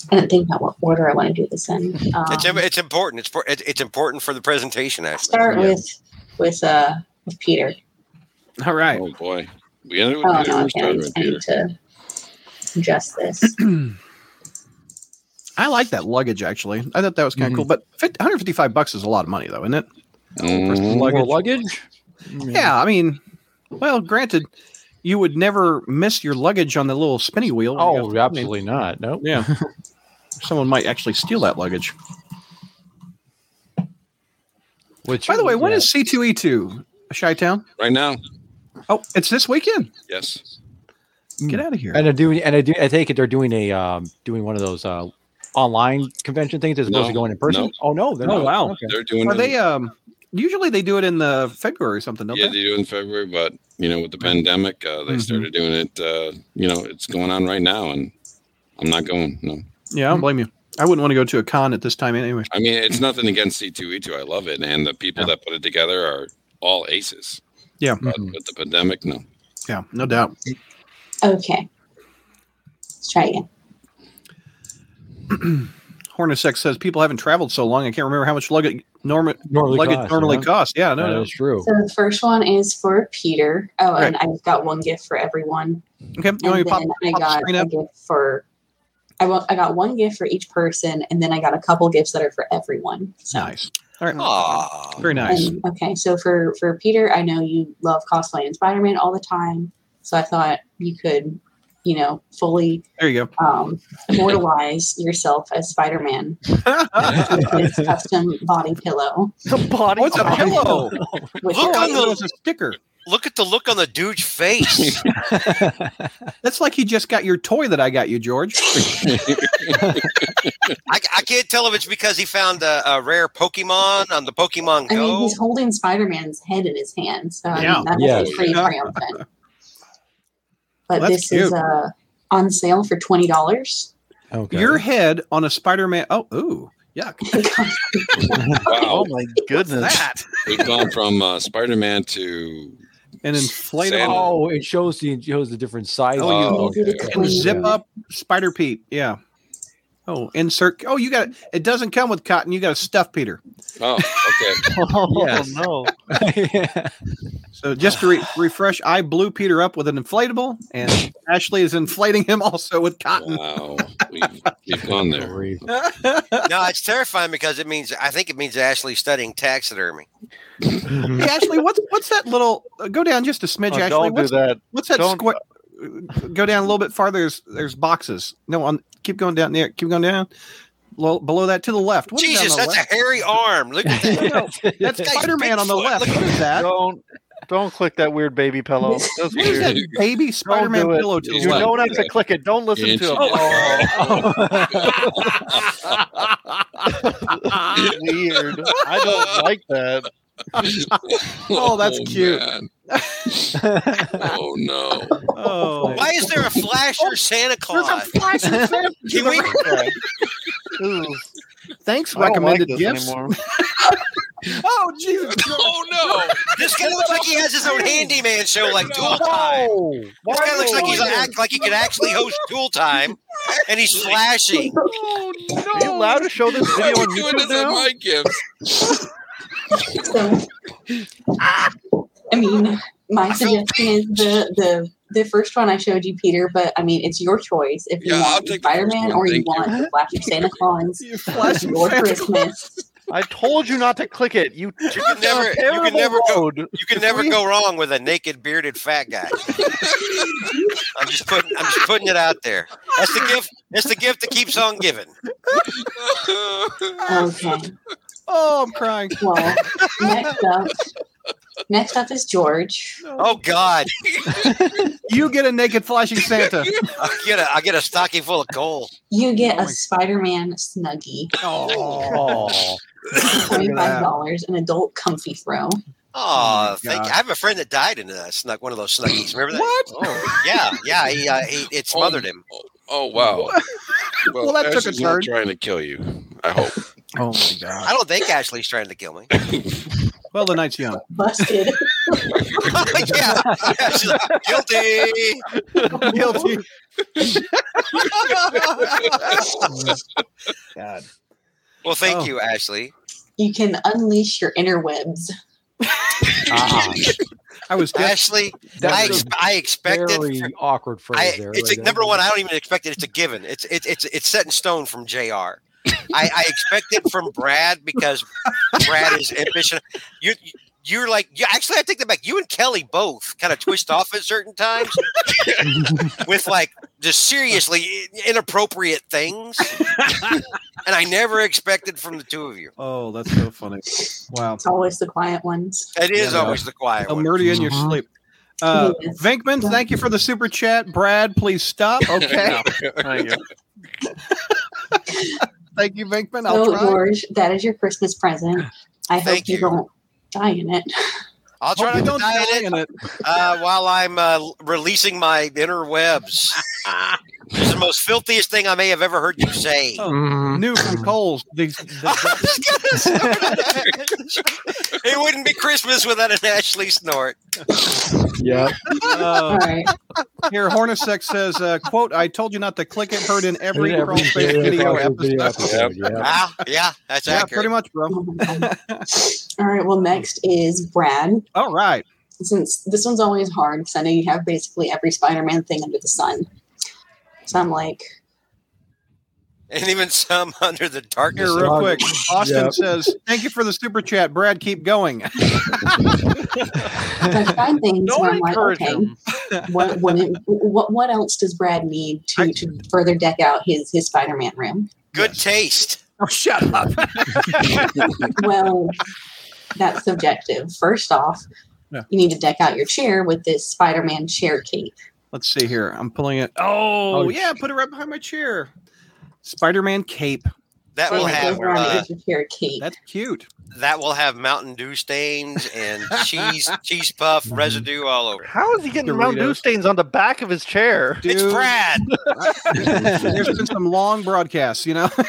Speaker 4: I didn't think about what order I want to do this
Speaker 2: <laughs>
Speaker 4: in. Um,
Speaker 5: It's it's important. It's for, it, it's important for the presentation, Ashley.
Speaker 4: start
Speaker 2: yeah.
Speaker 4: with with uh with Peter.
Speaker 2: All right.
Speaker 7: oh boy, we ended with
Speaker 4: Oh
Speaker 7: Peter.
Speaker 4: no, okay,
Speaker 7: We're
Speaker 4: I
Speaker 7: starting
Speaker 4: need,
Speaker 7: with
Speaker 4: I
Speaker 7: Peter.
Speaker 4: need to
Speaker 2: <clears throat>
Speaker 4: adjust this.
Speaker 2: I like that luggage, actually. I thought that was kind of
Speaker 4: Mm-hmm.
Speaker 2: cool.
Speaker 6: Mhm.
Speaker 2: But 50, 155 bucks is a lot of money, though, isn't it?
Speaker 7: Mhm.
Speaker 6: More luggage. Mm-hmm.
Speaker 2: Yeah, I mean, well, granted, you would never miss your luggage on the little spinny wheel. when you go
Speaker 6: Oh,
Speaker 2: to the plane.
Speaker 6: absolutely not. Nope.
Speaker 2: Yeah. Someone might actually steal that luggage.
Speaker 6: Which,
Speaker 2: By the way, when
Speaker 6: yeah.
Speaker 2: is C2E2? Chi Town?
Speaker 7: Right now,
Speaker 2: Oh, it's this weekend.
Speaker 7: yes.
Speaker 2: Get out of here.
Speaker 6: and Mm. I do and I do I take it they're doing a um doing one of those uh online convention things as opposed to
Speaker 7: No,
Speaker 6: going in person.
Speaker 7: no.
Speaker 6: Oh no, they're
Speaker 2: Oh,
Speaker 6: not.
Speaker 2: wow.
Speaker 6: Okay.
Speaker 7: They're doing.
Speaker 2: Are
Speaker 7: it-
Speaker 2: they, um, usually they do it in the February or something, don't
Speaker 7: yeah,
Speaker 2: they?
Speaker 7: they do in February, but you know, with the pandemic, uh, they
Speaker 2: Mhm.
Speaker 7: started doing it. Uh, you know, it's going on right now, and I'm not going. No,
Speaker 2: Yeah, I don't blame you. I wouldn't want to go to a con at this time anyway.
Speaker 7: I mean, it's nothing against C2E2. I love it, and the people that put it together are all aces.
Speaker 2: Yeah.
Speaker 7: But
Speaker 6: Mm-hmm.
Speaker 7: with the pandemic, no.
Speaker 2: Yeah, no doubt.
Speaker 4: Okay, let's try again.
Speaker 2: Hornacek says people haven't traveled so long. I can't remember how much luggage, norma-
Speaker 6: Normally
Speaker 2: luggage
Speaker 6: costs,
Speaker 2: normally
Speaker 6: yeah.
Speaker 2: costs. Yeah, no, no.
Speaker 6: That
Speaker 2: <laughs>
Speaker 6: is true.
Speaker 4: So the first one is for Peter. Oh, and I've got one gift for everyone.
Speaker 2: Okay, you want me
Speaker 4: And
Speaker 2: to pop,
Speaker 4: then I
Speaker 2: pop the
Speaker 4: got
Speaker 2: screen
Speaker 4: a
Speaker 2: up?
Speaker 4: gift for. I, wa- I got one gift for each person, and then I got a couple gifts that are for everyone. So
Speaker 2: Nice. All right.
Speaker 5: Oh. Aw.
Speaker 2: Very nice.
Speaker 4: Um, okay, so for for Peter, I know you love cosplay and Spider Man all the time, so I thought you could, you know, fully
Speaker 2: There you
Speaker 4: um, immortalize yourself as Spider Man
Speaker 2: go.
Speaker 4: with his custom body pillow.
Speaker 8: The body.
Speaker 2: What's a pillow?
Speaker 4: Which
Speaker 5: Look
Speaker 2: I thought
Speaker 5: on
Speaker 2: it
Speaker 5: the-
Speaker 2: was a sticker.
Speaker 5: Look at the look on the
Speaker 2: <laughs>
Speaker 5: dude's face.
Speaker 2: That's like he just got your toy that I got you, George.
Speaker 5: I, I can't tell if it's because he found a, a rare Pokemon on the Pokemon
Speaker 4: I mean,
Speaker 5: Go.
Speaker 4: he's holding Spider Man's head in his hand, so I
Speaker 2: Yeah.
Speaker 4: mean, that's
Speaker 6: Yes.
Speaker 4: pretty triumphant. But
Speaker 2: That's
Speaker 4: this is
Speaker 2: cute.
Speaker 4: uh, on sale for twenty dollars.
Speaker 6: Okay.
Speaker 2: Your head on a Spider-Man. Oh, ooh, <laughs> yuck!
Speaker 7: Wow,
Speaker 8: Oh my goodness.
Speaker 2: <laughs> That
Speaker 7: we've gone from uh, Spider-Man to
Speaker 2: an inflatable
Speaker 7: Santa.
Speaker 6: oh, it shows the it shows the different sizes.
Speaker 7: Oh,
Speaker 4: Easy to
Speaker 7: okay.
Speaker 2: and
Speaker 4: clean.
Speaker 2: zip up Spider Pete. Yeah. Oh, insert. Oh, you got it. Doesn't come with
Speaker 8: <laughs>
Speaker 2: cotton. You got to stuff Peter.
Speaker 7: Oh, okay.
Speaker 8: Oh
Speaker 2: <laughs>
Speaker 6: <laughs> Yes.
Speaker 8: no.
Speaker 6: yeah.
Speaker 2: So just to <sighs> re- refresh, I blew Peter up with an inflatable, and Ashley is inflating him also with <laughs> cotton.
Speaker 7: Wow, we've, we've gone there.
Speaker 5: <laughs> no, it's terrifying because it means I think it means Ashley's studying taxidermy.
Speaker 2: Hey, Ashley, what's what's that little? uh, go down just a smidge,
Speaker 8: Oh,
Speaker 2: Ashley.
Speaker 8: don't do
Speaker 2: what's,
Speaker 8: that.
Speaker 2: what's that
Speaker 8: don't- uh,
Speaker 2: square? Go down a little bit farther. There's there's boxes. No, on keep going down there. Keep going down. Lo- below that to the left. What is that
Speaker 5: Jesus,
Speaker 2: on the
Speaker 5: that's a hairy arm. Look at that.
Speaker 2: left? No, that's
Speaker 5: <laughs> Guy's
Speaker 2: Spider Man on the
Speaker 5: Bigfoot.
Speaker 2: left.
Speaker 5: Look
Speaker 2: What is that?
Speaker 8: Don't don't click that weird baby pillow. That's
Speaker 2: What is
Speaker 8: weird.
Speaker 2: that baby Spider Man
Speaker 8: do it.
Speaker 2: pillow to the
Speaker 7: He's
Speaker 8: You
Speaker 7: Wow.
Speaker 2: left?
Speaker 8: don't have to click it. Don't listen
Speaker 7: It's-
Speaker 8: to him. <laughs>
Speaker 7: <laughs>
Speaker 8: weird. I don't like that.
Speaker 2: Oh,
Speaker 7: <laughs>
Speaker 2: that's cute. <laughs>
Speaker 7: man. oh no!
Speaker 2: <laughs> Oh.
Speaker 5: Why is there a flasher Santa Claus? Can we?
Speaker 8: Ooh,
Speaker 2: Thanks,
Speaker 8: I don't like
Speaker 2: recommended
Speaker 8: this
Speaker 2: gifts.
Speaker 8: anymore.
Speaker 2: Oh, Jesus.
Speaker 7: Oh no!
Speaker 5: This guy looks like he has his own handyman show, like Dual Time.
Speaker 6: Oh,
Speaker 5: This guy looks like he's act, like he could actually host Dual Time, and he's flashing.
Speaker 7: Oh
Speaker 8: Are you
Speaker 7: no!
Speaker 8: allowed to show this
Speaker 7: Why are
Speaker 8: video on
Speaker 7: you doing
Speaker 8: YouTube
Speaker 7: this at
Speaker 8: now?
Speaker 7: my gifts?
Speaker 3: So,
Speaker 4: I mean, my
Speaker 5: I feel
Speaker 4: suggestion is the the the first one I showed you, Peter. But I mean, it's your choice if you
Speaker 7: Yeah, I'll
Speaker 4: want
Speaker 7: take the
Speaker 4: Spider Man
Speaker 7: first one,
Speaker 4: or you
Speaker 7: thank you.
Speaker 4: want
Speaker 2: <laughs>
Speaker 4: the Flash of Santa Claus
Speaker 2: You <laughs> flash
Speaker 4: or Christmas.
Speaker 8: I told you not to click it. You took
Speaker 5: You can never,
Speaker 8: a
Speaker 5: you
Speaker 8: terrible
Speaker 5: can never go,
Speaker 8: road.
Speaker 5: you can never go wrong with a naked bearded fat guy. I'm just putting, I'm just putting it out there. That's the gift. That's the gift that keeps on giving.
Speaker 4: Okay.
Speaker 2: Oh, I'm crying.
Speaker 4: Well, next up, next up is George.
Speaker 5: Oh God,
Speaker 2: You get a naked flashing
Speaker 5: <laughs>
Speaker 2: Santa.
Speaker 5: I get a, I get a stocking full of coal.
Speaker 4: You get
Speaker 2: Oh
Speaker 4: a
Speaker 2: my-
Speaker 4: Spider Man snuggie,
Speaker 2: <coughs>
Speaker 5: <laughs>
Speaker 2: Oh.
Speaker 4: twenty
Speaker 2: that.
Speaker 4: five dollars, an adult comfy throw.
Speaker 5: Oh,
Speaker 2: my
Speaker 5: thank
Speaker 2: God.
Speaker 5: you. I have a friend that died in a snug, one of those snuggies. Remember that?
Speaker 2: What?
Speaker 5: Yeah, yeah. He, uh, he, it smothered him.
Speaker 2: <laughs>
Speaker 7: Oh wow!
Speaker 2: Well, that took a
Speaker 7: Ashley's not
Speaker 2: turn.
Speaker 7: Trying to kill you. I hope.
Speaker 2: Oh, my God.
Speaker 5: I don't think Ashley's trying to kill me. <laughs>
Speaker 2: Well, the night's young.
Speaker 4: Busted.
Speaker 5: yeah, yeah, she's like, guilty.
Speaker 2: Guilty.
Speaker 5: Well, thank
Speaker 2: Oh.
Speaker 5: you, Ashley.
Speaker 4: You can unleash your interwebs.
Speaker 6: Ah,
Speaker 2: I was just
Speaker 5: Ashley,
Speaker 6: That
Speaker 5: I,
Speaker 6: was
Speaker 5: ex- I expected.
Speaker 6: very awkward phrase
Speaker 5: I,
Speaker 6: there.
Speaker 5: it's
Speaker 6: right
Speaker 5: a,
Speaker 6: there.
Speaker 5: number one. I don't even expect it. It's a given. It's it's it's it's set in stone from Jr. I, I expect it from Brad because Brad is ambition. You you're like you, actually. I take that back. You and Kelly both kind of twist off at certain times with like just seriously inappropriate things, and I never expected from the two of you.
Speaker 2: Oh, that's so funny. Wow.
Speaker 4: It's always the quiet ones.
Speaker 5: It is
Speaker 2: Yeah.
Speaker 5: always the quiet
Speaker 2: I'll
Speaker 5: one.
Speaker 2: murder you in your
Speaker 6: Mhm.
Speaker 2: sleep. Uh,
Speaker 4: Yes.
Speaker 2: Venkman, thank you for the super chat. Brad, please stop. <laughs>
Speaker 7: <laughs>
Speaker 2: Okay.
Speaker 8: <laughs> Thank you.
Speaker 2: thank you, Venkman. I'll
Speaker 4: So
Speaker 2: try.
Speaker 4: George, that is your Christmas present. I hope
Speaker 5: Thank
Speaker 4: you
Speaker 5: you.
Speaker 4: don't die in it.
Speaker 5: I'll try
Speaker 2: Hope you don't
Speaker 5: not to die in it.
Speaker 2: die in it.
Speaker 5: uh, while I'm uh, releasing my inner webs. this is the most filthiest thing I may have ever heard you say.
Speaker 2: Oh.
Speaker 8: Mm-hmm.
Speaker 6: Mm.
Speaker 2: New from Coles. These-
Speaker 5: I <laughs>
Speaker 2: the-
Speaker 5: was gonna say- it <laughs> wouldn't be Christmas without an Ashley snort.
Speaker 2: <laughs>
Speaker 6: Yeah.
Speaker 4: All <laughs>
Speaker 2: uh,
Speaker 4: right.
Speaker 2: here, Hornacek says, uh, "quote I told you not to click it. Heard in every,
Speaker 6: In
Speaker 2: crawl space video
Speaker 6: every video
Speaker 2: episode."
Speaker 6: episode, yeah.
Speaker 5: Ah, yeah, that's
Speaker 2: Yeah,
Speaker 5: accurate.
Speaker 2: pretty much, bro.
Speaker 4: Oh my God. All right. Well, next is Brad.
Speaker 2: All right.
Speaker 4: Since this one's always hard, because I know you have basically every Spider-Man thing under the sun. So I'm like,
Speaker 5: And even some <laughs> under the darkness.
Speaker 2: Here, real
Speaker 6: Dog.
Speaker 2: quick. Austin
Speaker 6: Yep.
Speaker 2: says, "Thank you for the super chat, Brad. Keep going." <laughs>
Speaker 4: I find things where
Speaker 8: Don't
Speaker 4: I'm like,
Speaker 8: encourage
Speaker 4: okay,
Speaker 8: him.
Speaker 4: what, what, what, what else does Brad need to,
Speaker 2: I-
Speaker 4: to further deck out his his Spider-Man room?
Speaker 5: Good taste.
Speaker 2: Oh, shut up.
Speaker 4: Well, that's subjective. First off,
Speaker 2: Yeah.
Speaker 4: you need to deck out your chair with this Spider-Man chair cape.
Speaker 2: Let's see here. I'm pulling it. Oh, yeah, put it right behind my chair. Spider-Man cape.
Speaker 5: That will
Speaker 4: Like,
Speaker 5: have
Speaker 4: goes around and
Speaker 5: uh,
Speaker 4: gets your chair cape.
Speaker 2: That's cute.
Speaker 5: that will have Mountain Dew stains and
Speaker 2: <laughs>
Speaker 5: cheese cheese puff residue all over. it.
Speaker 8: How is he getting Mountain Dew
Speaker 2: Doritos.
Speaker 8: stains on the back of his chair?
Speaker 5: It's
Speaker 2: Dude.
Speaker 5: Brad.
Speaker 2: There's been some long broadcasts, you know. <laughs>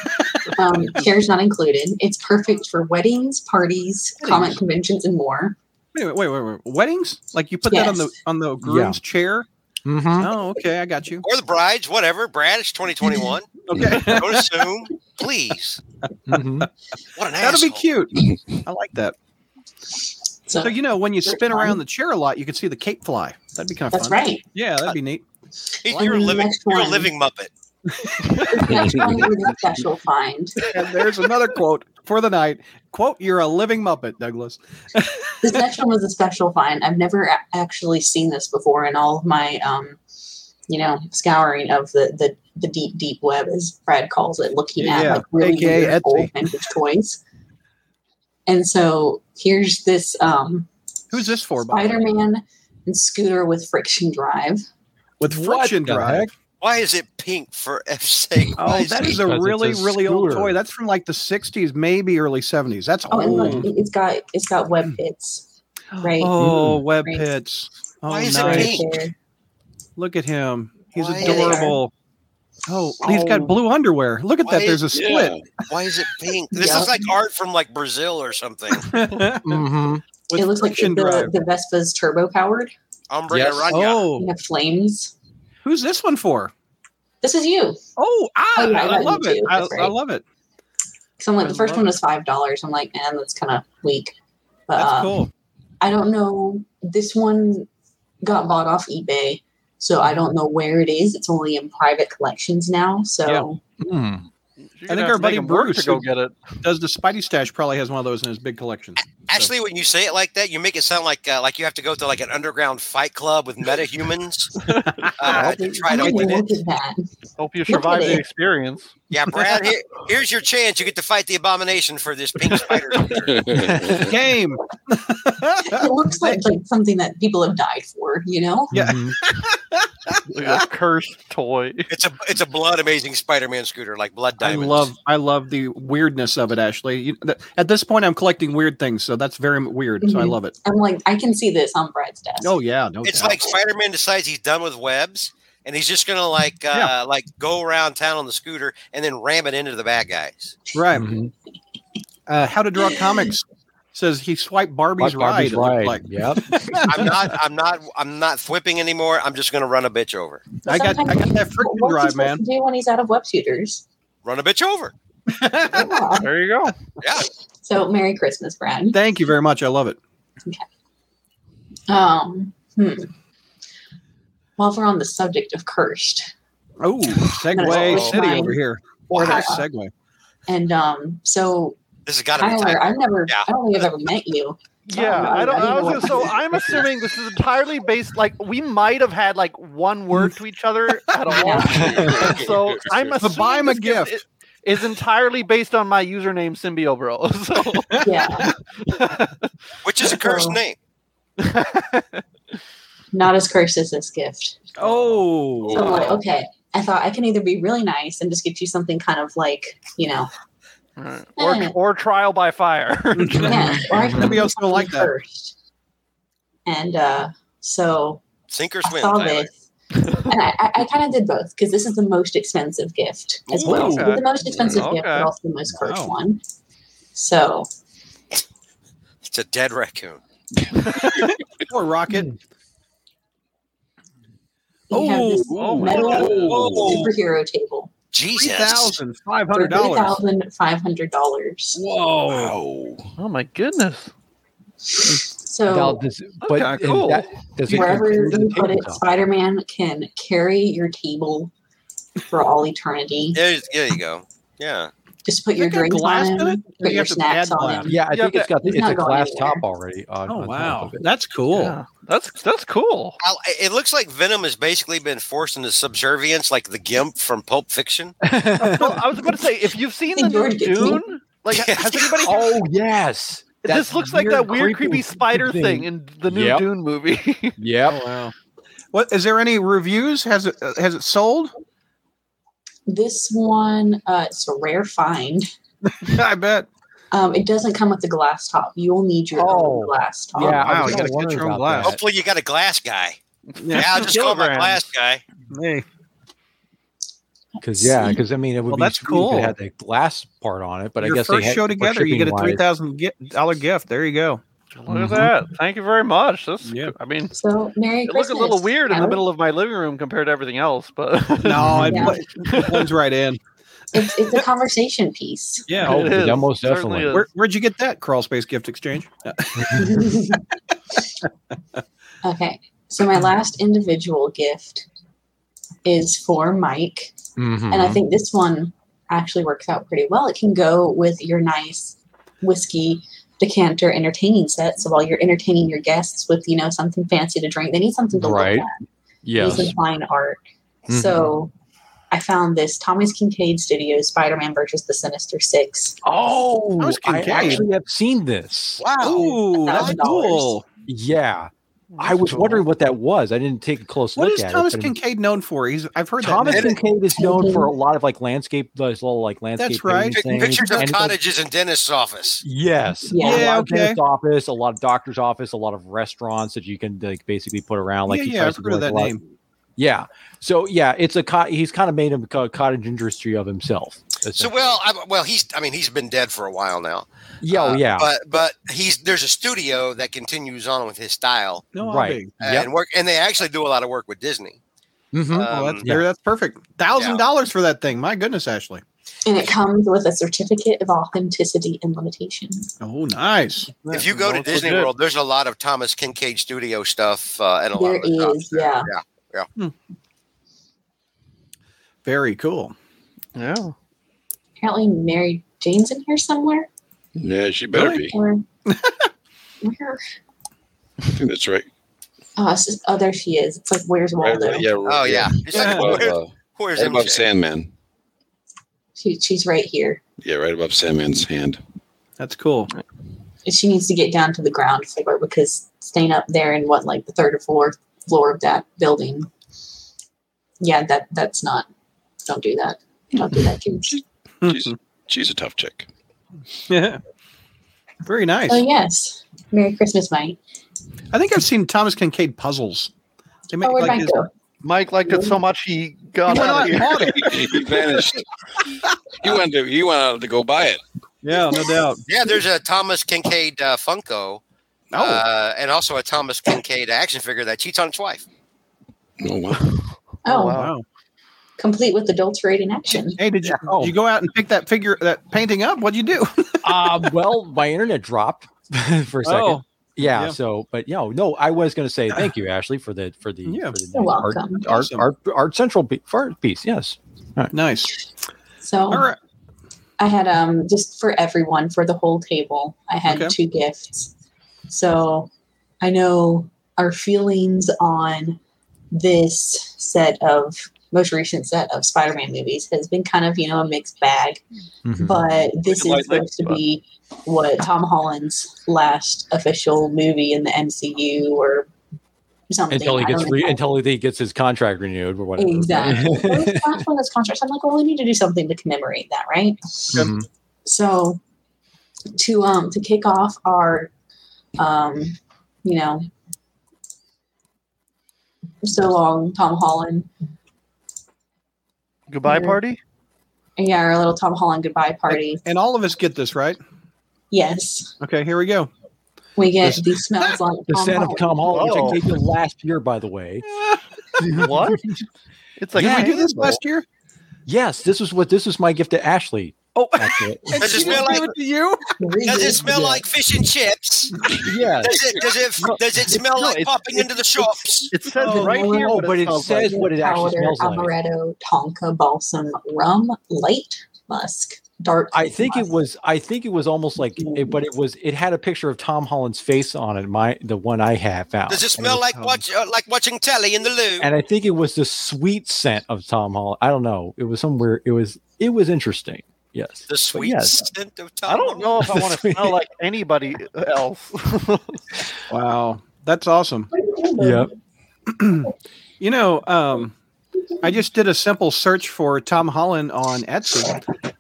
Speaker 4: Um, chairs not included. It's perfect for weddings, parties, comic conventions, and more.
Speaker 2: Wait, wait, wait, wait. wait. Weddings? Like you put that on the
Speaker 4: Yes.
Speaker 2: on the groom's chair? <laughs>
Speaker 6: Mhm.
Speaker 2: Oh, okay, I got you.
Speaker 5: Or the brides, whatever. Brad,
Speaker 2: <laughs>
Speaker 5: it's 2021. <laughs>
Speaker 2: Okay,
Speaker 5: Don't assume. Please.
Speaker 6: Mhm.
Speaker 5: What an
Speaker 2: that'll
Speaker 5: asshole.
Speaker 2: be cute. I like that. So you know, when you spin around the chair a lot, you can see the cape fly. That'd be kind of
Speaker 4: That's
Speaker 2: fun. <laughs>
Speaker 4: right.
Speaker 2: Yeah, that'd be neat.
Speaker 5: You're a
Speaker 4: the
Speaker 5: living,
Speaker 4: next
Speaker 5: you're a
Speaker 4: one.
Speaker 5: living Muppet.
Speaker 4: Next one is a special find.
Speaker 2: And there's another quote for the night. Quote, you're a living Muppet, Douglas.
Speaker 4: This next one was a special find. I've never a- actually seen this before in all of my, um, you know, scouring of the, the, the deep, deep web, as Brad calls it, looking at
Speaker 2: Yeah,
Speaker 4: like really
Speaker 2: AKA
Speaker 4: weird
Speaker 2: Etsy.
Speaker 4: old vintage toys. And so here's this um,
Speaker 2: Who's this for, by the way?
Speaker 4: Spider-Man and scooter with friction drive.
Speaker 2: With friction
Speaker 6: the
Speaker 2: drive.
Speaker 6: heck?
Speaker 5: Why is it pink for F's sake? Why
Speaker 2: Oh, that
Speaker 5: it-
Speaker 2: is a
Speaker 6: Because it's
Speaker 2: really,
Speaker 6: a
Speaker 2: really old
Speaker 6: scooter.
Speaker 2: toy. That's from like the 60s, maybe early 70s. That's
Speaker 4: Oh, and look,
Speaker 2: old.
Speaker 4: it- it's got it's got
Speaker 2: Hmm.
Speaker 4: web pits right,
Speaker 2: Oh, web
Speaker 4: Great.
Speaker 2: pits. Oh,
Speaker 5: Why is it
Speaker 2: nice.
Speaker 4: right
Speaker 5: pink?
Speaker 4: there.
Speaker 2: Look at him. He's
Speaker 5: Why is-
Speaker 2: adorable. Oh, he's got
Speaker 4: Oh.
Speaker 2: blue underwear. Look at
Speaker 5: Why
Speaker 2: that. There's a
Speaker 5: is-
Speaker 2: split.
Speaker 7: <laughs>
Speaker 5: Why is it pink?
Speaker 2: <laughs>
Speaker 5: This
Speaker 4: Yeah.
Speaker 5: is like art from like Brazil or something.
Speaker 6: hmm
Speaker 2: With
Speaker 4: it looks like
Speaker 2: friction
Speaker 4: the,
Speaker 2: drive.
Speaker 4: the Vespa's turbo powered.
Speaker 5: Hombre
Speaker 7: Yes.
Speaker 5: Aranya.
Speaker 4: You
Speaker 2: Oh,
Speaker 4: have flames.
Speaker 2: who's this one for?
Speaker 4: This is you.
Speaker 2: Oh, ah,
Speaker 4: Oh, yeah, I
Speaker 2: I
Speaker 4: got
Speaker 2: love
Speaker 4: you
Speaker 2: it.
Speaker 4: too.
Speaker 2: I,
Speaker 4: That's
Speaker 2: I
Speaker 4: right.
Speaker 2: love it.
Speaker 4: Because I'm like, the
Speaker 2: I
Speaker 4: first
Speaker 2: love
Speaker 4: one was five dollars. I'm like, man, that's kind of weak. But
Speaker 2: That's
Speaker 4: uh,
Speaker 2: cool.
Speaker 4: I don't know. This one got bought off eBay, so I don't know where it is. It's only in private collections now. So
Speaker 2: I think our buddy Bruce
Speaker 8: to go
Speaker 2: who-
Speaker 8: get it.
Speaker 2: Does the Spidey stash probably has one of those in his big collection?
Speaker 5: Actually, when you say it like that, you make it sound like uh, like you have to go to like an underground fight club with metahumans
Speaker 2: <laughs>
Speaker 5: uh, to try to
Speaker 4: I'm gonna
Speaker 5: win it.
Speaker 4: look at that.
Speaker 8: Hope you
Speaker 4: Look at
Speaker 8: survive the
Speaker 4: it.
Speaker 8: experience.
Speaker 5: Yeah, Brad, here, here's your chance. You get to fight the abomination for this pink spider.
Speaker 2: <laughs> Game. <laughs>
Speaker 4: It looks like like something that people have died for. You know,
Speaker 2: <laughs> Yeah.
Speaker 6: mm-hmm.
Speaker 2: <laughs>
Speaker 8: Look at that cursed toy.
Speaker 5: It's a it's a blood amazing Spider-Man scooter like blood
Speaker 2: I
Speaker 5: diamonds.
Speaker 2: love I love the weirdness of it. Ashley, You- th- at this point, I'm collecting weird things, so that's very weird. So I
Speaker 4: Mhm.
Speaker 2: love it.
Speaker 4: I'm like, I can see this on Brad's desk.
Speaker 2: Oh yeah, no.
Speaker 5: It's
Speaker 2: doubt.
Speaker 5: like Spider-Man decides he's done with webs and he's just gonna like uh,
Speaker 2: Yeah.
Speaker 5: like go around town on the scooter and then ram it into the bad guys.
Speaker 2: right.
Speaker 6: Mm-hmm.
Speaker 2: Uh, How to draw comics says he swiped Barbie's, ride. it looked Like
Speaker 6: Yep.
Speaker 5: I'm not
Speaker 2: <laughs>
Speaker 5: I'm not I'm not whipping anymore. I'm just gonna run a bitch over.
Speaker 2: I got I got that friction
Speaker 4: What's he
Speaker 2: drive,
Speaker 4: supposed
Speaker 2: man.
Speaker 4: to Do when he's out of web shooters.
Speaker 5: Run a bitch over.
Speaker 4: Yeah.
Speaker 8: There you go.
Speaker 4: so, Merry Christmas, Brad.
Speaker 2: Thank you very much. I love it.
Speaker 4: Um, hmm. While we're on the subject of cursed,
Speaker 2: Oh, Segway
Speaker 4: Oh.
Speaker 2: City over here.
Speaker 4: Or
Speaker 2: Nice
Speaker 4: that.
Speaker 2: Segway.
Speaker 4: and um, so
Speaker 5: This has gotta be
Speaker 4: Tyler,
Speaker 5: time.
Speaker 4: I've never,
Speaker 5: Yeah.
Speaker 4: I don't think I've ever met you.
Speaker 8: Yeah,
Speaker 4: Oh,
Speaker 8: I don't.
Speaker 4: I
Speaker 8: I
Speaker 4: know
Speaker 8: was gonna, so I'm assuming this is entirely based. Like we might have had like one word to each other
Speaker 2: <laughs>
Speaker 8: at all. And so I'm
Speaker 2: The
Speaker 8: assuming
Speaker 2: buy him a
Speaker 8: this is-
Speaker 2: gift.
Speaker 8: is entirely based on my username Symbiobro. <laughs> So
Speaker 4: Yeah,
Speaker 5: which is a cursed
Speaker 4: Oh.
Speaker 5: name.
Speaker 4: not as cursed as this gift.
Speaker 2: Oh,
Speaker 4: So I'm like, okay. I thought I can either be really nice and just get you something kind of like, you know,
Speaker 8: or or trial by fire.
Speaker 2: Oh,
Speaker 4: yeah, or I can
Speaker 2: Somebody
Speaker 4: do
Speaker 2: else don't like
Speaker 4: something
Speaker 2: that.
Speaker 4: cursed. And uh, so
Speaker 5: Sink or
Speaker 4: I
Speaker 5: swim,
Speaker 4: saw
Speaker 5: Tyler.
Speaker 4: this. and I, I, I kind of did both because this is the most expensive gift as
Speaker 2: Ooh,
Speaker 4: well.
Speaker 8: okay.
Speaker 4: The most expensive gift,
Speaker 8: Okay.
Speaker 4: but also the most cursed
Speaker 2: Wow.
Speaker 4: one. So
Speaker 5: It's a dead raccoon.
Speaker 2: poor Rocket.
Speaker 4: you have this
Speaker 2: Oh,
Speaker 4: metal
Speaker 2: oh,
Speaker 4: superhero table
Speaker 2: three
Speaker 5: Jesus.
Speaker 2: thousand five
Speaker 4: for
Speaker 2: hundred
Speaker 4: three
Speaker 2: dollars.
Speaker 4: thousand five hundred dollars.
Speaker 7: Whoa.
Speaker 8: oh my goodness.
Speaker 6: Now,
Speaker 4: So
Speaker 6: this- but
Speaker 8: Okay,
Speaker 6: and
Speaker 8: cool.
Speaker 6: that- does it
Speaker 4: wherever
Speaker 6: include
Speaker 4: you
Speaker 6: the
Speaker 4: put it,
Speaker 6: tabletop?
Speaker 4: Spider Man can carry your table for all eternity.
Speaker 5: There's, there you go. Yeah.
Speaker 4: Just put
Speaker 2: Is
Speaker 4: your
Speaker 2: it got
Speaker 4: drinks
Speaker 2: glass
Speaker 4: on
Speaker 2: in it?
Speaker 4: him,
Speaker 2: Or
Speaker 4: put
Speaker 2: you
Speaker 4: your
Speaker 2: have to
Speaker 4: snacks
Speaker 2: add
Speaker 4: on
Speaker 2: glass?
Speaker 4: him.
Speaker 6: Yeah, I
Speaker 8: Yeah,
Speaker 6: think it's got the,
Speaker 4: it's
Speaker 6: it's
Speaker 4: not
Speaker 6: a
Speaker 4: going
Speaker 6: glass
Speaker 4: anywhere.
Speaker 6: top already. On,
Speaker 2: Oh
Speaker 6: on top
Speaker 2: wow,
Speaker 6: of it.
Speaker 2: that's cool.
Speaker 8: Yeah, that's that's cool.
Speaker 5: I'll, it looks like Venom has basically been forced into subservience, like the Gimp from Pulp Fiction.
Speaker 8: Well, I was about to say if you've seen the new
Speaker 4: Enjoyed it.
Speaker 8: Dune, like has anybody?
Speaker 6: Oh yes.
Speaker 8: this looks like that weird creepy spider thing. in the new
Speaker 6: Yep.
Speaker 8: Dune movie. <laughs>
Speaker 6: Yep.
Speaker 2: Oh, wow. What is there any reviews? Has it uh, has it sold? <laughs>
Speaker 4: This one, uh, it's a rare find.
Speaker 2: I bet.
Speaker 4: Um, it doesn't come with the glass top. You'll need your
Speaker 6: Oh.
Speaker 4: own glass top.
Speaker 6: Yeah, I
Speaker 2: wow,
Speaker 6: was
Speaker 2: you
Speaker 6: gonna
Speaker 2: gotta get
Speaker 6: worry
Speaker 2: your own
Speaker 6: about
Speaker 2: glass.
Speaker 6: that.
Speaker 5: Hopefully, you got a glass guy. Yeah, I'll just call my
Speaker 8: Kilograms.
Speaker 5: glass guy.
Speaker 2: Hey.
Speaker 6: Because yeah, because I mean, it would
Speaker 2: Well,
Speaker 6: be
Speaker 2: that's
Speaker 6: sweet if
Speaker 2: cool.
Speaker 6: It had the glass part on it, but
Speaker 2: Your
Speaker 6: I guess they
Speaker 2: first
Speaker 6: had,
Speaker 2: show
Speaker 6: for
Speaker 2: together, you get a
Speaker 6: shipping-wise-
Speaker 2: three thousand dollar gift. There you
Speaker 6: <laughs>
Speaker 2: go.
Speaker 8: Look at that. Thank you very much. That's
Speaker 2: Yeah.
Speaker 8: I mean
Speaker 4: So Merry
Speaker 8: it looked
Speaker 4: Christmas.
Speaker 8: a little weird in the
Speaker 4: Tyler.
Speaker 8: <laughs> middle of my living room compared to everything else, but
Speaker 2: No, it
Speaker 4: Yeah.
Speaker 2: pl- blends right in.
Speaker 4: It's, it's a conversation
Speaker 8: <laughs>
Speaker 4: piece.
Speaker 2: Yeah,
Speaker 6: Oh, It yeah, is. most Certainly definitely. is.
Speaker 2: Where, where'd you get that crawl space gift exchange?
Speaker 4: Okay. So my last individual gift is for Mike.
Speaker 6: Mm-hmm.
Speaker 4: And
Speaker 2: Mm-hmm.
Speaker 4: I think this one actually works out pretty well. It can go with your nice whiskey decanter entertaining set. So while you're entertaining your guests with, you know, something fancy to drink, they need something to
Speaker 6: Right.
Speaker 4: look at. They
Speaker 6: Yes.
Speaker 4: need some fine art.
Speaker 7: Mm-hmm.
Speaker 4: So I found this Tommy's Kincaid Studios Spider-Man versus the Sinister Six.
Speaker 6: Oh,
Speaker 2: Thomas
Speaker 6: I
Speaker 2: Kincaid.
Speaker 6: actually have seen this.
Speaker 2: Wow. Ooh, that's
Speaker 4: $1,000.
Speaker 2: cool.
Speaker 6: Yeah. I was wondering what that was. I didn't take a close
Speaker 2: What
Speaker 6: look
Speaker 2: is
Speaker 6: at
Speaker 2: Thomas
Speaker 6: it. but-
Speaker 2: Kincaid known for? He's I've heard
Speaker 6: Thomas
Speaker 2: that. name.
Speaker 6: Kincaid is known for a lot of like landscape, those little like landscape.
Speaker 2: right.
Speaker 5: Pic-
Speaker 6: painting
Speaker 5: pictures of
Speaker 6: things, and, like,
Speaker 5: cottages and dentist's office.
Speaker 6: Yes.
Speaker 4: Yeah.
Speaker 6: A lot
Speaker 2: Yeah,
Speaker 6: of dentist
Speaker 2: okay.
Speaker 6: office, a lot of doctor's office, a lot of restaurants that you can like basically put around. Like
Speaker 2: yeah,
Speaker 6: he
Speaker 2: yeah,
Speaker 6: tries
Speaker 2: I've
Speaker 6: to
Speaker 2: heard
Speaker 6: do,
Speaker 2: of that
Speaker 6: like, a lot-
Speaker 2: name.
Speaker 6: Yeah. So yeah, it's a cot. He's kind of made a co- cottage industry of himself.
Speaker 5: So
Speaker 6: essentially.
Speaker 5: well, I, well, he's I mean he's been dead for a while now.
Speaker 6: yeah, oh,
Speaker 5: Uh,
Speaker 6: yeah,
Speaker 5: But but he's there's a studio that continues on with his style
Speaker 2: No,
Speaker 6: Right.
Speaker 2: idea.
Speaker 5: uh, and work, and they actually do a lot of work with Disney.
Speaker 6: Mhm.
Speaker 2: Oh,
Speaker 5: Um,
Speaker 2: that's, yeah, that's perfect. Thousand
Speaker 5: Yeah.
Speaker 2: dollars for that thing. My goodness, Ashley.
Speaker 4: And it comes with a certificate of authenticity and limitation.
Speaker 2: Oh, nice.
Speaker 5: if you go to
Speaker 8: Well, it's
Speaker 5: Disney
Speaker 8: legit.
Speaker 5: World, there's a lot of Thomas Kincaid studio stuff uh, and a lot
Speaker 4: There
Speaker 5: of other
Speaker 4: is,
Speaker 5: stuff.
Speaker 4: yeah.
Speaker 2: Very cool.
Speaker 8: Yeah.
Speaker 4: Apparently Mary Jane's in here somewhere.
Speaker 7: Yeah, she better be. <laughs>
Speaker 4: Or where?
Speaker 7: I think <laughs> that's right.
Speaker 4: Oh, it's just, oh, there she is. It's like, where's
Speaker 7: Right,
Speaker 4: Waldo?
Speaker 7: right, yeah,
Speaker 5: Oh
Speaker 7: right,
Speaker 5: yeah, it's like, <laughs>
Speaker 7: Above,
Speaker 5: where-
Speaker 7: uh,
Speaker 5: where's
Speaker 7: right above
Speaker 5: MJ?
Speaker 7: Sandman.
Speaker 4: She, she's right here.
Speaker 7: Yeah, right above Sandman's hand.
Speaker 2: That's cool.
Speaker 4: She needs to get down to the ground floor because staying up there in what, like the third or fourth floor of that building. Yeah, that that's not. Don't do that. Don't do that, kids.
Speaker 2: Hmm.
Speaker 7: She's, she's a tough chick.
Speaker 2: Yeah. <laughs> Very nice.
Speaker 4: So Oh, yes, Merry Christmas, Mike.
Speaker 2: I think I've seen Thomas Kincaid puzzles. They make
Speaker 4: Oh, where'd
Speaker 2: like
Speaker 4: Mike
Speaker 2: his,
Speaker 4: go?
Speaker 8: Mike liked it so much he
Speaker 2: he
Speaker 8: got
Speaker 2: went
Speaker 8: out
Speaker 2: out
Speaker 8: of
Speaker 2: and
Speaker 8: here.
Speaker 7: <laughs>
Speaker 2: bought it.
Speaker 7: he vanished. He wanted to. He wanted to go buy it.
Speaker 2: Yeah, no doubt.
Speaker 5: Yeah, there's a Thomas Kincaid uh, Funko,
Speaker 2: Oh,
Speaker 5: uh, and also a Thomas Kincaid action figure that cheats on his wife.
Speaker 7: Oh wow! <laughs>
Speaker 4: Oh,
Speaker 8: Oh, wow.
Speaker 2: wow.
Speaker 4: complete with adulterating action.
Speaker 2: Hey, did you,
Speaker 6: Yeah.
Speaker 2: did you go out and pick that figure, that painting up? What'd you do? <laughs>
Speaker 6: uh, well, my internet dropped <laughs> for a second.
Speaker 2: Oh.
Speaker 6: yeah,
Speaker 2: yeah.
Speaker 6: So, but yeah, no, I was going to say
Speaker 2: <sighs>
Speaker 6: thank you, Ashley, for the for the,
Speaker 2: Yeah.
Speaker 6: for the
Speaker 4: You're
Speaker 6: art,
Speaker 4: welcome.
Speaker 6: art,
Speaker 2: Awesome.
Speaker 6: art art central pe- for art piece. Yes.
Speaker 2: Nice.
Speaker 4: So
Speaker 2: All right.
Speaker 4: I had um just for everyone for the whole table. I had
Speaker 2: Okay.
Speaker 4: two gifts. So I know our feelings on this set of most recent set of Spider-Man movies has been kind of, you know, a mixed bag,
Speaker 6: Mm-hmm.
Speaker 4: Mm-hmm. but this
Speaker 8: We
Speaker 4: is
Speaker 8: like
Speaker 4: supposed to
Speaker 8: mixed
Speaker 4: be what Tom Holland's last official movie in the MCU or something.
Speaker 6: Until he
Speaker 4: I don't
Speaker 6: gets re-
Speaker 4: know.
Speaker 6: until he gets his contract renewed or whatever. <laughs>
Speaker 4: Exactly. Well, it's not one of those contracts. I'm like, well, we need to do something to commemorate that, right?
Speaker 6: Mhm.
Speaker 4: So to um to kick off our um you know so long Tom Holland
Speaker 8: Goodbye
Speaker 4: Yeah.
Speaker 8: party.
Speaker 4: yeah our little Tom Holland goodbye party
Speaker 2: And all of us get this, right?
Speaker 4: yes
Speaker 2: Okay, here we go.
Speaker 4: we get
Speaker 2: This-
Speaker 4: the smells like
Speaker 6: The
Speaker 4: Tom
Speaker 6: set of
Speaker 4: Holland.
Speaker 6: Tom Holland,
Speaker 8: Whoa.
Speaker 6: which I gave you last year, by the way.
Speaker 8: what? It's like
Speaker 2: Did we do this
Speaker 6: handle.
Speaker 2: last year?
Speaker 6: Yes, this is what this was my gift to Ashley.
Speaker 2: Oh.
Speaker 6: actually.
Speaker 2: <laughs>
Speaker 5: Does it
Speaker 2: Did we
Speaker 5: smell like
Speaker 2: give it to you?
Speaker 5: Does it smell like fish and chips?
Speaker 6: yes.
Speaker 5: Does it does it does it smell
Speaker 8: no,
Speaker 5: like
Speaker 8: it's-
Speaker 5: popping
Speaker 8: it's-
Speaker 5: into the shops?
Speaker 8: It says
Speaker 2: Oh,
Speaker 8: right here,
Speaker 6: oh,
Speaker 8: what
Speaker 6: but it
Speaker 8: smells
Speaker 6: says- That's
Speaker 8: like.
Speaker 6: what it actually
Speaker 4: powder,
Speaker 6: smells like.
Speaker 4: amaretto, tonka, balsam, rum, light musk, dark.
Speaker 6: I think it
Speaker 4: musk.
Speaker 6: was. I think it was almost like, it, but it was. It had a picture of Tom Holland's face on it. My the one I have
Speaker 8: Ah,
Speaker 6: found.
Speaker 5: Does it
Speaker 6: And
Speaker 5: smell
Speaker 6: was
Speaker 5: like
Speaker 8: um,
Speaker 6: Tom-
Speaker 5: watch uh, like watching telly in the loo?
Speaker 6: And I think it was the sweet scent of Tom Holland. I don't know. It was somewhere. It was. It was interesting. Yes.
Speaker 5: The sweet
Speaker 6: yes.
Speaker 5: scent of Tom.
Speaker 8: I <laughs> don't know if I want to
Speaker 6: Sweet.
Speaker 8: smell like anybody else. <laughs>
Speaker 2: Wow. That's awesome.
Speaker 6: Yeah.
Speaker 2: You know, um, I just did a simple search for Tom Holland on Etsy,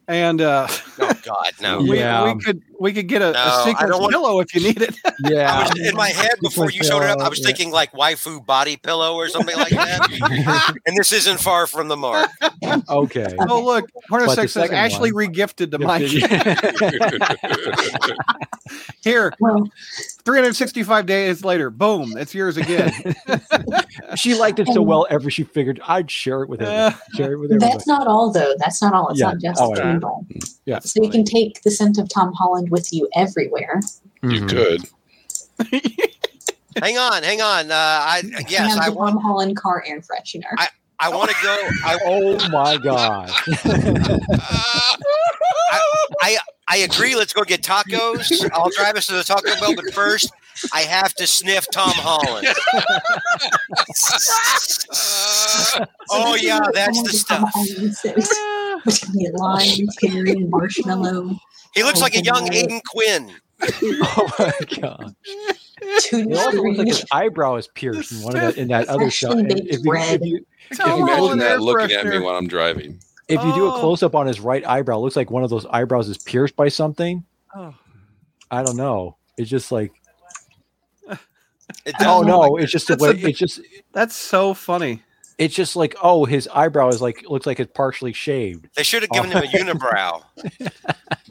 Speaker 2: and uh,
Speaker 5: Oh God, no.
Speaker 2: we,
Speaker 6: Yeah.
Speaker 2: we could we could get a, a
Speaker 5: No, I
Speaker 2: secret
Speaker 5: don't want-
Speaker 2: pillow if you need it.
Speaker 6: Yeah.
Speaker 5: I was, in my head before you showed it up, I was
Speaker 6: Yeah.
Speaker 5: thinking like waifu body pillow or something like
Speaker 8: <laughs>
Speaker 5: that. and this isn't far from the mark.
Speaker 6: <laughs> okay.
Speaker 2: oh look, Hornet
Speaker 6: But the
Speaker 2: Sex says
Speaker 6: second
Speaker 2: Ashley
Speaker 6: one-
Speaker 2: regifted to Mike. <laughs> Here,
Speaker 4: Well,
Speaker 2: 365 days later, boom, it's yours
Speaker 6: <laughs>
Speaker 2: again.
Speaker 6: she liked it so well every she figured I'd share it with
Speaker 2: uh,
Speaker 6: everyone. Share it with everybody.
Speaker 4: that's not all, though. That's not all. It's
Speaker 6: Yeah.
Speaker 4: not just
Speaker 6: Oh,
Speaker 4: oh,
Speaker 6: yeah. Yeah.
Speaker 4: So you can take the scent of Tom Holland with you everywhere.
Speaker 6: Mm-hmm.
Speaker 7: you could.
Speaker 5: hang on, hang on. Uh, I yes,
Speaker 4: have
Speaker 5: I
Speaker 4: the
Speaker 5: want.
Speaker 4: Tom Holland car air freshener.
Speaker 5: I want to go. I,
Speaker 6: Oh my god. <laughs>
Speaker 5: I, I I agree. Let's go get tacos. I'll drive us to the Taco Bell, but first I have to sniff Tom
Speaker 8: <laughs>
Speaker 5: Holland. oh yeah,
Speaker 8: <laughs>
Speaker 5: that's the stuff. <laughs>
Speaker 4: Between lime, cherry, and marshmallow,
Speaker 5: He looks like a young Aiden Quinn.
Speaker 6: Oh my god.
Speaker 4: two
Speaker 6: It also looks like
Speaker 4: degrees.
Speaker 6: his eyebrow is pierced in one of the, in that other shot. And If you, if you
Speaker 7: Can you imagine
Speaker 2: Air
Speaker 7: that looking at me
Speaker 2: freshener.
Speaker 7: while I'm driving?
Speaker 6: if you do a
Speaker 8: Oh.
Speaker 6: close up on his right eyebrow, it looks like one of those eyebrows is pierced by something.
Speaker 8: Oh.
Speaker 6: I don't know. It's just like
Speaker 5: It
Speaker 6: oh
Speaker 5: does.
Speaker 6: no, it's just the
Speaker 2: That's a
Speaker 6: way it's just
Speaker 2: That's so funny.
Speaker 6: it's just like oh his eyebrow is like looks like it's partially shaved.
Speaker 5: They should have given him a unibrow.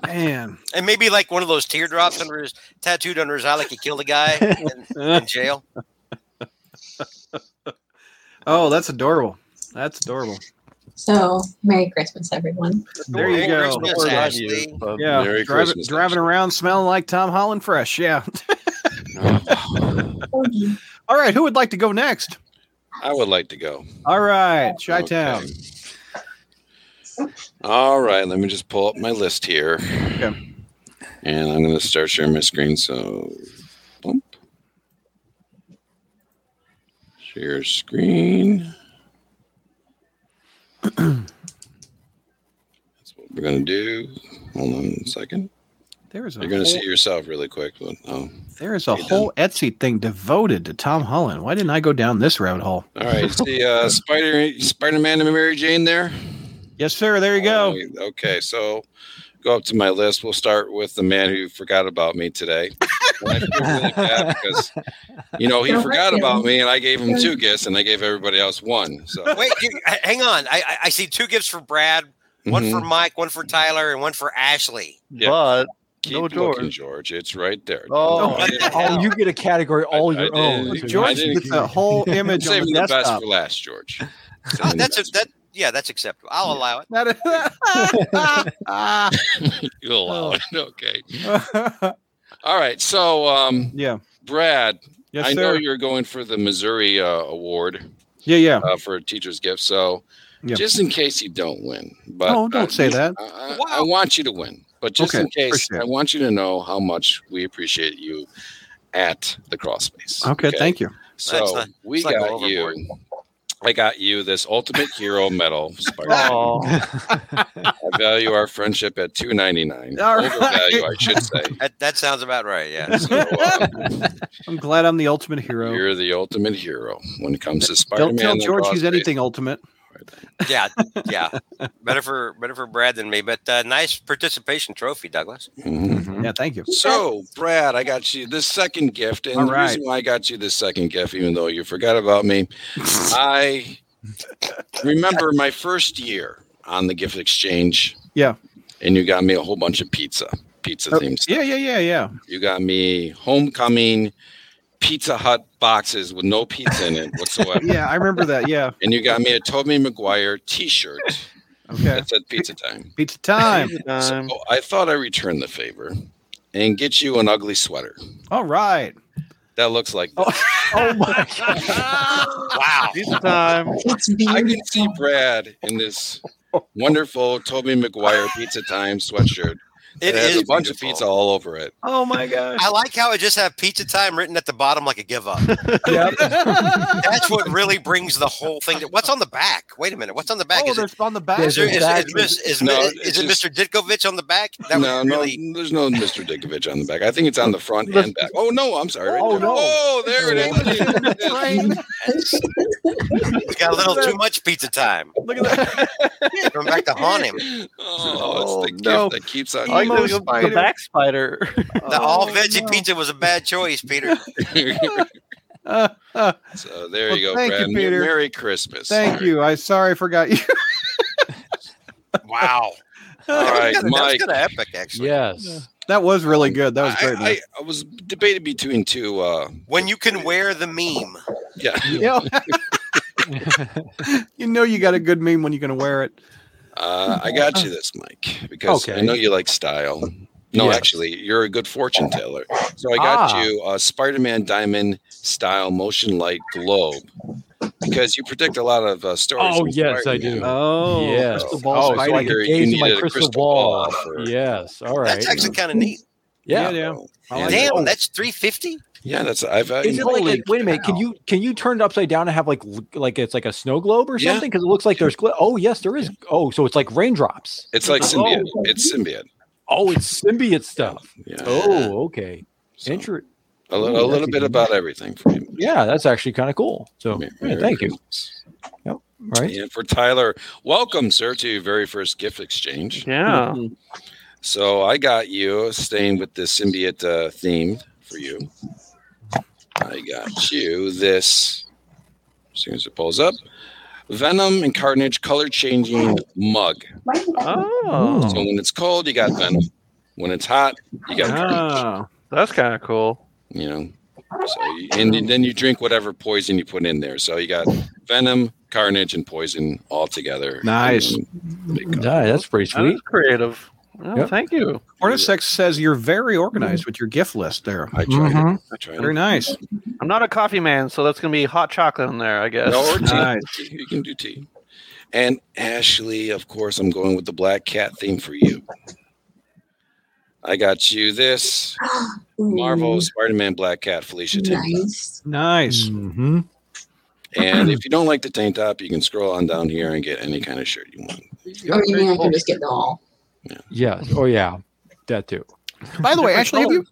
Speaker 2: Man.
Speaker 5: And maybe like one of those teardrops under his tattooed under his eye, like he killed a guy in, in jail.
Speaker 2: Oh, that's adorable. That's adorable.
Speaker 4: So, Merry Christmas,
Speaker 6: <laughs>
Speaker 4: everyone.
Speaker 2: There you
Speaker 5: Merry
Speaker 2: go.
Speaker 5: Christmas,
Speaker 2: Word.
Speaker 5: Ashley.
Speaker 2: Yeah,
Speaker 7: Merry
Speaker 2: drive-
Speaker 7: Christmas,
Speaker 2: driving
Speaker 7: Ashley.
Speaker 2: around smelling like Tom Holland fresh. Yeah. <laughs>
Speaker 4: Oogie.
Speaker 2: All right, who would like to go next?
Speaker 7: <laughs> I would like to go.
Speaker 2: All right, Chi Town.
Speaker 7: Okay. All right, let me just pull up my list here. And I'm going to start sharing my screen. So, bump. Share screen. That's what we're going to do. Hold on a second.
Speaker 2: There is a
Speaker 7: You're going
Speaker 2: whole,
Speaker 7: to see it yourself really quick. But, oh.
Speaker 2: there is a
Speaker 7: you
Speaker 2: whole Etsy thing devoted to Tom Holland. Why didn't I go down this rabbit hole?
Speaker 7: All right, see uh, Spider Spider Man and Mary Jane there.
Speaker 2: Yes, sir. There you go.
Speaker 7: Oh, Okay, so go up to my list. We'll start with the man who forgot about me today. <laughs> And I feel really bad because you know he
Speaker 4: Don't hurt
Speaker 7: forgot
Speaker 4: him.
Speaker 7: about me, and I gave him two gifts, and I gave everybody else one. So
Speaker 5: Wait, dude, h- hang on. I, I I see two gifts for Brad, <laughs> one
Speaker 7: Mhm.
Speaker 5: for Mike, one for Tyler, and one for Ashley.
Speaker 7: Yeah.
Speaker 8: But
Speaker 7: Keep
Speaker 8: no
Speaker 7: looking, <laughs>
Speaker 8: George.
Speaker 7: George. It's right there.
Speaker 8: Oh.
Speaker 7: I didn't-
Speaker 6: Oh, you get a category all
Speaker 7: I- I
Speaker 6: your
Speaker 7: did.
Speaker 6: own.
Speaker 7: Oh, I
Speaker 2: George
Speaker 7: didn't
Speaker 2: gets
Speaker 7: care.
Speaker 2: a
Speaker 7: <laughs>
Speaker 2: whole
Speaker 7: I'm
Speaker 2: image on
Speaker 7: saving
Speaker 2: the
Speaker 7: the best
Speaker 2: desktop.
Speaker 7: for last, George.
Speaker 5: Oh,
Speaker 7: Saving the
Speaker 5: that's a
Speaker 7: best.
Speaker 5: that. Yeah, that's acceptable. I'll allow it.
Speaker 2: That is- Ah. <laughs>
Speaker 7: You'll allow it. <laughs> Okay. All right. So, um,
Speaker 2: yeah.
Speaker 7: Brad,
Speaker 2: Yes,
Speaker 7: I know
Speaker 2: sir.
Speaker 7: you're going for the Missouri uh, award.
Speaker 2: Yeah, yeah.
Speaker 7: uh, for a teacher's gift. So,
Speaker 2: Yeah.
Speaker 7: just in case you don't win, but
Speaker 2: Oh, don't
Speaker 7: uh,
Speaker 2: say that.
Speaker 7: I, I- I want you to win, but just
Speaker 2: Okay,
Speaker 7: in case,
Speaker 2: appreciate it.
Speaker 7: I want you to know how much we appreciate you at the Crosspace.
Speaker 2: Okay, thank you.
Speaker 5: That's
Speaker 7: So
Speaker 5: not-
Speaker 7: we
Speaker 5: it's not
Speaker 7: got
Speaker 5: go overboard.
Speaker 7: you. I got you this ultimate
Speaker 2: <laughs>
Speaker 7: hero medal. Spider-Man.
Speaker 8: Oh,
Speaker 7: I value our friendship at two ninety nine.
Speaker 2: All right.
Speaker 7: Value, I should say.
Speaker 5: That, that sounds about right. Yeah.
Speaker 7: So, uh,
Speaker 2: <laughs> I'm glad I'm the ultimate hero.
Speaker 7: you're the ultimate hero when it comes to Spider-Man.
Speaker 2: don't tell
Speaker 7: and the
Speaker 2: George he's
Speaker 7: Crossface.
Speaker 2: anything ultimate.
Speaker 5: Yeah. Yeah. Better for better for Brad than me, but uh, nice participation trophy, Douglas.
Speaker 7: Mhm.
Speaker 2: Yeah, thank you.
Speaker 7: So, Brad, I got you this second gift, and
Speaker 2: All
Speaker 7: the
Speaker 2: right.
Speaker 7: reason why I got you this second gift, even though you forgot about me,
Speaker 2: <laughs>
Speaker 7: I remember my first year on the gift exchange.
Speaker 2: Yeah. Oh,
Speaker 7: and you got me a whole bunch of pizza, pizza themed.
Speaker 2: Yeah, yeah, yeah, yeah.
Speaker 7: You got me homecoming Pizza Hut boxes with no pizza
Speaker 2: <laughs>
Speaker 7: in it whatsoever,
Speaker 2: Yeah, I remember that. Yeah.
Speaker 7: and you got me a Toby Maguire T-shirt
Speaker 2: Okay.
Speaker 7: that said "Pizza Time."
Speaker 2: Pizza <laughs> time.
Speaker 8: um,
Speaker 7: So I thought I returned the favor and get you an ugly sweater
Speaker 2: All right.
Speaker 7: that looks like.
Speaker 6: Oh my god.
Speaker 5: wow.
Speaker 8: pizza time.
Speaker 4: It's
Speaker 7: I
Speaker 4: beautiful.
Speaker 7: can see Brad in this wonderful Toby McGuire Pizza Time sweatshirt.
Speaker 5: It
Speaker 7: It has
Speaker 5: is
Speaker 7: a bunch
Speaker 5: beautiful.
Speaker 7: of pizza all over it.
Speaker 2: Oh my <laughs> gosh.
Speaker 5: I like how it just have pizza time written at the bottom like a give up.
Speaker 6: Yep.
Speaker 2: <laughs>
Speaker 5: That's what really brings the whole thing. To, what's on the back? Wait a minute. What's on the back?
Speaker 2: Oh,
Speaker 5: is, it,
Speaker 2: there's on the back.
Speaker 5: is, there,
Speaker 6: a
Speaker 5: is, is,
Speaker 6: back.
Speaker 5: Miss- is,
Speaker 7: No,
Speaker 5: is,
Speaker 7: it's
Speaker 5: it
Speaker 7: just-
Speaker 5: Mr. Ditkovich on the back? That
Speaker 7: no,
Speaker 5: was really
Speaker 7: no, there's no Mr. Dickovich on the back. I think it's on the front
Speaker 8: The-
Speaker 2: Oh,
Speaker 7: and back. Oh no, I'm sorry.
Speaker 6: Oh, no.
Speaker 7: Oh, there it is.
Speaker 2: Train.
Speaker 5: He's got a little too much pizza time.
Speaker 2: Look at that.
Speaker 5: Going back to haunt him. The
Speaker 7: <laughs> Oh, it's the
Speaker 8: no.
Speaker 7: gift that keeps on
Speaker 8: I like
Speaker 7: giving.
Speaker 8: the, the back spider.
Speaker 2: Oh,
Speaker 5: all veggie pizza was a bad choice, Peter.
Speaker 2: <laughs> Uh, uh,
Speaker 7: <laughs> so there
Speaker 2: Well,
Speaker 7: you go,
Speaker 2: thank you,
Speaker 7: Brad.
Speaker 2: Peter.
Speaker 7: Merry Christmas.
Speaker 2: thank you. <laughs> I sorry I forgot you.
Speaker 5: Wow.
Speaker 2: <laughs>
Speaker 7: All
Speaker 5: That was kinda-
Speaker 7: right,
Speaker 5: that was
Speaker 7: Mike.
Speaker 5: kinda epic, actually.
Speaker 6: Yes.
Speaker 2: That was really good. That was great.
Speaker 7: I, I, I was debated between two. Uh,
Speaker 5: When you can wear the meme.
Speaker 7: yeah,
Speaker 2: man. Yeah. <laughs> you know you got a good meme when you're gonna wear it.
Speaker 7: uh, I got you this, Mike, because I
Speaker 6: Okay.
Speaker 7: know you like style. No,
Speaker 6: Yes.
Speaker 7: actually, you're a good fortune teller. So I got
Speaker 6: Ah.
Speaker 7: you a Spider-Man Diamond style motion light globe because you predict a lot of uh, stories.
Speaker 6: Oh,
Speaker 7: with
Speaker 6: yes, I
Speaker 7: Spider-Man.
Speaker 6: do.
Speaker 2: Oh
Speaker 6: yes.
Speaker 2: crystal
Speaker 6: oh,
Speaker 2: ball
Speaker 6: so I
Speaker 2: Spidey.
Speaker 7: figure
Speaker 6: could
Speaker 7: you
Speaker 6: gaze in
Speaker 7: needed
Speaker 6: my
Speaker 7: a
Speaker 6: crystal
Speaker 7: crystal
Speaker 6: ball.
Speaker 7: ball for-
Speaker 6: Yes. All right.
Speaker 5: That's actually kind of neat.
Speaker 6: yeah.
Speaker 2: yeah.
Speaker 7: And-
Speaker 5: Damn, that's 350?
Speaker 7: yeah, that's I've. I,
Speaker 6: Is it like
Speaker 7: holy
Speaker 6: a, wait a minute? Can you can you turn it upside down and have like l- like it's like a snow globe or
Speaker 7: Yeah.
Speaker 6: something? Because it looks like there's gl- oh yes there is oh so it's like raindrops.
Speaker 7: It's like
Speaker 6: Oh.
Speaker 7: symbiote. It's symbiote.
Speaker 6: Oh, it's symbiote stuff.
Speaker 7: Yeah.
Speaker 6: Oh, okay.
Speaker 7: So,
Speaker 6: Inter-
Speaker 7: a little, a little bit about everything for you.
Speaker 6: yeah, that's actually kind of cool. So
Speaker 7: Ma-
Speaker 6: yeah,
Speaker 7: Merry
Speaker 6: Oh, thank you.
Speaker 7: Christmas.
Speaker 6: Right.
Speaker 7: And for Tyler, welcome, sir, to your very first gift exchange.
Speaker 8: <laughs> Yeah.
Speaker 7: So I got you staying with the symbiote uh, theme for you. I got you this. As soon as it pulls up, Venom and Carnage color changing mug.
Speaker 8: Oh,
Speaker 7: So
Speaker 6: Hmm.
Speaker 7: uh, when it's cold, you got Venom. When it's hot, you got Carnage.
Speaker 2: Ah.
Speaker 8: that's kind of cool.
Speaker 7: You know. So you, and then you drink whatever poison you put in there. So you got Venom, Carnage, and poison all together.
Speaker 2: Nice.
Speaker 7: And then they go.
Speaker 6: Yeah, that's pretty
Speaker 8: That
Speaker 6: sweet.
Speaker 8: is creative. Well,
Speaker 6: Yep.
Speaker 8: Thank you.
Speaker 2: Cordyceps says you're very organized with your gift list there.
Speaker 7: I tried.
Speaker 6: Mhm.
Speaker 7: It. I tried.
Speaker 2: Very
Speaker 7: it.
Speaker 2: nice.
Speaker 8: I'm not a coffee man, so that's gonna be hot chocolate in there, I guess. <laughs>
Speaker 7: No, or tea.
Speaker 2: Nice.
Speaker 7: Tea. <laughs> You can do tea. And Ashley, of course, I'm going with the black cat theme for you. I got you this
Speaker 4: <gasps>
Speaker 3: Ooh,
Speaker 4: Mm.
Speaker 7: Marvel Spider Man Black Cat Felicia Tank. Top.
Speaker 3: Nice.
Speaker 2: Nice.
Speaker 6: Mm-hmm.
Speaker 7: And if you don't like the tank top, you can scroll on down here and get any kind of shirt you want.
Speaker 3: Or you mean I can just get them all?
Speaker 6: Yeah. Oh yeah. That too.
Speaker 2: By the way, Ashley, have you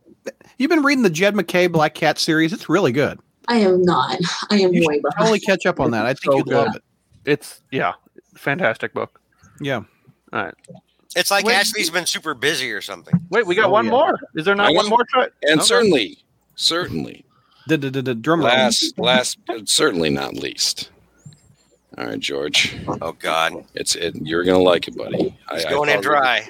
Speaker 2: you've been reading the Jed McKay Black Cat series? It's really good.
Speaker 3: I am not. I am
Speaker 2: You
Speaker 3: way
Speaker 2: should
Speaker 3: behind.
Speaker 2: totally catch up on that. I think
Speaker 8: So
Speaker 2: you'd
Speaker 8: good.
Speaker 2: love it.
Speaker 8: It's yeah, fantastic book.
Speaker 2: Yeah.
Speaker 5: It's like
Speaker 8: Wait.
Speaker 5: Ashley's been super busy or something.
Speaker 8: Wait, we got
Speaker 2: Oh,
Speaker 8: one
Speaker 2: yeah.
Speaker 8: more. Is there not
Speaker 7: I
Speaker 8: one
Speaker 7: know.
Speaker 8: more? Try-
Speaker 7: And
Speaker 8: Okay.
Speaker 7: certainly, certainly,
Speaker 2: Did the, the drum roll.
Speaker 7: last, last, but certainly not least. All right, George,
Speaker 5: Oh, God.
Speaker 7: it's it. You're gonna like it, buddy.
Speaker 5: He's
Speaker 7: I,
Speaker 5: going
Speaker 7: I
Speaker 5: in dry.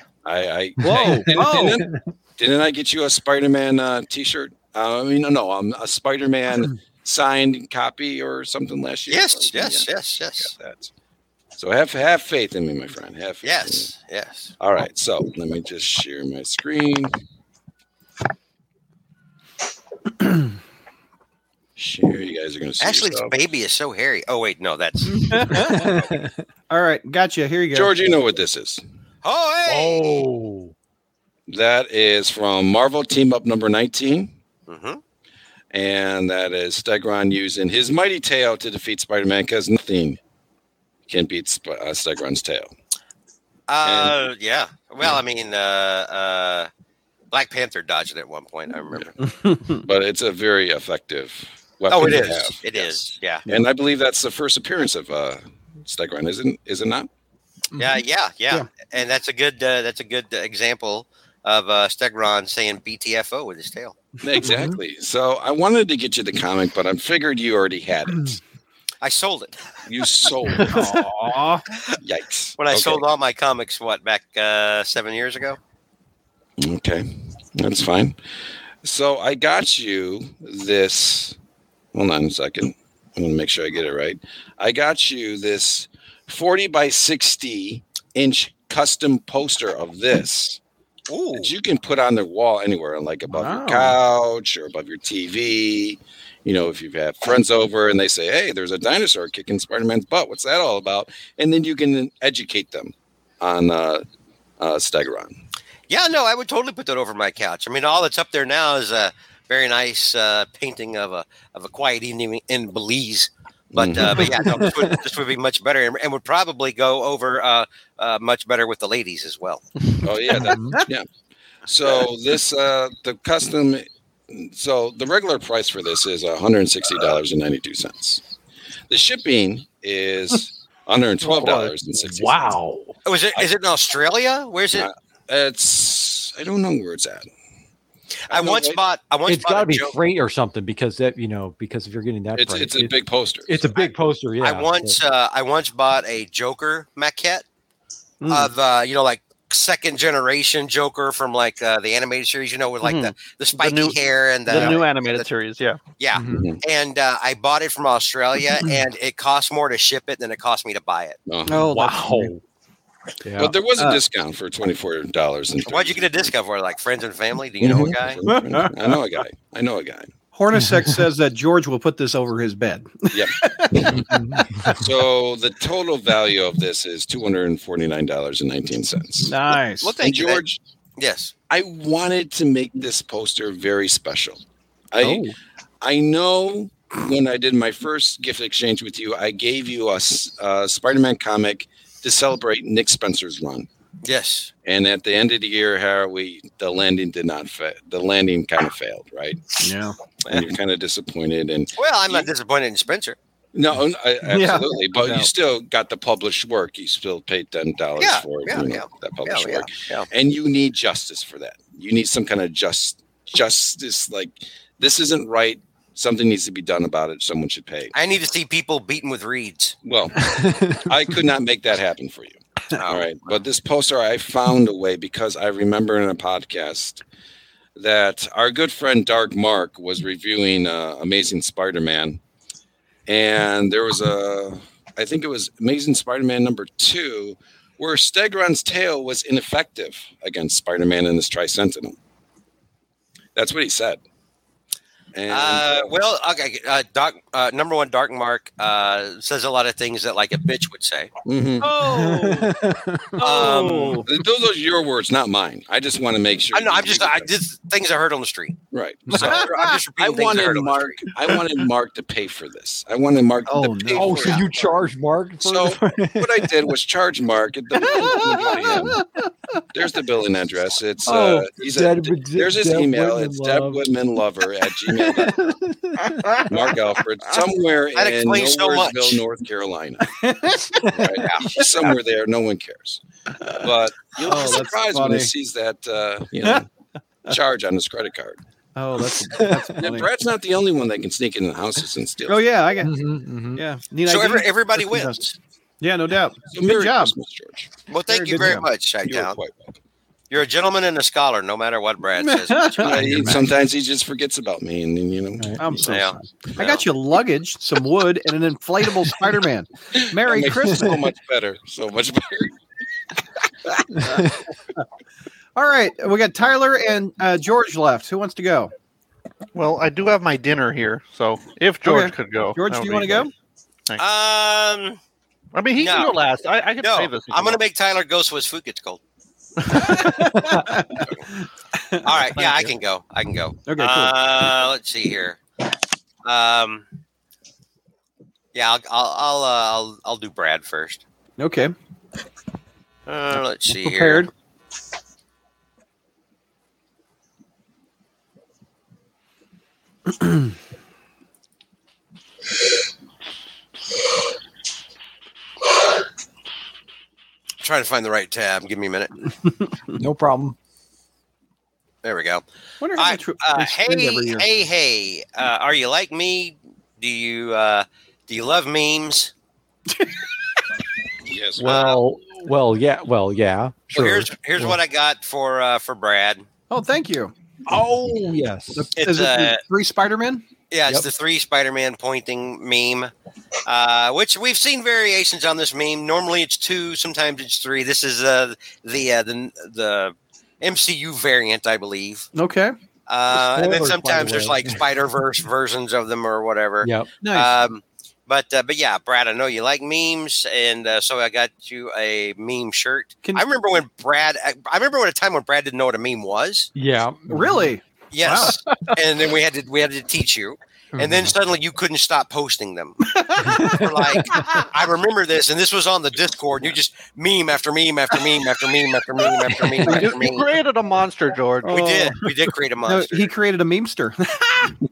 Speaker 2: <laughs>
Speaker 7: I, I
Speaker 2: Whoa,
Speaker 7: Didn't-
Speaker 2: whoa.
Speaker 7: Didn't, didn't I get you a Spider-Man uh, T-shirt? Uh, I mean, no, no, um,
Speaker 2: <clears throat>
Speaker 7: a Spider-Man signed copy or something last year.
Speaker 5: Yes, yes, yes,
Speaker 7: Yeah,
Speaker 5: yes.
Speaker 7: That. So have have faith in me, my friend. Have faith in me.
Speaker 5: Yes, yes.
Speaker 7: All right, so let me just share
Speaker 2: <clears throat>
Speaker 7: my screen. share. You guys are gonna see
Speaker 5: Ashley's
Speaker 7: yourself.
Speaker 5: baby is so hairy. Oh, wait, no, that's.
Speaker 2: All right, gotcha. Here you go.
Speaker 7: George, you know what this is.
Speaker 5: Oh, hey!
Speaker 6: oh.
Speaker 7: That is from Marvel Team Up number 19.
Speaker 5: Mhm.
Speaker 7: and that is Stegron using his mighty tail to defeat Spider-Man because nothing can beat Sp- uh, Stegron's tail.
Speaker 5: Uh, yeah. Well, I mean, uh, uh, Black Panther dodged it at one point. I remember.
Speaker 7: But it's a very effective weapon.
Speaker 5: Oh, it
Speaker 7: to
Speaker 5: is.
Speaker 7: have.
Speaker 5: It is.
Speaker 7: Yes.
Speaker 5: Yeah.
Speaker 7: and I believe that's the first appearance of uh, Stegron, isn't? Is it
Speaker 5: <laughs>
Speaker 7: not?
Speaker 5: Yeah. Yeah. Yeah.
Speaker 2: Yeah.
Speaker 5: And that's a good. Uh, that's a good uh, example of uh, Stegron saying "BTFO" with his tail.
Speaker 7: Exactly. So I wanted to get you the comic, but I figured you already had it.
Speaker 5: I sold it <laughs>
Speaker 7: You sold. it.
Speaker 2: Aw.
Speaker 7: Yikes!
Speaker 5: Oh. when I
Speaker 7: Okay.
Speaker 5: sold all my comics. What back uh, seven years ago?
Speaker 7: Okay, that's fine. So I got you this. Hold on a second. I'm gonna make sure I get it right. I got you this 40 by 60 inch custom poster of this
Speaker 5: Ooh.
Speaker 7: that you can put on the wall anywhere, like above your couch or above your TV. You know, if you've had friends over and they say, "Hey, there's a dinosaur kicking Spider-Man's butt. What's that all about?" and then you can educate them on uh, uh, Stegoron.
Speaker 5: Yeah. No, I would totally put that over my couch. I mean, all that's up there now is a very nice uh, painting of a of a quiet evening in Belize. But uh, but yeah, no, this, would, this would be much better, and, and would probably go over uh, uh, much better with the ladies as well.
Speaker 7: Oh yeah, that, yeah. So this uh the custom so the regular price for this is $160.92. The shipping is under twelve dollars and sixty.
Speaker 6: Wow.
Speaker 5: Oh, is it is it in Australia? Where's it?
Speaker 7: Uh, It's I don't know where it's at.
Speaker 5: I
Speaker 7: no,
Speaker 5: once
Speaker 7: wait.
Speaker 5: bought. I once
Speaker 6: it's
Speaker 5: bought
Speaker 6: got to
Speaker 5: a
Speaker 6: be
Speaker 5: joke.
Speaker 6: freight or something because that you know because if you're getting that
Speaker 7: It's
Speaker 6: price,
Speaker 7: it's a big poster.
Speaker 6: it's a big poster. Yeah.
Speaker 5: I once uh, I once bought a Joker maquette
Speaker 2: Mm.
Speaker 5: of uh, you know like second generation Joker from like uh, the animated series. You know with like the the spiky
Speaker 8: new-
Speaker 5: hair and the,
Speaker 8: the new animated series, yeah.
Speaker 5: yeah.
Speaker 6: mm-hmm.
Speaker 7: Mhm.
Speaker 5: And uh, I bought it from Australia, and it cost more to ship it than it cost me to buy it.
Speaker 7: Uh-huh.
Speaker 2: Oh, that's
Speaker 6: wow.
Speaker 2: weird.
Speaker 6: Yeah.
Speaker 7: But there was a
Speaker 2: Uh,
Speaker 7: discount for twenty four dollars.
Speaker 5: Why'd you get a discount for? Like friends and family? Do you
Speaker 7: Mm-hmm.
Speaker 5: know a guy?
Speaker 7: <laughs> I know a guy. I know a guy.
Speaker 2: Hornacek says that George will put this over his bed.
Speaker 6: Mm-hmm.
Speaker 7: So the total value of this is two hundred and forty nine dollars and nineteen cents.
Speaker 2: Nice.
Speaker 5: Well,
Speaker 7: And
Speaker 5: thank you. That-
Speaker 7: George,
Speaker 5: yes.
Speaker 7: I wanted to make this poster very special. I
Speaker 6: Oh.
Speaker 7: I know when I did my first gift exchange with you, I gave you a s- uh, Spider Man comic to celebrate Nick Spencer's run.
Speaker 5: Yes.
Speaker 7: And at the end of the year, how we the landing did not fa- the landing kind of failed, right?
Speaker 2: yeah.
Speaker 7: And you're kind of disappointed. And
Speaker 5: Well, I'm not disappointed in Spencer.
Speaker 7: no, n- I-
Speaker 8: Yeah.
Speaker 7: absolutely, but
Speaker 2: No.
Speaker 7: you still got the published work. You still paid ten dollars
Speaker 5: Yeah,
Speaker 7: for
Speaker 5: yeah,
Speaker 7: you know,
Speaker 5: yeah.
Speaker 7: that
Speaker 5: Yeah,
Speaker 7: published
Speaker 5: yeah,
Speaker 7: work,
Speaker 5: yeah.
Speaker 7: and you need justice for that. You need some kind of just justice. Like this isn't right. Something needs to be done about it. Someone should pay.
Speaker 5: I need to see people beaten with reeds.
Speaker 7: Well, I could not make that happen for you. All right. But this poster, I found a way because I remember in a podcast that our good friend Dark Mark was reviewing uh, Amazing Spider Man. And there was a, I think it was Amazing Spider Man number two, where Stegron's tail was ineffective against Spider Man and his Trisentinel. That's what he said. And
Speaker 5: Uh, well, okay. Uh, Doc, uh, number one, Dark Mark uh, says a lot of things that like a bitch would say.
Speaker 7: Mhm.
Speaker 8: Oh,
Speaker 5: Oh.
Speaker 7: those are your words, not mine. I just want to make sure.
Speaker 5: I know.
Speaker 7: you
Speaker 5: I'm just,
Speaker 7: get
Speaker 5: I
Speaker 7: that.
Speaker 5: just things I heard on the street.
Speaker 7: Right.
Speaker 5: <laughs> So I'm just
Speaker 7: Ah, <laughs> I
Speaker 5: repeating things I
Speaker 7: wanted
Speaker 5: heard on the
Speaker 7: Mark.
Speaker 5: street.
Speaker 7: I wanted Mark to pay for this. I wanted Mark
Speaker 2: Oh,
Speaker 7: to pay
Speaker 2: no.
Speaker 6: oh,
Speaker 7: for
Speaker 6: so
Speaker 7: it.
Speaker 6: you charge Mark? For
Speaker 7: So <laughs>
Speaker 5: <laughs>
Speaker 7: what I did was charge Mark. At the There's the billing address. It's uh,
Speaker 6: Oh,
Speaker 7: he's a,
Speaker 6: Deb-
Speaker 7: there's his
Speaker 6: Deb
Speaker 7: email.
Speaker 6: Whitman
Speaker 7: it's
Speaker 6: love.
Speaker 7: Deb Whitman Lover at gmail.
Speaker 2: <laughs>
Speaker 7: Mark Alfred, somewhere
Speaker 5: That
Speaker 7: in
Speaker 5: explains so much.
Speaker 7: Nowheresville,
Speaker 2: <laughs>
Speaker 7: North Carolina. Right. He's somewhere there. No one cares. But you'll
Speaker 2: Oh,
Speaker 7: be
Speaker 2: that's
Speaker 7: surprised when
Speaker 2: funny.
Speaker 7: he sees that uh, you know charge on his credit card.
Speaker 2: Oh, that's,
Speaker 5: <laughs>
Speaker 2: that's
Speaker 7: And
Speaker 2: funny.
Speaker 7: Brad's not the only one that can sneak into houses and steal.
Speaker 2: Oh yeah, I got
Speaker 6: Mhm, mhm.
Speaker 2: yeah. Need
Speaker 5: So
Speaker 2: ID?
Speaker 5: every, everybody
Speaker 2: That's fantastic.
Speaker 5: wins.
Speaker 2: Yeah, no doubt.
Speaker 5: <laughs>
Speaker 7: So
Speaker 2: Good
Speaker 7: Merry
Speaker 2: job.
Speaker 7: Christmas, George.
Speaker 5: Well, thank
Speaker 2: Very
Speaker 5: you
Speaker 2: good
Speaker 5: very
Speaker 2: job.
Speaker 5: much,
Speaker 7: You're
Speaker 5: Shakedown.
Speaker 7: quite welcome.
Speaker 5: You're a gentleman and a scholar, no matter what
Speaker 2: <laughs>
Speaker 5: Brad says. about you.
Speaker 7: Uh, he- sometimes he just forgets about me, and then you know.
Speaker 6: Right.
Speaker 2: I'm so
Speaker 5: Yeah.
Speaker 2: sorry. I got you luggage, some wood, and an inflatable Spider-Man. Merry
Speaker 7: That makes it
Speaker 2: Christmas.
Speaker 7: So much better. So much <laughs> better.
Speaker 2: All right, we got Tyler and uh, George left. Who wants to go? <laughs>
Speaker 8: well, I do have my dinner here, so if George
Speaker 2: Okay.
Speaker 8: could go,
Speaker 2: George,
Speaker 8: that
Speaker 2: do you
Speaker 8: would
Speaker 2: want to
Speaker 8: be
Speaker 2: go?
Speaker 8: great.
Speaker 5: Um,
Speaker 8: I mean, he can
Speaker 5: No.
Speaker 8: go last. I, I can
Speaker 5: no,
Speaker 8: save this. if
Speaker 5: I'm
Speaker 8: you
Speaker 5: gonna
Speaker 8: want.
Speaker 5: make Tyler go so his food gets
Speaker 8: <laughs>
Speaker 5: cold. All right, yeah, I can go. I can go.
Speaker 2: Okay, cool.
Speaker 5: Uh, let's see here. Um, yeah, I'll I'll I'll, uh, I'll, I'll do Brad first.
Speaker 2: okay,
Speaker 5: Uh, let's see
Speaker 2: prepared.
Speaker 5: here. I'm <clears throat> trying to find the right tab. Give me a minute.
Speaker 6: No problem.
Speaker 5: There we go.
Speaker 2: Wonder how
Speaker 5: I,
Speaker 2: much we
Speaker 5: uh,
Speaker 2: spend every
Speaker 5: hey,
Speaker 2: year.
Speaker 5: hey, hey! Uh, are you like me? Do you uh, do you love memes?
Speaker 7: Yes.
Speaker 6: Well, well, yeah, well, yeah. Sure.
Speaker 5: Well, here's here's what I got for uh, for Brad.
Speaker 2: Oh, thank you.
Speaker 6: oh yes.
Speaker 5: It's,
Speaker 2: Is it
Speaker 5: uh,
Speaker 2: the three Spider-Man?
Speaker 5: Yeah, it's
Speaker 6: Yep.
Speaker 5: the three Spider-Man pointing meme, uh, which we've seen variations on this meme. Normally, it's two, sometimes it's three. This is uh, the uh, the the MCU variant, I believe,
Speaker 2: Okay,
Speaker 5: uh, and then
Speaker 6: Spoilers, by
Speaker 5: sometimes
Speaker 6: the
Speaker 5: there's
Speaker 6: way.
Speaker 5: like Spider Verse versions of them or whatever.
Speaker 6: Yep.
Speaker 2: nice.
Speaker 5: Um, but uh, but yeah, Brad, I know you like memes, and uh, so I got you a meme shirt.
Speaker 2: Can-
Speaker 5: I remember when Brad. I, I remember when a time when Brad didn't know what a meme was.
Speaker 6: Yeah.
Speaker 2: really?
Speaker 5: Yes, and then we had to we had to teach you and
Speaker 6: Mm-hmm.
Speaker 5: then suddenly you couldn't stop posting them. You're like I remember this, and this was on the Discord. And you just meme after meme after meme after meme after meme after meme
Speaker 8: You-
Speaker 5: after
Speaker 8: you
Speaker 2: <laughs>
Speaker 5: meme.
Speaker 8: created a monster, George.
Speaker 5: We did, we did create a
Speaker 2: Oh. No, <laughs>
Speaker 5: monster.
Speaker 2: he created a memester.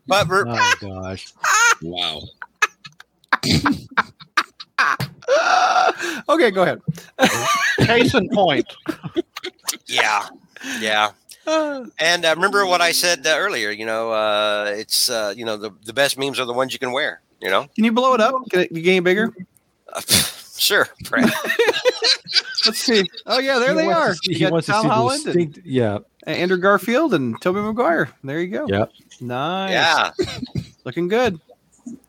Speaker 5: But re-
Speaker 2: <laughs>
Speaker 6: Oh gosh.
Speaker 7: Wow.
Speaker 2: <laughs> okay, go ahead.
Speaker 8: <laughs> Case in point.
Speaker 5: yeah, yeah. And uh, remember what I said uh, earlier. You know, uh, it's uh, you know the the best memes are the ones you can wear. You know, <laughs>
Speaker 2: Can you blow it up? Can it get any bigger?
Speaker 5: sure. Brad.
Speaker 2: Let's see. Oh yeah, there
Speaker 6: He
Speaker 2: they
Speaker 6: wants to
Speaker 2: are.
Speaker 6: see-
Speaker 2: You
Speaker 6: he
Speaker 2: got
Speaker 6: wants to
Speaker 2: Tom
Speaker 6: see the
Speaker 2: Holland and
Speaker 6: distinct- yeah,
Speaker 2: and Andrew Garfield and Toby Maguire. There you go.
Speaker 6: Yep.
Speaker 2: Nice.
Speaker 5: yeah,
Speaker 2: Looking good.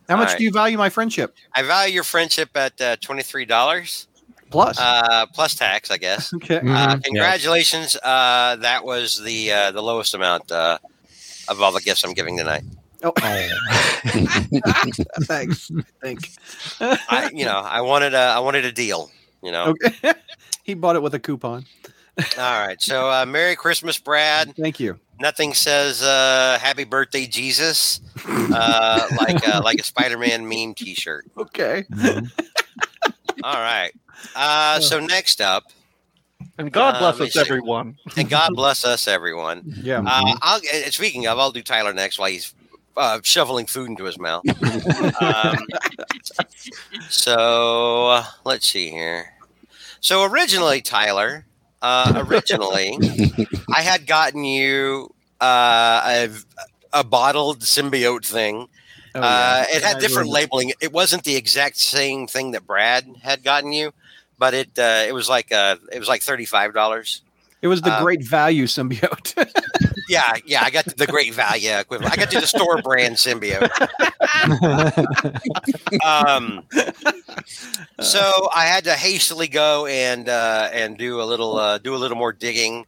Speaker 2: How much
Speaker 5: All right.
Speaker 2: do you value my friendship?
Speaker 5: I value your friendship at uh, twenty three dollars
Speaker 2: Plus.
Speaker 5: uh, plus tax, I guess.
Speaker 2: okay.
Speaker 5: Uh,
Speaker 6: Mhm.
Speaker 5: congratulations. Uh, that was the uh, the lowest amount uh, of all the gifts I'm giving tonight.
Speaker 6: Yeah.
Speaker 2: Oh. <laughs> Thanks. I think.
Speaker 5: I, you know, I wanted a I wanted a deal. You know.
Speaker 2: Okay. <laughs> he bought it with a coupon.
Speaker 5: All right. So uh, Merry Christmas, Brad.
Speaker 2: Thank you.
Speaker 5: Nothing says uh, Happy Birthday, Jesus, uh, like uh, like a Spider Man meme T-shirt.
Speaker 2: Okay.
Speaker 6: Mm-hmm.
Speaker 5: All right. Uh, so next up,
Speaker 8: And God
Speaker 5: Uh,
Speaker 8: bless
Speaker 5: let me
Speaker 8: us,
Speaker 5: see.
Speaker 8: everyone.
Speaker 5: and God bless us, everyone.
Speaker 2: Yeah.
Speaker 5: Uh, I'll, and speaking of, I'll do Tyler next while he's uh, shoveling food into his mouth. um, so uh, let's see here. So originally, Tyler, uh, originally, I had gotten you uh, a, a bottled symbiote thing.
Speaker 2: Oh,
Speaker 5: uh,
Speaker 2: yeah.
Speaker 5: it had
Speaker 2: I
Speaker 5: different
Speaker 2: ruined
Speaker 5: labeling. It wasn't the exact same thing that Brad had gotten you, but it uh, it was like uh, it was like thirty five dollars.
Speaker 2: it. It was the
Speaker 5: uh,
Speaker 2: great value symbiote. <laughs>
Speaker 5: Yeah, yeah, I got the great value equivalent. I got you the store brand symbiote.
Speaker 2: <laughs>
Speaker 5: Um, so I had to hastily go and uh, and do a little uh, do a little more digging,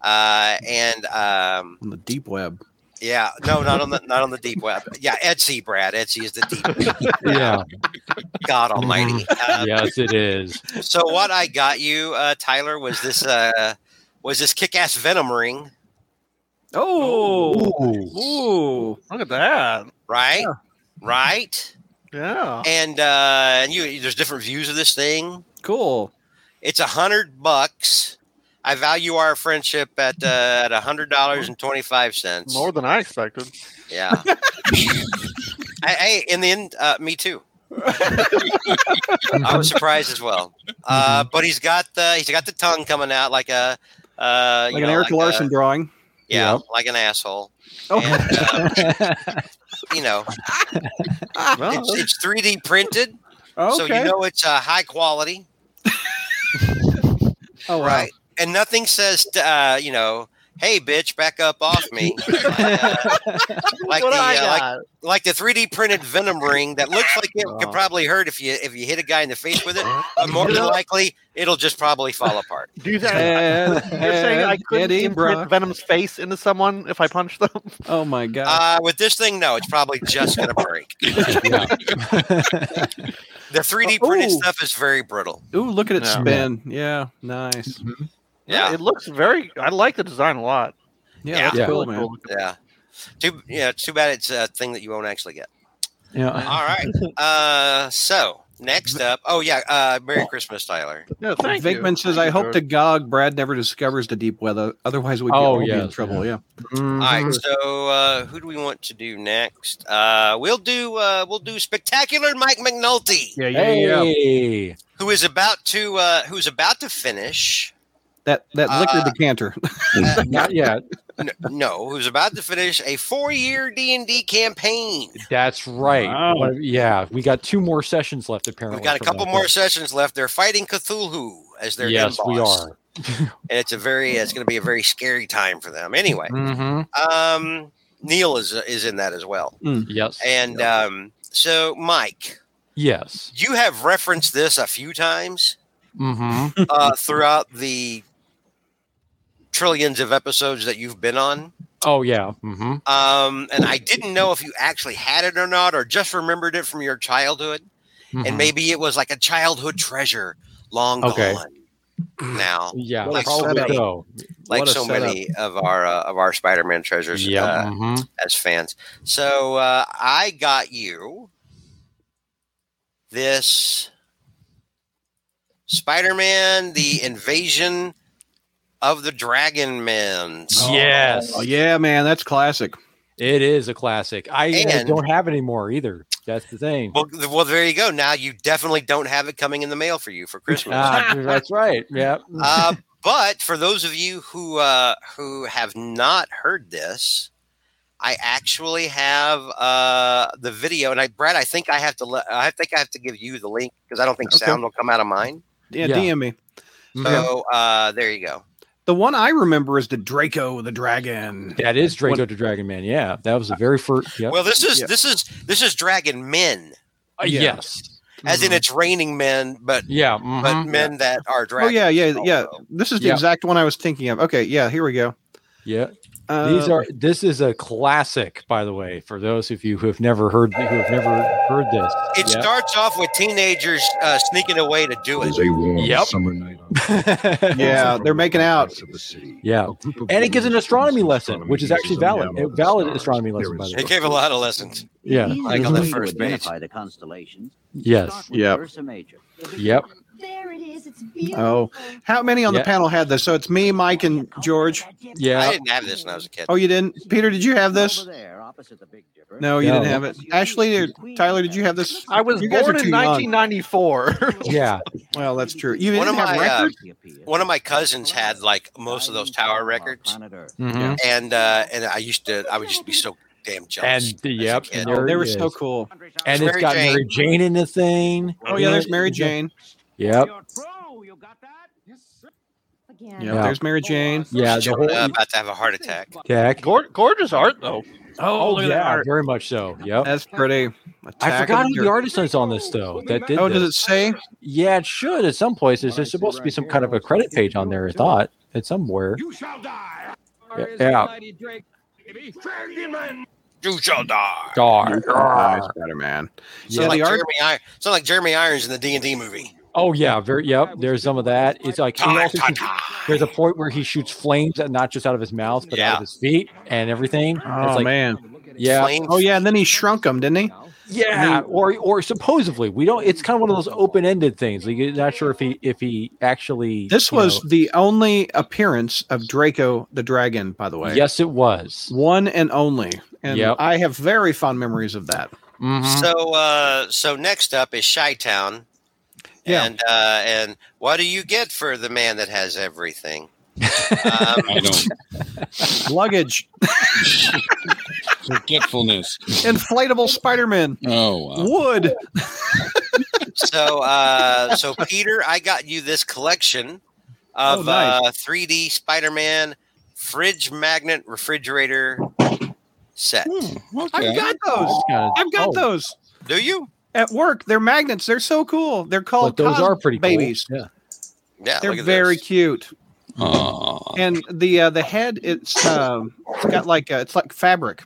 Speaker 5: uh, and um,
Speaker 2: on the deep web.
Speaker 5: yeah, no, not on the not on the deep web. Yeah, Etsy, Brad. Etsy is the deep.
Speaker 2: <laughs>
Speaker 6: yeah.
Speaker 5: God Almighty. Uh,
Speaker 6: Yes, it is.
Speaker 5: So what I got you, uh, Tyler, was this uh, was this kick-ass Venom ring,
Speaker 2: Oh. Ooh.
Speaker 8: Look at that.
Speaker 5: right? Right.
Speaker 8: Yeah.
Speaker 5: And uh, and you, there's different views of this thing.
Speaker 2: Cool.
Speaker 5: It's a hundred bucks. I value our friendship at uh, at a hundred dollars and twenty five cents.
Speaker 8: More than I expected.
Speaker 2: <laughs>
Speaker 5: Yeah. I, hey, in the end, uh, me too. I was surprised as well. Uh,
Speaker 2: Mm-hmm.
Speaker 5: but he's got the he's got the tongue coming out like a uh, you
Speaker 2: Like an
Speaker 5: know,
Speaker 2: Eric
Speaker 5: like a-
Speaker 2: Larson drawing.
Speaker 5: yeah,
Speaker 6: Yep.
Speaker 5: like an asshole.
Speaker 2: Oh. <laughs>
Speaker 5: And, uh, you know,
Speaker 8: Well,
Speaker 5: it's, it's 3D printed,
Speaker 2: Okay.
Speaker 5: so you know it's uh, high quality.
Speaker 2: oh, wow.
Speaker 5: Right. And nothing says, uh, you know, hey, bitch, back up off
Speaker 8: <laughs>
Speaker 5: me. like, uh, like the,
Speaker 8: what I
Speaker 5: uh, like,
Speaker 8: got.
Speaker 5: like the 3D printed Venom ring that looks like it could
Speaker 8: Oh.
Speaker 5: probably hurt if you if you hit a guy in the face with it, but more than likely it'll just probably fall apart.
Speaker 8: Do you think
Speaker 2: And-
Speaker 5: <laughs>
Speaker 8: you're saying I
Speaker 2: and
Speaker 8: couldn't
Speaker 2: Eddie
Speaker 8: imprint
Speaker 2: Brock.
Speaker 8: Venom's face into someone if I punched them? <laughs>
Speaker 2: Oh, my God.
Speaker 5: Uh, with this thing, no, it's probably just gonna break.
Speaker 6: Yeah.
Speaker 5: The 3D printed
Speaker 8: Oh.
Speaker 2: Ooh.
Speaker 5: stuff is very brittle.
Speaker 2: Ooh, look at it
Speaker 8: No.
Speaker 2: spin. Yeah, nice.
Speaker 5: Mm-hmm. Yeah.
Speaker 8: It looks very. I like the design a lot.
Speaker 2: Yeah,
Speaker 5: Yeah.
Speaker 2: that's
Speaker 6: Yeah.
Speaker 2: cool,
Speaker 8: Really
Speaker 2: man.
Speaker 8: cool.
Speaker 5: Yeah. Too yeah, too bad it's a thing that you won't actually get.
Speaker 6: yeah.
Speaker 5: All
Speaker 6: <laughs>
Speaker 5: right. Uh so next up. Oh yeah, uh Merry Christmas, Tyler.
Speaker 8: Yeah, thank you.
Speaker 2: Vigman says,
Speaker 8: Thank
Speaker 2: "I
Speaker 8: you,
Speaker 2: hope
Speaker 8: George.
Speaker 2: to God Brad never discovers the deep weather. Otherwise, we'd be
Speaker 6: Oh,
Speaker 2: all be in
Speaker 6: yes,
Speaker 2: trouble." Yeah. Mm-hmm.
Speaker 5: All
Speaker 6: Mm-hmm.
Speaker 5: right, so uh who do we want to do next? Uh we'll do uh we'll do spectacular Mike McNulty,
Speaker 8: Yeah, yeah, yeah.
Speaker 6: Hey.
Speaker 5: who is about to uh who's about to finish
Speaker 2: That that liquor
Speaker 5: Uh,
Speaker 2: decanter.
Speaker 6: Not yet.
Speaker 5: n- no, who's about to finish a four year D and D campaign.
Speaker 6: That's right.
Speaker 2: Wow.
Speaker 6: One- Yeah, we got two more sessions left. Apparently,
Speaker 5: We've got a
Speaker 6: from
Speaker 5: couple
Speaker 6: that
Speaker 5: more
Speaker 6: book.
Speaker 5: sessions left. They're fighting Cthulhu as their
Speaker 6: Yes,
Speaker 5: end
Speaker 6: we
Speaker 5: boss.
Speaker 6: are.
Speaker 5: and it's a very it's going to be a very scary time for them anyway
Speaker 6: Mm-hmm.
Speaker 5: um neil is is in that as well
Speaker 6: Yes.
Speaker 5: and um so mike
Speaker 6: yes.
Speaker 5: you have referenced this a few times
Speaker 6: Mm-hmm.
Speaker 5: uh throughout the trillions of episodes that you've been on
Speaker 6: Oh yeah. Mm-hmm.
Speaker 5: um and i didn't know if you actually had it or not or just remembered it from your childhood and maybe it was like a childhood treasure long
Speaker 6: Mm-hmm. Okay.
Speaker 5: gone now
Speaker 6: Yeah.
Speaker 5: What a setup.
Speaker 6: probably so.
Speaker 5: like
Speaker 2: What a
Speaker 5: so
Speaker 2: setup.
Speaker 5: many of our uh, of our spider-man treasures
Speaker 6: Yeah.
Speaker 5: uh,
Speaker 6: mhm.
Speaker 5: as fans. So uh, I got you this Spider-Man: The Invasion of the Dragon Men.
Speaker 6: Yes.
Speaker 2: oh yeah, man, Oh, that's classic.
Speaker 6: It is a classic. I, I
Speaker 5: And-
Speaker 6: don't have it anymore either. That's the thing.
Speaker 5: Well, th- well, there you go. Now you definitely don't have it coming in the mail for you for Christmas.
Speaker 6: Ah, that's right. Yeah.
Speaker 5: <laughs> uh, but for those of you who uh, who have not heard this, I actually have uh, the video, and I, Brad, I think I have to. Let, I think I have to give you the link because I don't think
Speaker 2: Okay.
Speaker 5: sound will come out of mine.
Speaker 2: Yeah,
Speaker 6: Yeah.
Speaker 2: DM me.
Speaker 6: Mm-hmm.
Speaker 5: So uh, there you go.
Speaker 2: The one I remember is the Draco the Dragon.
Speaker 6: that is Draco the Dragon Man. Yeah. That was the very first. Yep.
Speaker 5: Well, this is
Speaker 2: Yeah.
Speaker 5: this is this is Dragon Men,
Speaker 6: Uh,
Speaker 2: yeah.
Speaker 6: Yes.
Speaker 5: as in it's raining men, but
Speaker 6: Yeah.
Speaker 5: but
Speaker 8: Mm-hmm.
Speaker 2: Mm-hmm.
Speaker 6: mhm.
Speaker 5: men that are
Speaker 2: Oh
Speaker 5: dragons.
Speaker 2: yeah, yeah, yeah.
Speaker 5: also.
Speaker 2: This is the
Speaker 6: Yeah.
Speaker 2: exact one I was thinking of. Okay, yeah, here we go.
Speaker 6: Yeah.
Speaker 2: Uh,
Speaker 6: These are this is a classic, by the way, for those of you who have never heard who have never heard this.
Speaker 5: It starts off with teenagers uh, sneaking away to do it.
Speaker 6: Yep.
Speaker 10: summer night on
Speaker 6: Yeah.
Speaker 2: Yeah, they're making out.
Speaker 10: of the city.
Speaker 6: <laughs> yeah.
Speaker 10: A group of
Speaker 6: And it gives an
Speaker 10: women
Speaker 6: astronomy
Speaker 10: performs
Speaker 6: lesson,
Speaker 10: astronomy
Speaker 6: which is actually
Speaker 10: pieces on the
Speaker 6: valid. A
Speaker 10: above the
Speaker 6: valid
Speaker 10: stars.
Speaker 6: astronomy lesson,
Speaker 10: There
Speaker 6: by the
Speaker 10: is
Speaker 6: way.
Speaker 5: It gave a lot of lessons.
Speaker 6: Yeah.
Speaker 5: like on the first page.
Speaker 11: identify the constellations.
Speaker 6: Yes.
Speaker 11: Start with
Speaker 2: Yep.
Speaker 11: Ursa Major.
Speaker 6: Yep.
Speaker 12: There it is. It's beautiful.
Speaker 2: Oh, how many on
Speaker 6: Yeah.
Speaker 2: the panel had this? So it's me, Mike, and George.
Speaker 6: Yeah.
Speaker 5: I didn't have this when I was a kid.
Speaker 2: Oh, you didn't? Peter, did you have this?
Speaker 11: Over there, opposite the Big Dipper.
Speaker 2: No, you
Speaker 6: No.
Speaker 2: didn't have it. Ashley or Tyler, did you have this?
Speaker 8: I was
Speaker 2: You guys
Speaker 8: born
Speaker 2: are too
Speaker 8: in
Speaker 2: young.
Speaker 8: <laughs> 1994.
Speaker 6: Yeah.
Speaker 2: Well, that's true. You
Speaker 5: One
Speaker 2: didn't
Speaker 5: of
Speaker 2: have
Speaker 5: my, uh,
Speaker 2: records.
Speaker 5: One of my cousins had like most of those Tower records,
Speaker 11: Planet Earth.
Speaker 6: Mhm.
Speaker 5: and uh, and I used to I would just be so damn jealous.
Speaker 6: And yep.
Speaker 5: kid.
Speaker 6: And
Speaker 2: Oh,
Speaker 6: there
Speaker 2: they
Speaker 6: it
Speaker 2: were
Speaker 6: is.
Speaker 2: so cool.
Speaker 6: And
Speaker 5: It's
Speaker 6: it's got
Speaker 5: Mary
Speaker 6: Mary Jane in the thing.
Speaker 2: Oh yeah, there's
Speaker 6: Yeah.
Speaker 2: Mary Jane.
Speaker 6: Yep.
Speaker 12: Again.
Speaker 2: Yeah,
Speaker 6: Yeah.
Speaker 2: there's Mary Jane.
Speaker 6: Yeah. The
Speaker 5: Children
Speaker 6: whole
Speaker 5: are about to have a heart attack.
Speaker 6: deck.
Speaker 8: Gor- gorgeous art though.
Speaker 6: Oh, yeah. Very much so. Yep.
Speaker 2: That's pretty.
Speaker 6: I
Speaker 2: Attack of
Speaker 6: forgot who the
Speaker 2: Jer-
Speaker 6: artist is on this though. That did.
Speaker 2: Oh, does
Speaker 6: this.
Speaker 2: it say?
Speaker 6: Yeah, it should at some places. There's
Speaker 10: Honestly,
Speaker 6: supposed to be
Speaker 10: right
Speaker 6: some
Speaker 10: here,
Speaker 6: kind of a
Speaker 10: looks
Speaker 6: credit
Speaker 10: like
Speaker 6: page on there. I
Speaker 10: it's
Speaker 6: thought at somewhere.
Speaker 9: You shall die.
Speaker 6: Yeah, Yeah.
Speaker 9: Dragon Man. You shall die.
Speaker 6: Dar.
Speaker 2: Spider-Man.
Speaker 5: So
Speaker 2: Yeah,
Speaker 5: like
Speaker 2: the art-
Speaker 5: Jeremy, Ir- so like Jeremy Irons in the D and D movie.
Speaker 6: Oh yeah, very yep. There's some of that. It's like he also shoots- there's a point where he shoots flames and not just out of his mouth, but out
Speaker 5: Yeah.
Speaker 6: of his feet and everything.
Speaker 2: Oh
Speaker 6: it's like,
Speaker 2: man.
Speaker 6: Yeah.
Speaker 5: Flames.
Speaker 2: Oh yeah, and then he shrunk him, didn't he?
Speaker 6: Yeah, or or supposedly we don't. It's kind of one of those open-ended things. Like, you're not sure if he if he actually.
Speaker 2: This
Speaker 6: you
Speaker 2: was
Speaker 6: know-
Speaker 2: the only appearance of Draco the Dragon, by the way.
Speaker 6: yes, it was.
Speaker 2: One and only. And
Speaker 6: Yep.
Speaker 2: I have very fond memories of that.
Speaker 7: Mm-hmm.
Speaker 6: Mhm.
Speaker 5: So uh, so next up is Chi Town.
Speaker 2: Yeah.
Speaker 5: And uh, and what do you get for the man that has
Speaker 6: <laughs>
Speaker 5: everything? um,
Speaker 7: I don't.
Speaker 2: Luggage,
Speaker 7: Forgetfulness.
Speaker 2: inflatable Spider-Man,
Speaker 7: Oh, wow.
Speaker 2: wood.
Speaker 5: so uh, so Peter, I got you this collection of
Speaker 2: Oh, nice.
Speaker 5: uh, 3D Spider-Man fridge magnet refrigerator set.
Speaker 7: Hmm, okay.
Speaker 2: I've got those.
Speaker 6: Yeah.
Speaker 2: I've got
Speaker 6: Oh,
Speaker 2: those
Speaker 5: Do you?
Speaker 2: at work. They're magnets. They're so cool. They're called
Speaker 6: But those
Speaker 2: cos-
Speaker 6: are pretty cool.
Speaker 2: babies.
Speaker 6: Yeah.
Speaker 5: Yeah,
Speaker 2: They're
Speaker 5: look at
Speaker 2: very
Speaker 5: this.
Speaker 2: cute.
Speaker 7: Aw.
Speaker 2: And the uh, the head, it's um, it's got like uh it's like fabric.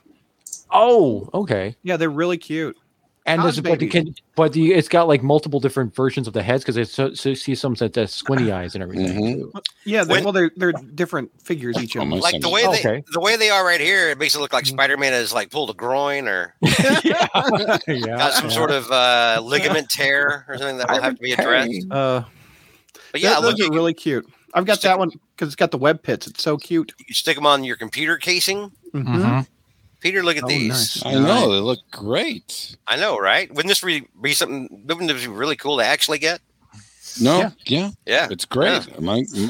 Speaker 6: Oh, okay.
Speaker 2: Yeah, they're really cute.
Speaker 6: And
Speaker 2: Cos
Speaker 6: there's but you
Speaker 2: babies.
Speaker 6: can but the, it's got like multiple different versions of the heads because it's so, so see some that has
Speaker 4: Uh-huh.
Speaker 6: squinty eyes and everything.
Speaker 7: Mhm.
Speaker 4: Mm-hmm.
Speaker 6: too.
Speaker 2: Yeah, they,
Speaker 5: When-
Speaker 2: well, they're they're different figures each of
Speaker 7: Oh,
Speaker 2: them.
Speaker 7: my
Speaker 5: like
Speaker 7: son's-
Speaker 5: the way
Speaker 6: Okay.
Speaker 5: they the way they are right here, it makes it look like
Speaker 2: Hmm.
Speaker 5: Spider Man has like pulled a groin or
Speaker 2: <laughs>
Speaker 6: yeah,
Speaker 5: got some sort of uh, ligament tear or something that will have to be addressed.
Speaker 2: Uh,
Speaker 5: But yeah,
Speaker 2: those-
Speaker 5: look,
Speaker 2: those
Speaker 5: you,
Speaker 2: are really cute. I've got that one because it's got the web pits. It's so cute.
Speaker 5: you stick them on your computer casing.
Speaker 2: Mhm.
Speaker 7: Mm-hmm.
Speaker 6: Mhm.
Speaker 5: Peter, look at
Speaker 2: Oh,
Speaker 5: these.
Speaker 2: nice.
Speaker 7: I know they look great.
Speaker 5: I know, right? Wouldn't this re- be something? Wouldn't this be really cool to actually get?
Speaker 7: No,
Speaker 6: Yeah.
Speaker 7: yeah,
Speaker 5: Yeah,
Speaker 7: it's great. My, my-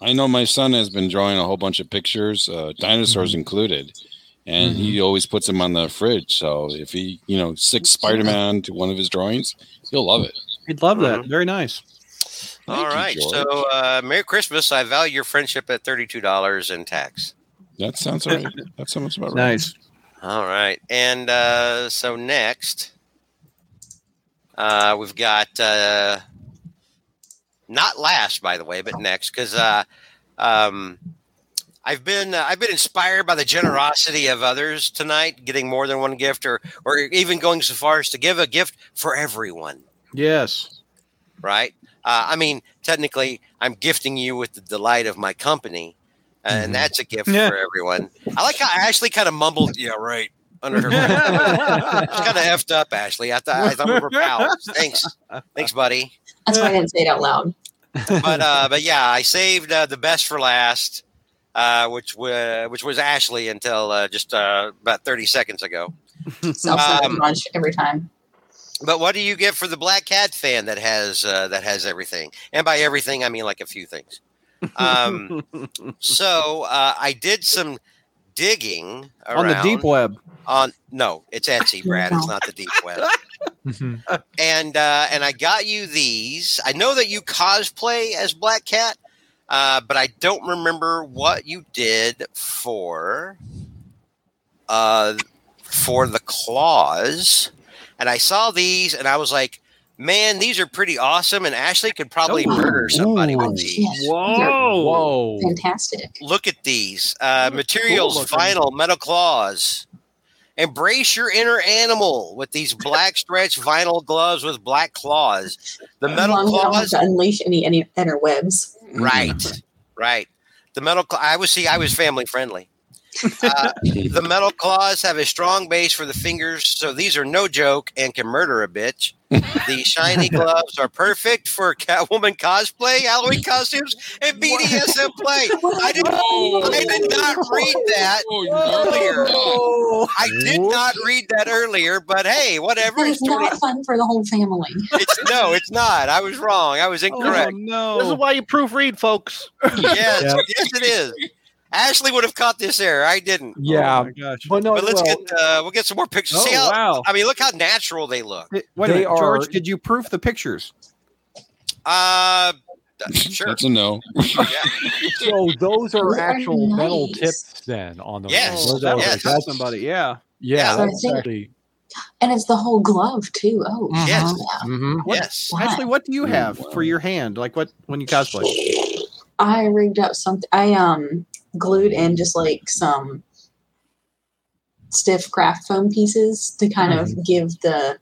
Speaker 7: I know my son has been drawing a whole bunch of pictures, uh, dinosaurs included, and he always puts them on the fridge. So if he, you know, sticks Spider Man to one of his drawings, he'll love it.
Speaker 2: I'd love
Speaker 5: Mm-hmm.
Speaker 2: that. Very nice.
Speaker 7: Thank
Speaker 5: All
Speaker 7: you,
Speaker 5: right.
Speaker 7: George.
Speaker 5: so, uh, Merry Christmas. I value your friendship at $32 in tax.
Speaker 7: That sounds all
Speaker 5: <laughs>
Speaker 7: right. That sounds about right.
Speaker 2: Nice.
Speaker 5: All right. And uh, so, next, uh, we've got uh, not last, by the way, but next, because uh, um, I've been uh, I've been inspired by the generosity of others tonight, getting more than one gift, or or even going so far as to give a gift for everyone.
Speaker 2: Yes.
Speaker 5: right? Uh, I mean, technically, I'm gifting you with the delight of my company, and that's a gift
Speaker 2: Yeah.
Speaker 5: for everyone. I like how Ashley kind of mumbled, "Yeah, right." Under her, breath. it's kind of effed up, Ashley. I thought I thought we were pals. Thanks, thanks, buddy.
Speaker 4: That's why I didn't say it out loud.
Speaker 5: But uh, but yeah, I saved uh, the best for last. uh, which wa- which was Ashley until uh, just uh, about thirty seconds ago. Um,
Speaker 4: Self-sabotage every time.
Speaker 5: But what do you get for the black cat fan that has uh, that has everything? And by everything, I mean like a few things.
Speaker 2: <laughs>
Speaker 5: Um, so uh, I did some digging around
Speaker 2: on the deep web.
Speaker 5: On Uh, no, it's Etsy, Brad. It's not the deep web. and uh, and I got you these. I know that you cosplay as Black Cat, uh, but I don't remember what you did for uh, for the claws. And I saw these, and I was like, "Man, these are pretty awesome!" And Ashley could probably murder somebody with these.
Speaker 4: Whoa.
Speaker 5: Oh.
Speaker 4: Whoa. Fantastic.
Speaker 5: Look at these uh, materials:
Speaker 4: cool looking.
Speaker 5: vinyl, metal claws. Embrace your inner animal with these black stretch vinyl gloves with black claws. The metal
Speaker 4: As long as I don't have
Speaker 5: claws,
Speaker 4: to unleash any, any inner webs.
Speaker 5: right, right. The metal. Cl- I was see. I was
Speaker 4: <laughs>
Speaker 5: family friendly. Uh, the metal claws have a strong base for the fingers, so these are no joke and can murder a bitch.
Speaker 6: <laughs>
Speaker 5: The shiny gloves are perfect for Catwoman cosplay, Halloween costumes, and BDSM play. I did, I did not read that earlier. I did not read that earlier, but hey, whatever.
Speaker 4: That
Speaker 5: It's
Speaker 4: is not
Speaker 5: 20
Speaker 4: fun for the whole family.
Speaker 5: it's, no, it's not. I was wrong. I was incorrect.
Speaker 2: Oh, no.
Speaker 8: This is why you proofread, folks.
Speaker 5: Yes,
Speaker 6: Yeah.
Speaker 5: yes, it is. Ashley would have caught this error. I didn't.
Speaker 6: Yeah. But no,
Speaker 5: but let's
Speaker 6: well,
Speaker 5: get uh, we'll get some more pictures.
Speaker 2: Oh,
Speaker 5: See how,
Speaker 2: wow.
Speaker 5: I mean, look how natural they look.
Speaker 2: Wait a
Speaker 6: They
Speaker 2: minute, George.
Speaker 6: are-
Speaker 2: Did you proof the pictures?
Speaker 5: Uh, d- sure.
Speaker 7: That's a no.
Speaker 5: Yeah.
Speaker 6: so those are
Speaker 4: Those are
Speaker 6: actual metal
Speaker 4: nice.
Speaker 6: tips then on those.
Speaker 5: Yes.
Speaker 6: Those
Speaker 2: Oh, that
Speaker 6: are-
Speaker 2: would
Speaker 5: yes.
Speaker 2: help somebody. Yeah.
Speaker 6: yeah,
Speaker 5: Yeah.
Speaker 6: that's
Speaker 4: I think-
Speaker 6: actually.
Speaker 4: And it's the whole glove, too. Oh,
Speaker 5: Yes.
Speaker 4: yeah.
Speaker 6: Mhm.
Speaker 2: What-
Speaker 5: Yes.
Speaker 4: Wow.
Speaker 2: Actually, what
Speaker 6: Mm.
Speaker 2: do you have for your hand? Like what when you cosplay?
Speaker 4: I rigged up something. I um glued in just like some stiff craft foam pieces to kind
Speaker 2: Mm-hmm.
Speaker 4: of give the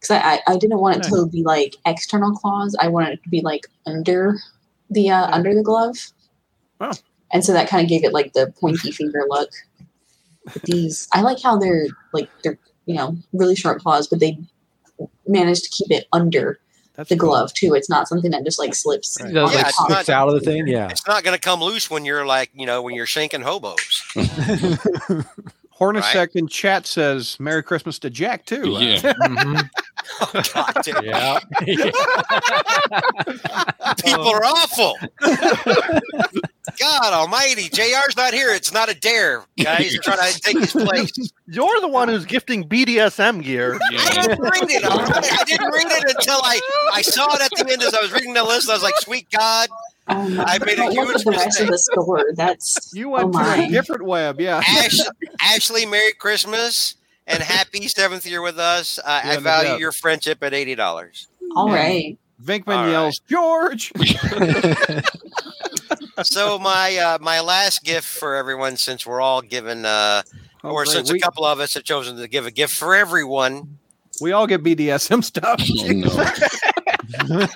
Speaker 4: because I, I I didn't want it to be like external claws. I wanted it to be like under the uh, under the glove.
Speaker 2: Wow.
Speaker 4: And so that kind of gave it like the
Speaker 2: <laughs>
Speaker 4: pointy finger look. But these I like how they're like they're you know really sharp claws, but they managed to keep it under
Speaker 2: That's
Speaker 4: the
Speaker 2: cool.
Speaker 4: glove too. It's not something that just like slips.
Speaker 2: Right.
Speaker 6: Those,
Speaker 5: Yeah,
Speaker 6: like,
Speaker 5: it's not-
Speaker 6: sticks out of the thing. Yeah.
Speaker 5: It's not going to come loose when you're like you know when you're shanking hobos.
Speaker 2: Hornacek in chat says Merry Christmas to Jack too.
Speaker 5: uh, <laughs>
Speaker 7: Yeah.
Speaker 6: Mhm.
Speaker 5: God,
Speaker 2: <laughs>
Speaker 5: dude,
Speaker 6: yeah. <laughs>
Speaker 5: People are awful. <laughs> God Almighty, Jr's not here. It's not a dare, guys. Trying to take his place.
Speaker 8: You're the one who's gifting BDSM gear.
Speaker 5: I
Speaker 7: Yeah.
Speaker 5: didn't read it. all right? I didn't read it until I, I saw it at the end as I was reading the list. I was like, sweet God,
Speaker 4: Um,
Speaker 5: I made a
Speaker 4: don't look
Speaker 5: huge
Speaker 4: at the rest of
Speaker 5: mistake.
Speaker 4: the store.
Speaker 5: <laughs>
Speaker 4: That's
Speaker 8: You
Speaker 4: oh
Speaker 8: went to
Speaker 4: my.
Speaker 2: Different web, yeah.
Speaker 5: Ash, Ashley, Merry Christmas and happy seventh year with us. Uh,
Speaker 2: Yeah,
Speaker 5: I
Speaker 2: no
Speaker 5: value
Speaker 2: doubt.
Speaker 5: your friendship at eighty dollars.
Speaker 4: All right.
Speaker 2: Vinkman
Speaker 5: All right.
Speaker 2: yells,
Speaker 8: <laughs>
Speaker 2: George.
Speaker 5: So my uh, my last gift for everyone, since we're all given, uh,
Speaker 2: Oh,
Speaker 5: or
Speaker 2: great.
Speaker 5: since
Speaker 2: we,
Speaker 5: a couple of us have chosen to give a gift for everyone.
Speaker 2: we all get BDSM <laughs> stuff.
Speaker 7: Oh, no.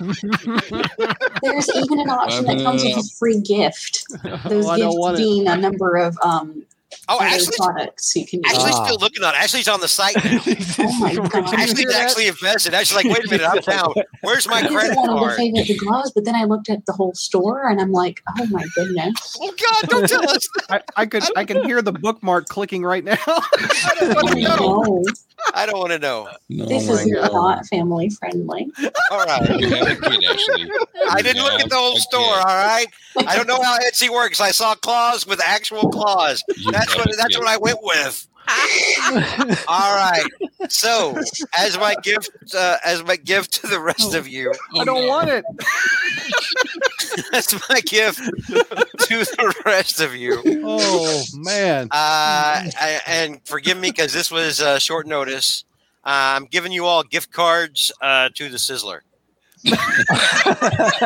Speaker 4: There's even an option that comes with a free gift. Those
Speaker 2: Oh, I don't want
Speaker 4: gifts
Speaker 2: it.
Speaker 4: being a number of um
Speaker 5: Oh,
Speaker 4: other
Speaker 5: Ashley's
Speaker 4: products you can use.
Speaker 5: Ashley's
Speaker 6: Ah.
Speaker 5: still looking on. it. Ashley's on
Speaker 2: <laughs>
Speaker 5: the site. Now.
Speaker 4: oh
Speaker 6: <laughs>
Speaker 4: my god.
Speaker 5: Ashley's actually invested. Ashley's like, wait a minute, I'm down.
Speaker 2: <laughs>
Speaker 5: Where's my
Speaker 4: I just
Speaker 5: credit
Speaker 4: wanted to
Speaker 5: card?
Speaker 4: favorite the gloves, but then I looked at the whole store and I'm like, oh my
Speaker 5: <laughs>
Speaker 4: goodness.
Speaker 5: Oh God, don't tell us.
Speaker 2: I, I could I can hear the bookmark clicking right now. <laughs>
Speaker 4: Oh, no.
Speaker 5: I don't want to know.
Speaker 7: No,
Speaker 4: This
Speaker 7: my
Speaker 4: is
Speaker 7: God.
Speaker 4: not family friendly.
Speaker 5: All
Speaker 7: <laughs>
Speaker 5: right.
Speaker 7: You have a kid, Ashley.
Speaker 5: I didn't look at the whole
Speaker 7: Okay.
Speaker 5: store. All right. I don't know how Etsy works. I saw claws with actual claws.
Speaker 7: You
Speaker 5: That's
Speaker 7: have
Speaker 5: what.
Speaker 7: a
Speaker 5: That's
Speaker 7: kid.
Speaker 5: what I went with. All right. So, as my gift, uh, as my gift to the rest of you, <laughs>
Speaker 7: Oh,
Speaker 2: I don't
Speaker 7: no.
Speaker 2: want it.
Speaker 5: as my gift to the rest of you.
Speaker 2: Oh
Speaker 8: <laughs>
Speaker 2: man.
Speaker 5: Uh, I- and forgive me because this was uh, short notice. Uh, I'm giving you all gift cards uh, to the Sizzler.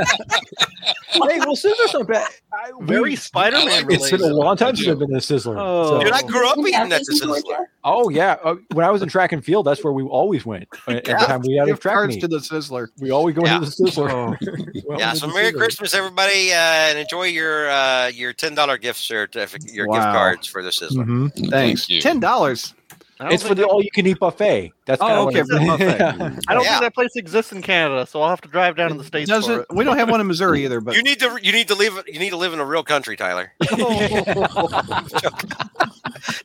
Speaker 6: hey, well, scissors are bad. I-
Speaker 8: Very
Speaker 6: we-
Speaker 8: Spider-Man
Speaker 6: It's been a
Speaker 8: related.
Speaker 6: long time since I've been in a sizzler.
Speaker 2: Oh.
Speaker 6: so-
Speaker 5: Dude, I grew up
Speaker 4: Isn't
Speaker 5: eating
Speaker 4: that
Speaker 5: at the
Speaker 4: place in
Speaker 5: Sizzler.
Speaker 4: Georgia?
Speaker 6: oh yeah, uh, when I was in track and field, that's where we always went. Uh, Every time we had a
Speaker 2: Gift
Speaker 6: track
Speaker 2: cards
Speaker 6: meet,
Speaker 2: to the Sizzler.
Speaker 6: we always go
Speaker 5: Yeah.
Speaker 6: into the <laughs> sizzler. Well,
Speaker 5: Yeah,
Speaker 6: into
Speaker 5: so
Speaker 6: the
Speaker 5: Merry
Speaker 6: Sizzler.
Speaker 5: Christmas, everybody, uh, and enjoy your uh, your ten dollar gift certificate, your
Speaker 2: Wow.
Speaker 5: gift cards for the Sizzler.
Speaker 6: Mhm.
Speaker 7: Thank
Speaker 2: Thanks.
Speaker 7: you.
Speaker 2: Ten dollars.
Speaker 8: I don't
Speaker 6: It's for
Speaker 8: think
Speaker 6: the
Speaker 8: that-
Speaker 6: all-you-can-eat buffet. That's kinda what it is. <laughs>
Speaker 8: I don't
Speaker 5: Yeah.
Speaker 8: think that place exists in Canada, so I'll have to drive down to the states. for
Speaker 2: Doesn't <laughs>
Speaker 8: it.
Speaker 2: we don't have one in
Speaker 8: <laughs>
Speaker 2: Missouri either, but
Speaker 5: you need to you need to live you need to live in a real country, Tyler.
Speaker 8: <laughs>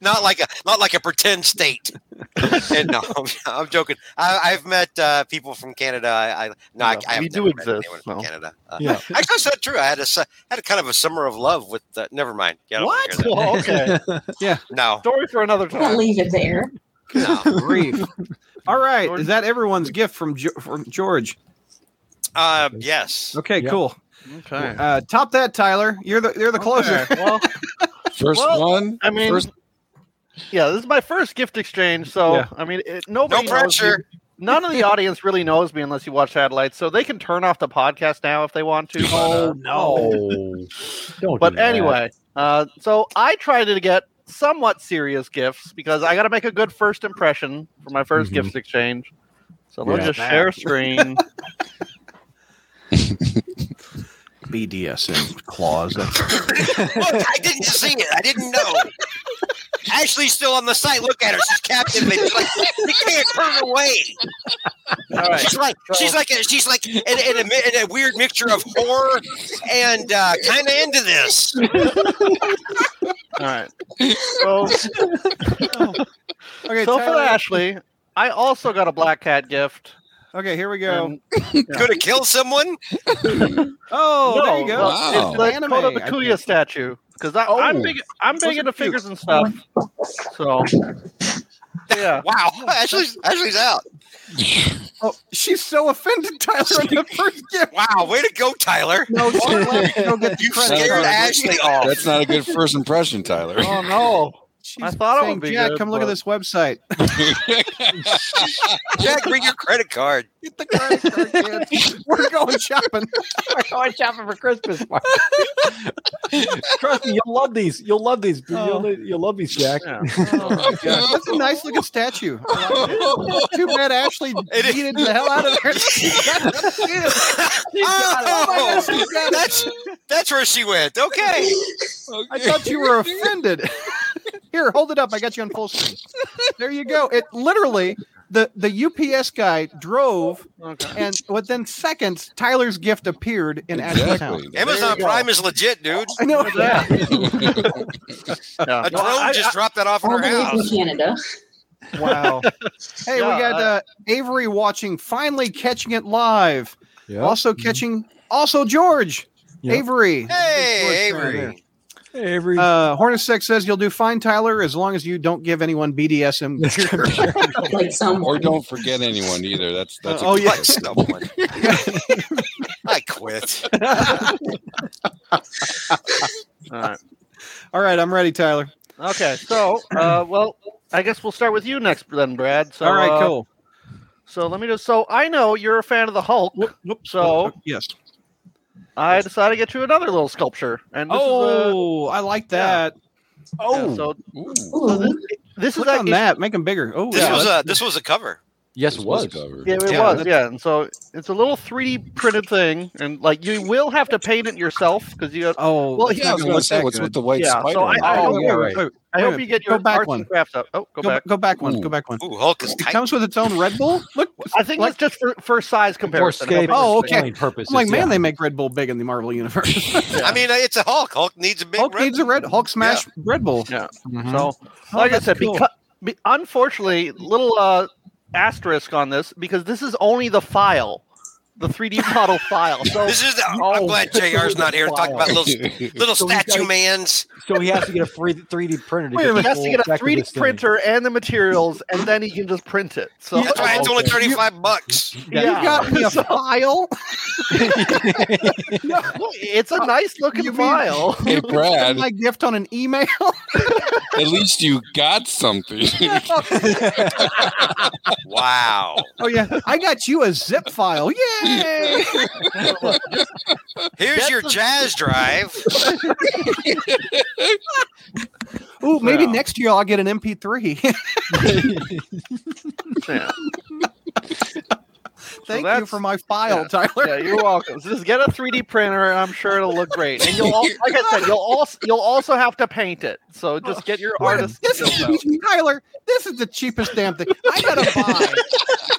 Speaker 5: not like a not like a pretend
Speaker 8: <laughs>
Speaker 5: state. And no, I'm, I'm joking. I, I've met uh, people from Canada. I, I no, I,
Speaker 8: No,
Speaker 5: I have
Speaker 8: we do
Speaker 5: never met
Speaker 8: exist,
Speaker 5: anyone from
Speaker 8: no.
Speaker 5: Canada. Uh,
Speaker 6: Yeah.
Speaker 5: actually, that's not true. I had a su- had a kind of a summer of love with. Uh, never mind. Yeah, I don't wanna hear that.
Speaker 8: Well, okay.
Speaker 2: yeah.
Speaker 5: No,
Speaker 8: Story for another
Speaker 4: Don't
Speaker 8: time.
Speaker 4: leave it there.
Speaker 8: <laughs>
Speaker 5: no.
Speaker 2: <laughs> Grief. All right,
Speaker 8: George?
Speaker 2: is that everyone's gift from jo- from George?
Speaker 5: Uh, yes.
Speaker 2: Okay,
Speaker 6: Yeah.
Speaker 2: cool.
Speaker 8: Okay.
Speaker 2: Uh, top that, Tyler. You're the you're the closer.
Speaker 8: Okay, <laughs> Well,
Speaker 7: First
Speaker 8: Well,
Speaker 7: one.
Speaker 8: I mean,
Speaker 7: first,
Speaker 8: yeah, this is my first gift exchange, so
Speaker 2: Yeah.
Speaker 8: I mean, it,
Speaker 5: No
Speaker 8: nobody knows me.
Speaker 5: pressure.
Speaker 8: None of the audience really knows me unless you watch Satellites, so they can turn off the podcast now if they want to. but, uh,
Speaker 6: no. Don't
Speaker 8: But
Speaker 6: do that. <laughs>
Speaker 8: anyway, uh, so I tried to get somewhat serious gifts because I got to make a good first impression for my 1st
Speaker 6: Mhm.
Speaker 8: gifts exchange. So let's
Speaker 6: Yeah.
Speaker 8: just share screen.
Speaker 2: BDSM <laughs> clause.
Speaker 5: Look, I didn't see it. I didn't know. Ashley's still on the site. Look at her. She's captivated. She's like, you can't turn away.
Speaker 8: <laughs> All right.
Speaker 5: She's like she's like a, she's like in, in, a, mi- in a weird mixture of horror and uh, kind of into this.
Speaker 8: All right. <laughs> So,
Speaker 2: Okay,
Speaker 8: so for
Speaker 2: Tyler.
Speaker 8: Ashley, I also got a black cat gift.
Speaker 2: Okay, here we go.
Speaker 8: and-
Speaker 5: Could have killed someone.
Speaker 2: oh, there you go.
Speaker 8: No,
Speaker 7: well, Wow.
Speaker 8: It's the
Speaker 2: Anime,
Speaker 8: Kota
Speaker 2: I
Speaker 8: Bakuya statue. Because I'm
Speaker 6: Oh.
Speaker 8: big, I'm
Speaker 2: Those
Speaker 8: big
Speaker 2: are
Speaker 8: into
Speaker 2: cute.
Speaker 8: figures
Speaker 2: <laughs>
Speaker 8: and stuff. So, <laughs> yeah.
Speaker 2: <laughs>
Speaker 5: Wow, Ashley's Ashley's out.
Speaker 2: Oh, she's so offended, Tyler. In the first <laughs> gift.
Speaker 5: Wow, way to go, Tyler.
Speaker 2: No, she won't let me go get the
Speaker 5: You
Speaker 2: credit
Speaker 5: scared
Speaker 2: card. <laughs>
Speaker 5: Ashley off.
Speaker 7: that's not a good first impression, Tyler.
Speaker 8: Oh no.
Speaker 2: She's
Speaker 8: <laughs> I thought it
Speaker 2: saying,
Speaker 8: would be
Speaker 2: Jack,
Speaker 8: good,
Speaker 2: come look at
Speaker 8: but-
Speaker 2: this website.
Speaker 5: Jack, bring your
Speaker 2: <laughs>
Speaker 5: credit card.
Speaker 2: <laughs> Get the credit <laughs> card, kids. We're going shopping.
Speaker 6: We're going shopping for Christmas. Mark. Trust me, you'll love these. You'll love these.
Speaker 2: Oh.
Speaker 6: You'll, you'll love these, Jack.
Speaker 8: Yeah.
Speaker 2: Yeah, <laughs>
Speaker 7: <laughs>
Speaker 2: that's a nice looking <laughs> statue. Too bad Ashley
Speaker 5: It is-
Speaker 2: yeeted the hell out of her.
Speaker 5: Oh, that's that's where she went. Okay.
Speaker 2: <laughs> I thought you <laughs> were offended. Here, hold it up. I got you on full screen. There you go. It literally the the UPS guy drove,
Speaker 8: Okay.
Speaker 2: and within seconds, Tyler's gift appeared in Ashley's house.
Speaker 7: exactly.
Speaker 5: Amazon Prime is legit, dude.
Speaker 2: I know.
Speaker 8: Yeah. <laughs>
Speaker 5: A drone
Speaker 8: I-
Speaker 5: just dropped that off at
Speaker 4: All
Speaker 5: her
Speaker 4: the way from
Speaker 5: house.
Speaker 4: Canada. <laughs>
Speaker 2: Wow. Hey,
Speaker 8: Yeah,
Speaker 2: we got
Speaker 8: I-
Speaker 2: uh, Avery watching, finally catching it live.
Speaker 6: <laughs> Yeah.
Speaker 2: Also catching, also George.
Speaker 6: Yep.
Speaker 2: Avery.
Speaker 5: Hey,
Speaker 2: George Turner.
Speaker 5: Avery.
Speaker 6: Hey, Avery.
Speaker 2: Uh, Hornacek says you'll do fine, Tyler, as long as you don't give anyone <laughs> BDSM.
Speaker 4: Like <laughs> some.
Speaker 7: Or don't forget anyone either. That's that's.
Speaker 2: Oh,
Speaker 7: good
Speaker 2: yeah.
Speaker 7: first step.
Speaker 5: Someone.
Speaker 2: <laughs>
Speaker 5: I quit.
Speaker 8: All right.
Speaker 2: All right, I'm ready, Tyler.
Speaker 8: Okay. So, uh, well, I guess we'll start with you next, then, Brad. So,
Speaker 2: All right,
Speaker 8: uh,
Speaker 2: cool.
Speaker 8: So let me just. So I know you're a fan of the Hulk.
Speaker 2: Whoop, whoop,
Speaker 8: so-
Speaker 2: whoop, Oh, yes.
Speaker 8: I decided to get you another little sculpture, and this is, uh,
Speaker 2: Oh, I like that.
Speaker 8: yeah,
Speaker 6: oh,
Speaker 8: so
Speaker 7: Ooh,
Speaker 4: Ooh,
Speaker 8: this
Speaker 2: Click
Speaker 8: is
Speaker 2: on that. Make them bigger. Oh,
Speaker 5: This
Speaker 2: yeah.
Speaker 5: was a this was a cover.
Speaker 6: <laughs> yes, it
Speaker 7: this
Speaker 6: was.
Speaker 7: covered.
Speaker 8: Yeah, it
Speaker 5: Yeah,
Speaker 8: was. Yeah, and so it's a little 3D printed thing, and like you will have to paint it yourself because you.
Speaker 2: oh,
Speaker 8: uh, Well,
Speaker 2: it's
Speaker 7: Yeah, I
Speaker 2: not gonna
Speaker 7: was going to
Speaker 2: look
Speaker 7: say
Speaker 2: that
Speaker 7: what's
Speaker 2: good.
Speaker 7: with the white
Speaker 8: Yeah, so
Speaker 7: spider.
Speaker 8: I
Speaker 7: oh,
Speaker 8: hope
Speaker 7: yeah,
Speaker 8: you're
Speaker 7: right.
Speaker 2: Wait,
Speaker 8: I
Speaker 2: wait a
Speaker 8: hope you
Speaker 2: minute.
Speaker 8: get your
Speaker 2: go back
Speaker 8: arts
Speaker 2: one.
Speaker 8: and crafts up. Oh, go
Speaker 2: Go,
Speaker 8: back.
Speaker 2: go back one. Go
Speaker 7: Ooh.
Speaker 2: back one.
Speaker 5: Ooh, Hulk is
Speaker 2: It
Speaker 5: tight.
Speaker 2: comes with its own Red Bull. Look,
Speaker 8: I think
Speaker 2: like-
Speaker 8: it's just for, for size
Speaker 6: For
Speaker 8: comparison. how
Speaker 6: scale,
Speaker 8: big
Speaker 2: Oh,
Speaker 8: this
Speaker 2: okay.
Speaker 8: thing
Speaker 6: scaling Purposes,
Speaker 2: I'm like, man,
Speaker 6: yeah.
Speaker 2: they make Red Bull big in the Marvel universe.
Speaker 8: is. Yeah.
Speaker 5: I mean, it's a Hulk. Hulk needs a big.
Speaker 2: Hulk
Speaker 5: Red
Speaker 2: needs a Red Hulk smash Red Bull.
Speaker 8: Yeah.
Speaker 6: Mhm.
Speaker 8: So,
Speaker 2: Oh,
Speaker 8: like I
Speaker 2: that's
Speaker 8: said,
Speaker 2: cool.
Speaker 8: becau- be- unfortunately, little uh, asterisk on this because this is only the file,
Speaker 2: <laughs>
Speaker 8: the 3D model file. So,
Speaker 5: This is. The, I'm
Speaker 6: Oh.
Speaker 5: glad JR's not here to
Speaker 2: <laughs>
Speaker 5: talk about little little
Speaker 6: So we
Speaker 5: statue
Speaker 6: gotta-
Speaker 5: man's.
Speaker 6: So he has to get a free 3D printer. To
Speaker 2: Wait a minute.
Speaker 6: get
Speaker 8: he
Speaker 6: the
Speaker 8: has to
Speaker 6: full
Speaker 8: get a
Speaker 6: effect of
Speaker 8: 3D
Speaker 6: this thing.
Speaker 8: printer and the materials, and then he can just print it. So, oh,
Speaker 5: That's why it's only
Speaker 6: Okay.
Speaker 5: thirty five bucks.
Speaker 2: You got me a file.
Speaker 8: <laughs> it's a nice looking
Speaker 2: You mean- <laughs>
Speaker 8: file.
Speaker 7: Hey Brad,
Speaker 2: Send my gift on an email.
Speaker 7: <laughs> at least you got something. <laughs>
Speaker 5: Wow.
Speaker 2: oh yeah, I got you a zip
Speaker 8: <laughs>
Speaker 2: file. Yay!
Speaker 5: Here's your jazz drive.
Speaker 2: Ooh, maybe
Speaker 8: Yeah.
Speaker 2: next year I'll get an MP3.
Speaker 8: Yeah.
Speaker 2: <laughs> Thank you
Speaker 8: that's-
Speaker 2: for my file,
Speaker 8: yeah.
Speaker 2: Tyler.
Speaker 8: Yeah, you're welcome. So just get a 3D printer, and I'm sure it'll look great. And you'll, al- like I said, you'll also you'll also have to paint it. So just get your
Speaker 2: Wait,
Speaker 8: artist
Speaker 2: this
Speaker 8: skills out.
Speaker 2: is, Tyler, this is the cheapest damn thing. I
Speaker 8: <laughs>
Speaker 2: gotta buy.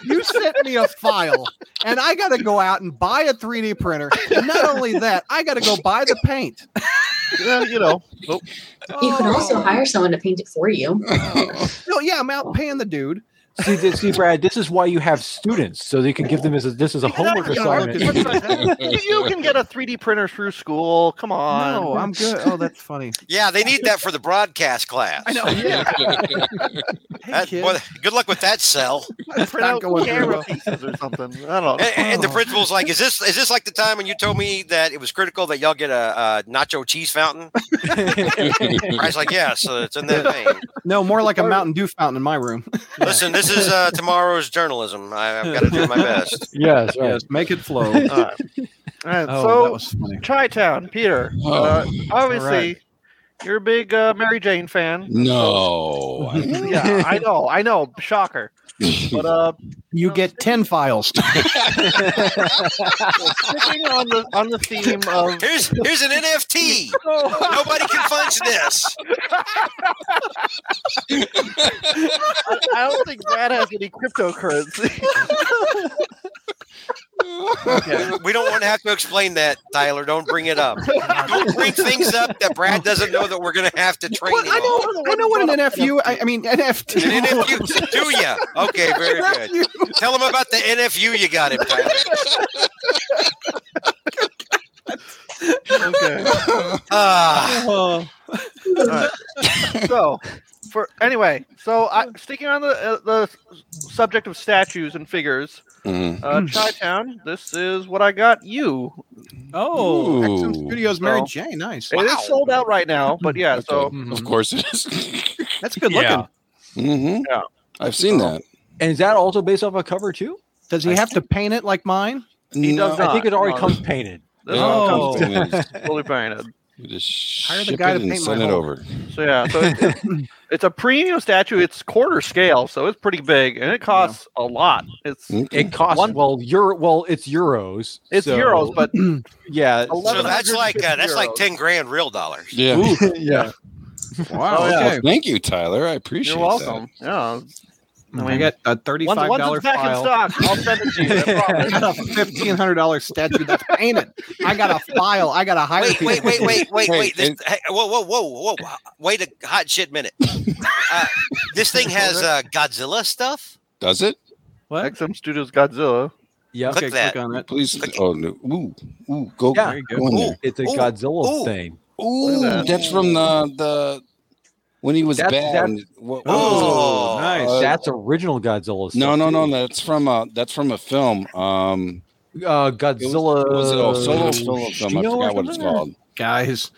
Speaker 2: you sent me a file, and I gotta go out and buy a 3D printer. And not only that, I gotta go buy the paint. Oh.
Speaker 8: Yeah, you know.
Speaker 4: You can
Speaker 5: Oh.
Speaker 4: also hire someone to paint it for you.
Speaker 2: No, yeah, I'm out paying the dude.
Speaker 6: See, this, see, Brad, this is why you have students, so they can give them as a, this is a homework
Speaker 8: Exactly.
Speaker 6: assignment.
Speaker 8: you you can get a 3D printer through school. Come on.
Speaker 2: No, I'm good. Oh, that's
Speaker 8: <laughs>
Speaker 2: funny.
Speaker 5: Yeah, they need that for the broadcast class. I know.
Speaker 2: <laughs>
Speaker 8: Hey, kid.
Speaker 5: good luck with that <laughs> cell.
Speaker 8: print
Speaker 2: not
Speaker 8: out
Speaker 2: going through
Speaker 8: camera
Speaker 2: well.
Speaker 8: pieces or something. I don't know.
Speaker 5: And, and the principal's like, "Is this is this like the time when you told me that it was critical that y'all get a, uh nacho cheese fountain?" I was like, "Yeah, so it's in that <laughs> vein."
Speaker 2: No, more like a Mountain Dew fountain in my room. <laughs>
Speaker 5: Listen, this is uh, tomorrow's journalism. I, I've got to do my best.
Speaker 6: <laughs> yes, right.
Speaker 2: Yes, make it <laughs> flow.
Speaker 8: All right. All right,
Speaker 2: Oh,
Speaker 8: so
Speaker 2: that was funny.
Speaker 8: Chi-Town, Peter. uh, obviously,
Speaker 2: right.
Speaker 8: you're a big uh, Mary Jane fan.
Speaker 7: No. I-
Speaker 8: yeah, I know. I know. Shocker. But uh,
Speaker 2: You get ten files.
Speaker 8: sticking on the on the theme
Speaker 5: <laughs>
Speaker 8: of
Speaker 5: Here's here's an NFT.
Speaker 8: Oh,
Speaker 5: Nobody can fudge this.
Speaker 8: I, I don't think Brad has any cryptocurrency. <laughs> okay.
Speaker 5: We don't want to have to explain that, Tyler. Don't bring it up. Don't bring things up that Brad doesn't know that we're going to have to train
Speaker 2: Well,
Speaker 5: him
Speaker 2: I
Speaker 5: on.
Speaker 2: know. I know what an NFU. I, I mean NFT. <laughs>
Speaker 5: An NFU, do ya? Okay, very good. Tell him about the NFU you got him, Tyler.
Speaker 8: okay.
Speaker 5: Ah,
Speaker 8: So, for anyway, so I, sticking on the uh, the subject of statues and figures,
Speaker 7: Mm.
Speaker 8: uh,
Speaker 2: Hmm.
Speaker 8: Chi-Town. This is what I got you.
Speaker 2: Oh, Exxon
Speaker 7: Ooh.
Speaker 2: Studios, Mary
Speaker 8: Well,
Speaker 2: J. Nice.
Speaker 8: It is sold out right now, but yeah.
Speaker 7: Okay,
Speaker 8: So
Speaker 6: Mhm.
Speaker 7: Of course it is. <laughs>
Speaker 2: That's good
Speaker 6: Yeah.
Speaker 2: looking.
Speaker 7: Mhm.
Speaker 8: Yeah.
Speaker 7: I've seen that.
Speaker 6: And is that also based off a cover too?
Speaker 2: Does he have to paint it like mine?
Speaker 8: He does
Speaker 6: I think it already
Speaker 8: No.
Speaker 6: comes painted.
Speaker 8: this
Speaker 2: Oh.
Speaker 8: one
Speaker 7: Company is-
Speaker 8: comes fully painted.
Speaker 7: we just
Speaker 2: Hire the
Speaker 7: ship
Speaker 2: guy
Speaker 7: it
Speaker 2: to
Speaker 7: and
Speaker 2: paint my
Speaker 7: send it
Speaker 2: home.
Speaker 7: over.
Speaker 8: So yeah, so it,
Speaker 2: <laughs>
Speaker 8: it- it's a premium statue. It's quarter scale, so it's pretty big, and it costs a lot. It's
Speaker 7: Mm-hmm.
Speaker 6: It costs
Speaker 8: One-
Speaker 6: well, euro. Well, it's euros.
Speaker 8: it's
Speaker 6: so- Oh,
Speaker 2: <laughs>
Speaker 8: euros, but
Speaker 6: <laughs> yeah,
Speaker 5: so that's like uh, that's like
Speaker 8: 1150
Speaker 5: ten grand real dollars.
Speaker 7: Yeah.
Speaker 6: yeah.
Speaker 2: Wow.
Speaker 8: Oh, yeah.
Speaker 2: okay.
Speaker 7: Thank you, Tyler. I appreciate
Speaker 8: you're welcome. Yeah,
Speaker 2: Mm, I got a
Speaker 8: once,
Speaker 2: thirty-five
Speaker 8: once
Speaker 2: dollar
Speaker 8: it's back in
Speaker 2: file.
Speaker 8: stock, I'll send it to you.
Speaker 2: <laughs>
Speaker 8: no problem.
Speaker 2: I got a fifteen hundred dollar statue that's painted. I got a file. I got a hire.
Speaker 5: Wait,
Speaker 2: people.
Speaker 5: wait, wait,
Speaker 2: <laughs>
Speaker 5: wait,
Speaker 7: <laughs>
Speaker 5: wait,
Speaker 7: Hey,
Speaker 5: wait. This,
Speaker 7: and-
Speaker 5: hey, whoa, whoa, whoa, whoa. Wait a hot shit minute. Uh, this thing has uh, Godzilla stuff.
Speaker 7: that. Does it?
Speaker 2: What?
Speaker 8: XM Studios Godzilla.
Speaker 6: Yeah,
Speaker 2: Okay,
Speaker 5: Click that.
Speaker 2: click on it.
Speaker 7: Please. Oh no. Ooh. Ooh. Go.
Speaker 6: Yeah.
Speaker 2: There you go.
Speaker 7: go in there.
Speaker 6: it's a
Speaker 5: Ooh,
Speaker 6: Godzilla
Speaker 5: ooh.
Speaker 6: thing.
Speaker 7: Ooh. That's from the the when he was
Speaker 6: That's-
Speaker 7: bad.
Speaker 6: that's-
Speaker 7: and- what- what was
Speaker 5: Oh,
Speaker 7: it?
Speaker 2: nice.
Speaker 7: Uh,
Speaker 6: That's original Godzilla. Stuff.
Speaker 7: no, no, no. That's from a that's from a film. Um,
Speaker 6: no. Uh, Godzilla.
Speaker 7: it was a solo film.
Speaker 6: Shino
Speaker 7: I
Speaker 6: or
Speaker 7: forgot what it's
Speaker 6: something?
Speaker 7: called.
Speaker 2: Guys,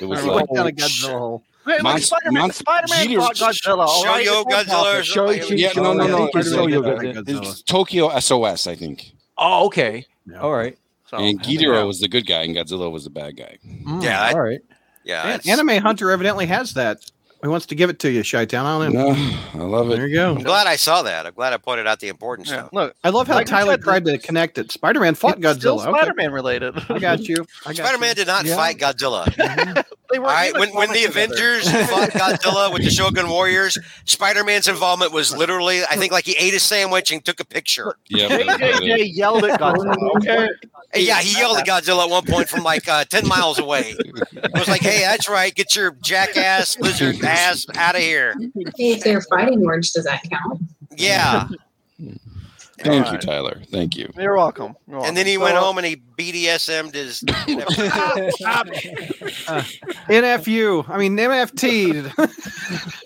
Speaker 7: It
Speaker 2: I
Speaker 7: was
Speaker 2: went
Speaker 7: like
Speaker 2: down a Godzilla hole.
Speaker 8: Wait,
Speaker 7: Monst-
Speaker 8: Spider-Man,
Speaker 7: Monst-
Speaker 8: Spider-Man
Speaker 7: Jeter-
Speaker 8: fought Godzilla. all
Speaker 5: Show
Speaker 8: right?
Speaker 5: you
Speaker 8: It's not
Speaker 5: Godzilla. or
Speaker 6: Show
Speaker 5: something.
Speaker 6: you-
Speaker 7: Yeah, no, no,
Speaker 2: Yeah,
Speaker 7: no.
Speaker 2: I
Speaker 7: it's
Speaker 2: did
Speaker 7: like-
Speaker 2: like
Speaker 6: Godzilla.
Speaker 2: that
Speaker 7: It's
Speaker 2: Godzilla.
Speaker 7: Tokyo SOS, I think.
Speaker 6: Oh, okay.
Speaker 2: Yeah.
Speaker 6: All right.
Speaker 8: popular.
Speaker 7: and
Speaker 8: So,
Speaker 7: Ghidorah
Speaker 8: yeah.
Speaker 7: was the good guy, and Godzilla was the bad guy.
Speaker 6: Mm,
Speaker 5: Yeah, I-
Speaker 6: all right.
Speaker 5: Yeah,
Speaker 2: Man,
Speaker 5: it's-
Speaker 2: Anime Hunter evidently has that. He wants to give it to you, Shy Town. I don't know.
Speaker 7: No, I love
Speaker 2: There
Speaker 7: it.
Speaker 2: you go.
Speaker 5: I'm glad I saw that. I'm glad I pointed out the important
Speaker 8: Yeah,
Speaker 5: stuff.
Speaker 8: Look,
Speaker 2: I love how
Speaker 8: Like I
Speaker 2: Tyler
Speaker 8: said,
Speaker 2: tried to connect it. Spider Man fought
Speaker 8: it's still
Speaker 2: Godzilla. <laughs> Okay.
Speaker 8: Spider-Man related.
Speaker 2: I got you. I got
Speaker 5: Spider-Man did not
Speaker 6: Yeah.
Speaker 5: fight Godzilla.
Speaker 6: <laughs>
Speaker 8: They
Speaker 5: All
Speaker 8: weren't
Speaker 5: right,
Speaker 8: even
Speaker 5: when, when the
Speaker 8: comic together. <laughs>
Speaker 5: Avengers fought Godzilla with the Shogun Warriors, Spider-Man's involvement was literally, I think, like he ate a sandwich and took a picture.
Speaker 7: Yeah,
Speaker 8: JJJ yelled
Speaker 2: <laughs>
Speaker 8: at Godzilla. Okay,
Speaker 5: And yeah, he yelled at Godzilla at one point from like uh, ten miles away. It was like, "Hey, that's right, get your jackass lizard ass out of here."
Speaker 3: Hey, if they're fighting words, does that count?
Speaker 5: Yeah,
Speaker 7: Thank you,
Speaker 8: Alright.
Speaker 7: Tyler. Thank you.
Speaker 8: you're welcome. You're
Speaker 5: and then he
Speaker 8: welcome.
Speaker 5: went
Speaker 8: So,
Speaker 5: home and he BDSM'd his.
Speaker 6: <laughs>
Speaker 2: NFU. I mean, <laughs> MFT.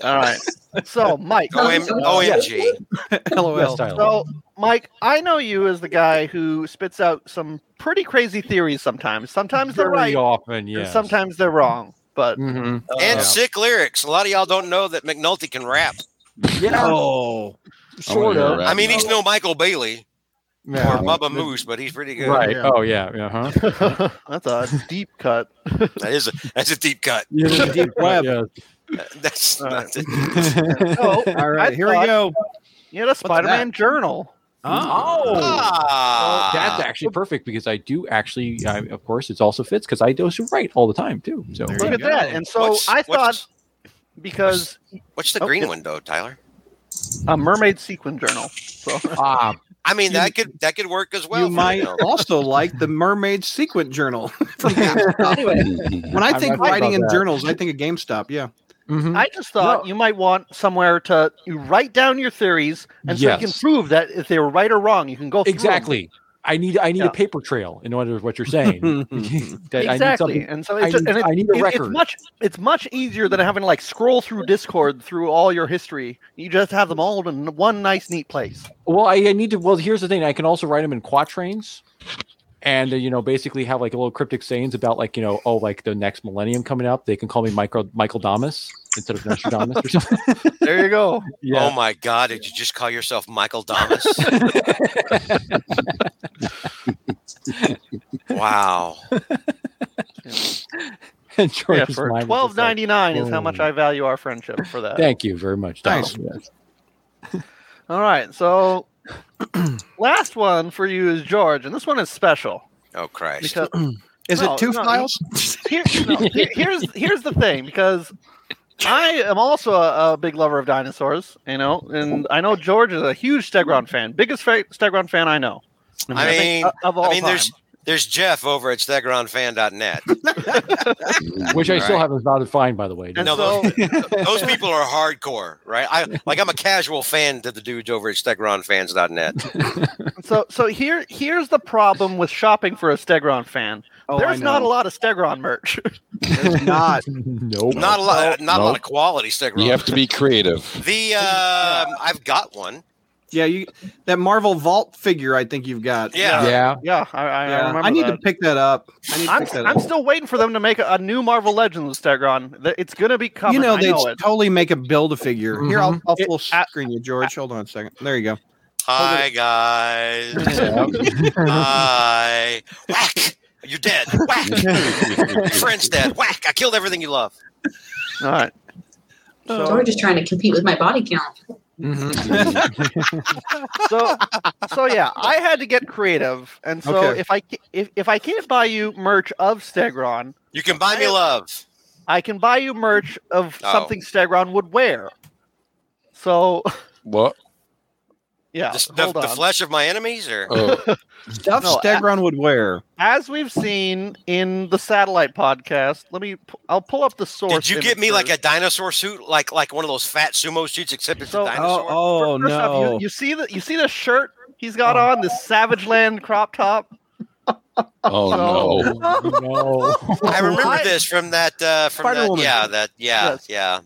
Speaker 8: All right. So, Mike.
Speaker 6: Oh,
Speaker 5: OM, OMG!
Speaker 2: LOL.
Speaker 6: Yes, Tyler.
Speaker 8: So, Mike, I know you as the guy who spits out some pretty crazy theories sometimes. Sometimes they're
Speaker 6: Very
Speaker 8: right,
Speaker 6: often,
Speaker 8: and
Speaker 6: yeah.
Speaker 8: sometimes they're wrong. But
Speaker 6: Mhm.
Speaker 8: uh,
Speaker 5: And sick lyrics. A lot of y'all don't know that McNulty can rap.
Speaker 2: Oh.
Speaker 6: yeah,
Speaker 7: I wanna
Speaker 6: sort
Speaker 7: hear
Speaker 6: of.
Speaker 7: a rap
Speaker 5: I mean,
Speaker 7: now.
Speaker 5: he's no Michael Bailey or
Speaker 6: Yeah.
Speaker 5: Bubba Moose, but he's pretty good.
Speaker 6: Right.
Speaker 2: Yeah.
Speaker 6: Oh, yeah. yeah, huh?
Speaker 2: Mm.
Speaker 8: <laughs> that's a deep
Speaker 2: <laughs>
Speaker 8: cut.
Speaker 5: That is a, that's a deep cut. Uh,
Speaker 2: Deep web.
Speaker 6: Yeah.
Speaker 5: That's
Speaker 8: All right.
Speaker 5: not it.
Speaker 6: <laughs>
Speaker 8: So, Oh,
Speaker 2: All right, here we go.
Speaker 8: You had a Spider-Man journal.
Speaker 6: Oh,
Speaker 5: Ah.
Speaker 6: Well, that's actually perfect because I do actually, I, of course, it's also fits because I do it right all the time too. So
Speaker 8: Look at that. And so
Speaker 5: What's-
Speaker 8: I
Speaker 5: what's-
Speaker 8: thought because
Speaker 5: What's the
Speaker 8: Oh,
Speaker 5: green
Speaker 8: yeah.
Speaker 5: one though, Tyler?
Speaker 8: a mermaid sequin journal.
Speaker 6: <laughs>
Speaker 8: So <laughs>
Speaker 6: Ah,
Speaker 5: I mean, that could that could work as well.
Speaker 2: you
Speaker 5: for
Speaker 2: might
Speaker 5: <laughs> know.
Speaker 2: also like the Mermaid Sequent Journal. <laughs>
Speaker 8: <laughs>
Speaker 2: from GameStop. when I
Speaker 6: I'm
Speaker 2: think
Speaker 6: not sure
Speaker 2: writing
Speaker 6: about
Speaker 2: in
Speaker 6: that.
Speaker 2: journals, I think of GameStop. Yeah.
Speaker 6: mhm.
Speaker 8: I just thought you might want somewhere to you write down your theories, and so you can
Speaker 6: Yes.
Speaker 8: prove that if they were right or wrong, you can go through 'em.
Speaker 6: exactly. I need I need
Speaker 8: Yeah.
Speaker 6: a paper trail in order to what you're saying. <laughs> That I need
Speaker 8: Exactly,
Speaker 6: something-
Speaker 8: and so
Speaker 6: I
Speaker 8: it's just,
Speaker 6: need-
Speaker 8: and it-
Speaker 6: I need a
Speaker 8: it- it's
Speaker 6: record.
Speaker 8: much it's much easier than having to like scroll through Discord through all your history. You just have them all in one nice, neat place.
Speaker 6: Well, I, I need to. Well, here's the thing. I can also write them in quatrains, and uh, you know, basically have like little cryptic sayings about like you know, oh, like the next millennium coming up. They can call me Michael Michael Damas instead of Nostradamus or <laughs> something.
Speaker 8: There you
Speaker 6: <laughs>
Speaker 8: go.
Speaker 5: Oh my God! Did you just call yourself Michael <laughs> Thomas? wow. Oh,
Speaker 6: and George's
Speaker 8: yeah, for
Speaker 6: mind was just like,
Speaker 8: twelve ninety nine is how much
Speaker 6: "Whoa."
Speaker 8: I value our friendship for that.
Speaker 6: Thank you very much. Donald.
Speaker 2: Nice.
Speaker 6: Yes.
Speaker 8: All right,
Speaker 6: <clears throat>
Speaker 8: so last one for you is George, and this one is special
Speaker 5: Oh Christ!
Speaker 8: because
Speaker 2: Is
Speaker 8: No,
Speaker 2: it two
Speaker 8: no, you-
Speaker 2: files?
Speaker 8: here, no, here- here's here's the thing because I am also a, a big lover of dinosaurs, you know, and I know George is a huge Stegron fan, biggest fa- Stegron fan I know.
Speaker 5: I mean,
Speaker 8: uh, of all
Speaker 5: I mean, there's
Speaker 8: time.
Speaker 5: there's Jeff over at StegronFan.net.
Speaker 6: Which I still
Speaker 5: Right.
Speaker 6: haven't bothered to find, by the way.
Speaker 8: And
Speaker 5: No,
Speaker 8: so,
Speaker 5: <laughs> Those people are hardcore, right? I like I'm a casual fan to the dudes over at StegronFans.net.
Speaker 8: so, so here, here's the problem with shopping for a Stegron fan.
Speaker 2: Oh,
Speaker 8: There's
Speaker 2: I
Speaker 8: not a
Speaker 2: know.
Speaker 8: lot of Stegron merch.
Speaker 2: There's not.
Speaker 6: nope.
Speaker 5: Not a lot, not a lot
Speaker 7: Nope.
Speaker 5: of quality Stegron.
Speaker 7: <laughs> You have to be creative. <laughs>
Speaker 5: The um, I've got one.
Speaker 2: Yeah, you that Marvel Vault figure. I think you've got.
Speaker 5: Yeah.
Speaker 6: yeah.
Speaker 8: yeah, I,
Speaker 2: <laughs>
Speaker 8: I,
Speaker 2: Yeah,
Speaker 8: I remember.
Speaker 2: I need
Speaker 8: that.
Speaker 2: to pick that up. I need to
Speaker 8: I'm,
Speaker 2: pick that
Speaker 8: I'm
Speaker 2: up.
Speaker 8: still waiting for them to make a, a new Marvel Legends Stegron. Th- It's gonna be coming.
Speaker 2: you know,
Speaker 8: I
Speaker 2: they
Speaker 8: know it. Mm-hmm.
Speaker 2: totally make a build a figure. Here, I'll, I'll
Speaker 8: It-
Speaker 2: full
Speaker 8: I-
Speaker 2: screen you, George. Hold on a second. There you go.
Speaker 5: Hi guys. Hi. Whack. You're dead. <laughs> Whack. Your friend's dead. Whack. I killed everything you love.
Speaker 8: All right. So-
Speaker 4: George is trying to compete with my body count.
Speaker 8: Mm-hmm. so so yeah i had to get creative and so
Speaker 2: Okay.
Speaker 8: if i ca- if, if i can't buy you merch of stegron
Speaker 5: You can buy me love.
Speaker 8: i can buy you merch of
Speaker 5: Oh.
Speaker 8: something stegron would wear so
Speaker 7: What?
Speaker 8: yeah
Speaker 5: The, the-
Speaker 8: Uh, hold
Speaker 5: the
Speaker 8: on.
Speaker 5: flesh of my enemies, or
Speaker 7: Oh,
Speaker 2: Stuff
Speaker 8: No, I-
Speaker 2: Stegron would wear.
Speaker 8: as we've seen in the satellite podcast let me pu- i'll pull up the source
Speaker 5: did you
Speaker 8: image
Speaker 5: get me like a
Speaker 8: first.
Speaker 5: dinosaur suit, like like one of those fat sumo suits, except it's
Speaker 8: So-
Speaker 5: a dinosaur?
Speaker 2: Oh, oh
Speaker 8: First off, you-
Speaker 2: no. Oh.
Speaker 8: you, see the you see the shirt he's got on this savage land crop top
Speaker 7: oh
Speaker 6: <laughs>
Speaker 7: no.
Speaker 6: no.
Speaker 5: I remember
Speaker 8: I-
Speaker 5: this from that uh from that,
Speaker 2: Spider-Woman.
Speaker 5: yeah that yeah
Speaker 8: Yes.
Speaker 5: yeah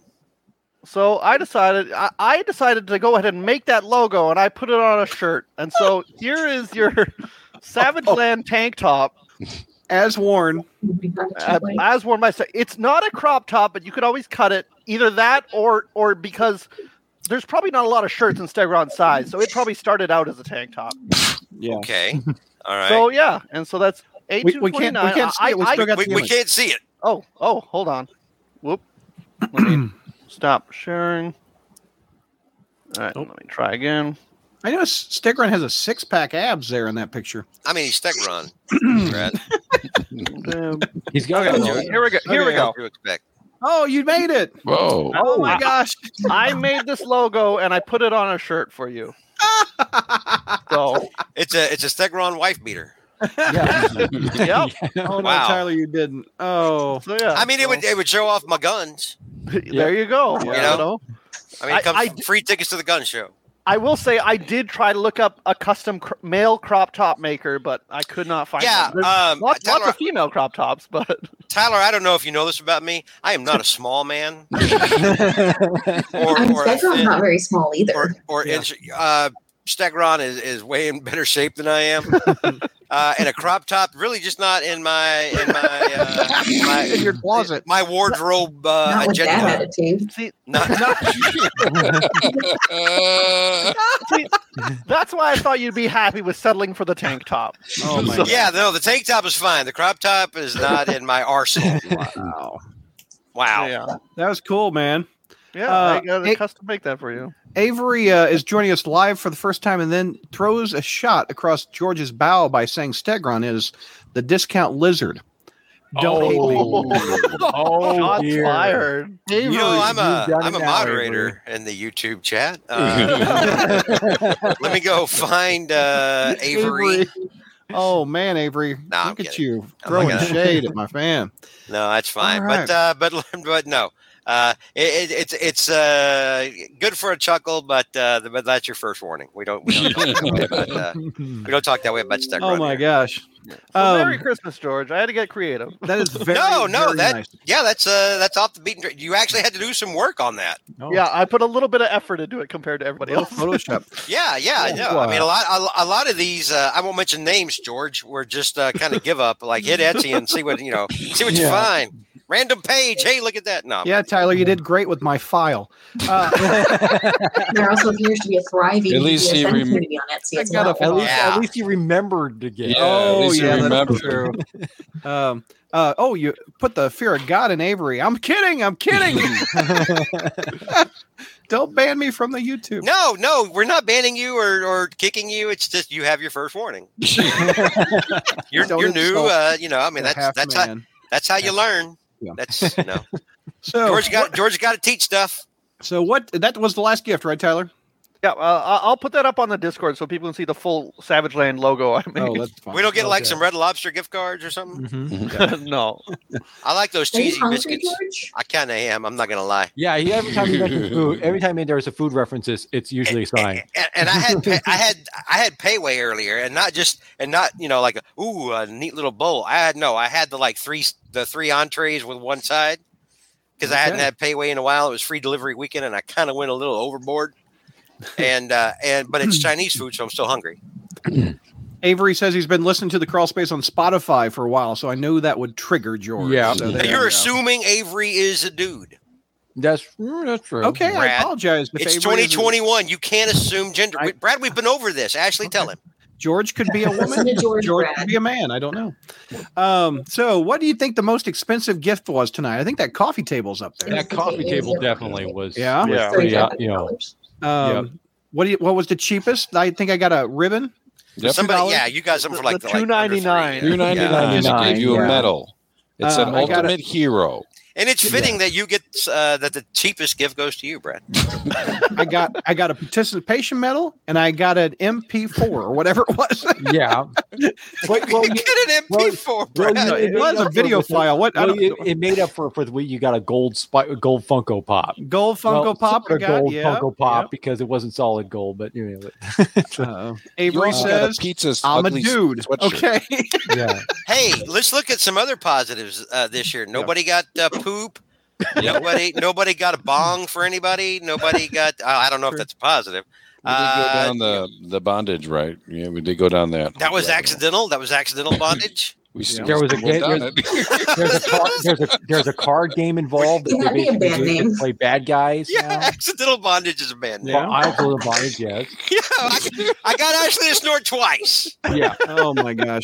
Speaker 8: So I decided I, I decided to go ahead and make that logo and I put it on a shirt. And
Speaker 2: <laughs>
Speaker 8: so here is your
Speaker 2: Oh.
Speaker 8: Savage Land tank top.
Speaker 2: As worn.
Speaker 4: Oh my God,
Speaker 8: Uh,
Speaker 4: George.
Speaker 8: as one myself. It's not a crop top, but you could always cut it. Either that or or because there's probably not a lot of shirts in Stegron size. So it probably started out as a tank top.
Speaker 2: Yeah.
Speaker 5: okay all right
Speaker 8: So yeah, and so that's eight
Speaker 2: We, we can't. We can't see it. We still got
Speaker 5: we,
Speaker 2: the
Speaker 5: we
Speaker 2: image.
Speaker 5: can't see it
Speaker 8: Oh, oh, hold on. Whoop. Let
Speaker 2: <clears throat>
Speaker 8: me stop sharing. All right, let me try again.
Speaker 2: I noticed Stegron has a six pack abs there in that picture.
Speaker 5: I mean he's Stegron Brad.
Speaker 8: Boom.
Speaker 6: He's got
Speaker 5: Okay,
Speaker 6: it.
Speaker 5: George.
Speaker 8: Here we go. Here we
Speaker 5: What
Speaker 8: go.
Speaker 5: do you expect
Speaker 2: Oh, you made it!
Speaker 7: Whoa.
Speaker 2: Oh my
Speaker 5: <laughs>
Speaker 2: gosh!
Speaker 8: I made this logo and I put it on a shirt for you.
Speaker 2: <laughs>
Speaker 8: So,
Speaker 5: it's a it's a Stegron wife beater
Speaker 6: Yeah.
Speaker 8: yep.
Speaker 2: Oh no,
Speaker 5: Wow.
Speaker 2: Tyler, you didn't. Oh,
Speaker 8: So, yeah.
Speaker 5: I mean it
Speaker 8: so-
Speaker 5: would it would show off my guns
Speaker 8: <laughs> there you go.
Speaker 5: You
Speaker 8: You
Speaker 5: know?
Speaker 8: know?
Speaker 5: I mean
Speaker 8: I-
Speaker 5: it comes
Speaker 8: I
Speaker 5: from free tickets to the gun show
Speaker 8: I will say I did try to look up a custom cr- male crop top maker, but I could not find
Speaker 5: yeah
Speaker 8: one. There's
Speaker 5: um
Speaker 8: lots,
Speaker 5: Tyler,
Speaker 8: lots of female crop tops, but
Speaker 5: Tyler I don't know if you know this about me I am not a small
Speaker 8: <laughs>
Speaker 5: man or
Speaker 4: I'm
Speaker 5: or, a
Speaker 4: Stegron's
Speaker 5: thin-
Speaker 4: not very small either.
Speaker 5: or, or inch, uh, Stegron is, is way in better shape than I
Speaker 8: <laughs>
Speaker 5: am. uh, and a crop top, really just not in my in my uh,
Speaker 2: in
Speaker 5: <laughs> my,
Speaker 2: your closet.
Speaker 5: my wardrobe uh,
Speaker 4: not with that
Speaker 5: agenda.
Speaker 4: attitude.
Speaker 8: see,
Speaker 5: Not,
Speaker 8: <laughs> that's why I thought you'd be happy with settling for the tank top.
Speaker 2: <laughs> Oh my
Speaker 8: So-
Speaker 2: god!
Speaker 5: yeah, no, the tank top is fine. The crop top is not in my arsenal.
Speaker 8: <laughs>
Speaker 2: Wow,
Speaker 5: Wow.
Speaker 8: Yeah.
Speaker 2: that was cool, man.
Speaker 8: Yeah,
Speaker 2: Uh,
Speaker 8: I got to
Speaker 2: it-
Speaker 8: custom make that for you.
Speaker 2: Avery uh, is joining us live for the first time and then throws a shot across George's bow by saying Stegron is the discount lizard. Don't hate me.
Speaker 8: Oh, <laughs>
Speaker 2: Oh,
Speaker 8: Shots
Speaker 2: dear.
Speaker 8: fired.
Speaker 5: You know, I'm a
Speaker 2: you've done
Speaker 5: I'm a
Speaker 2: it now,
Speaker 5: moderator in the YouTube chat. Uh, let me go find uh, Avery.
Speaker 2: Oh man, Avery!
Speaker 5: Nah, I'm
Speaker 2: look at
Speaker 5: kidding. Oh
Speaker 2: you
Speaker 5: I'm
Speaker 2: throwing
Speaker 5: looking at-
Speaker 2: shade at my fan.
Speaker 5: No, that's fine.
Speaker 2: All right.
Speaker 5: But uh, but <laughs> but no, uh, it, it, it's it's uh, good for a chuckle, but uh, but that's your first warning. We don't we don't talk that way about uh, we don't talk that way about Stegron.
Speaker 2: Oh my gosh!
Speaker 8: Well,
Speaker 2: Um,
Speaker 8: Merry Christmas, George. I had to get creative.
Speaker 2: that is very
Speaker 5: <laughs> no, no,
Speaker 2: very
Speaker 5: that
Speaker 2: nice.
Speaker 5: yeah, that's uh, that's off the beaten. track. You actually had to do some work on that.
Speaker 2: No.
Speaker 8: Yeah, I put a little bit of effort into it compared to everybody
Speaker 2: Little
Speaker 5: <laughs>
Speaker 8: else. <laughs>
Speaker 2: Photoshop.
Speaker 5: Yeah, yeah,
Speaker 2: Oh,
Speaker 5: I know. I mean, a lot, a, a lot of these. Uh, I won't mention names, George. We're just uh, kind of give up, like hit Etsy and see what you know, see what you
Speaker 2: Yeah.
Speaker 5: find. Random page. Hey, look at that. No,
Speaker 2: yeah, Tyler, you did great with my file. Uh,
Speaker 3: There also appears to be a thriving
Speaker 7: At least
Speaker 3: media
Speaker 7: he
Speaker 3: sense
Speaker 7: rem-
Speaker 3: community on Etsy as
Speaker 2: I got a
Speaker 3: well.
Speaker 6: At least,
Speaker 5: Yeah.
Speaker 6: at least he remembered to get.
Speaker 7: Yeah,
Speaker 2: oh
Speaker 7: at least you
Speaker 2: yeah,
Speaker 7: remember.
Speaker 2: that's true.
Speaker 7: <laughs>
Speaker 2: um, uh, oh, you put the fear of God in Avery. I'm kidding. I'm
Speaker 7: <laughs>
Speaker 2: kidding. Don't ban me from the YouTube.
Speaker 5: no, no. We're not banning you or, or kicking you. It's just you have your
Speaker 2: <laughs>
Speaker 5: first warning. You're,
Speaker 2: Don't
Speaker 5: you're new.
Speaker 2: insult
Speaker 5: Uh, you know, I mean,
Speaker 2: the
Speaker 5: that's that's how,
Speaker 2: half-man.
Speaker 5: that's how you learn.
Speaker 2: Yeah.
Speaker 5: That's
Speaker 2: <laughs>
Speaker 5: you know,
Speaker 2: so.
Speaker 5: George got George got to teach stuff.
Speaker 2: so what? That was the last gift, right, Tyler?
Speaker 8: Yeah, uh, I- I'll put that up on the Discord so people can see the full Savage Land logo. I
Speaker 2: Oh,
Speaker 8: mean,
Speaker 2: that's fine.
Speaker 5: <laughs>
Speaker 2: Mm-hmm.
Speaker 5: We don't get like
Speaker 2: Okay. Mm.
Speaker 5: some Red Lobster gift cards or something.
Speaker 6: Mhm.
Speaker 8: <laughs> no.
Speaker 5: I like those
Speaker 3: Are you
Speaker 5: cheesy
Speaker 3: hungry,
Speaker 5: biscuits. <laughs>
Speaker 3: George?
Speaker 5: I kind of am. I'm not gonna lie.
Speaker 6: Yeah, he, every time he mentions <laughs> food, every time there's a food references, it's usually a sign.
Speaker 5: and, and I had pa-
Speaker 2: <laughs>
Speaker 5: I had I had payway earlier, and not just and not you know like a, ooh a neat little bowl. I had no, I had the like three the three entrees with one side because I hadn't
Speaker 2: Okay.
Speaker 5: had payway in a while. It was free delivery weekend, and I kind of went a little overboard. And uh and
Speaker 2: <laughs>
Speaker 5: but it's Chinese food, so I'm still hungry.
Speaker 2: Avery says he's been listening to the crawl space on Spotify for a while, so I knew that would trigger George.
Speaker 6: Yeah.
Speaker 2: So
Speaker 5: Now,
Speaker 2: there
Speaker 5: You're
Speaker 2: you go.
Speaker 5: assuming Avery is a dude.
Speaker 6: That's mm, that's true.
Speaker 2: Okay, I
Speaker 5: Brad,
Speaker 2: apologize. if
Speaker 5: It's
Speaker 2: Avery is a-
Speaker 5: 2021. You can't assume gender.
Speaker 2: I-
Speaker 5: Brad, we've been over this. Ashley, tell him.
Speaker 2: George could be a
Speaker 3: Listen
Speaker 5: <laughs>
Speaker 3: to
Speaker 2: woman.
Speaker 3: George,
Speaker 2: George
Speaker 3: Brad.
Speaker 2: could be a man. I don't know. Um, so, what do you think the most expensive gift was tonight? I think that coffee table's up there.
Speaker 6: That coffee table definitely was.
Speaker 2: Yeah.
Speaker 6: was
Speaker 8: Yeah.
Speaker 6: pretty, uh, you know,
Speaker 3: $3,500.
Speaker 2: Um, What do you, What was the cheapest? I think I got a ribbon.
Speaker 7: Yep.
Speaker 5: Somebody,
Speaker 2: $2?
Speaker 5: yeah, you got something for like
Speaker 8: The
Speaker 5: like, under three,
Speaker 8: $2.99.
Speaker 5: yeah.
Speaker 7: Two ninety nine. I just gave you a
Speaker 2: Yeah.
Speaker 7: medal. It's
Speaker 2: Um,
Speaker 7: an
Speaker 2: I got
Speaker 7: ultimate hero.
Speaker 5: And it's fitting that you get uh, that the cheapest gift goes to you, Brad. <laughs>
Speaker 2: I got I got a participation medal, and I got an MP4 or whatever it was. <laughs>
Speaker 6: yeah. <laughs> But, well,
Speaker 5: you
Speaker 6: you-
Speaker 5: get an
Speaker 6: well,
Speaker 5: MP4,
Speaker 6: well,
Speaker 5: Brad.
Speaker 6: you-
Speaker 2: it was a video file. What? I
Speaker 6: well,
Speaker 2: don't,
Speaker 6: it, it made up for for the way you got a gold spy, gold Funko Pop.
Speaker 2: gold Funko
Speaker 6: Well,
Speaker 2: Pop. I
Speaker 6: sort of
Speaker 2: got,
Speaker 6: gold
Speaker 2: yeah.
Speaker 6: Funko Pop because it wasn't solid gold, but you know, it-
Speaker 2: Uh,
Speaker 7: You
Speaker 2: Avery
Speaker 7: also got a
Speaker 2: says,
Speaker 7: pizza's
Speaker 2: "I'm a
Speaker 7: ugly
Speaker 2: dude."
Speaker 7: sweatshirt.
Speaker 2: Okay.
Speaker 6: <laughs> yeah.
Speaker 5: hey, let's look at some other positives uh, this year. Nobody got uh, poop. Nobody, nobody got a bong for anybody. Nobody got. Uh, I don't know if that's a positive.
Speaker 7: We did go
Speaker 5: Uh,
Speaker 7: down the, the bondage, right? Yeah, we did go down that.
Speaker 5: That was accidental. That was
Speaker 7: <clears throat>
Speaker 5: accidental bondage.
Speaker 7: We s-
Speaker 6: There was a
Speaker 7: well
Speaker 6: ga-
Speaker 7: done. <laughs>
Speaker 6: There's a card, there's a there's a card game involved.
Speaker 3: Can that
Speaker 6: they
Speaker 3: be a
Speaker 6: basically
Speaker 3: band
Speaker 6: do to
Speaker 3: name?
Speaker 6: Play bad guys.
Speaker 5: Yeah,
Speaker 6: now.
Speaker 5: <laughs> accidental bondage is a band name.
Speaker 6: Well, I voted bondage. Yes.
Speaker 5: <laughs> Yeah, I, I got Ashley to snort twice.
Speaker 6: Yeah.
Speaker 2: oh my gosh.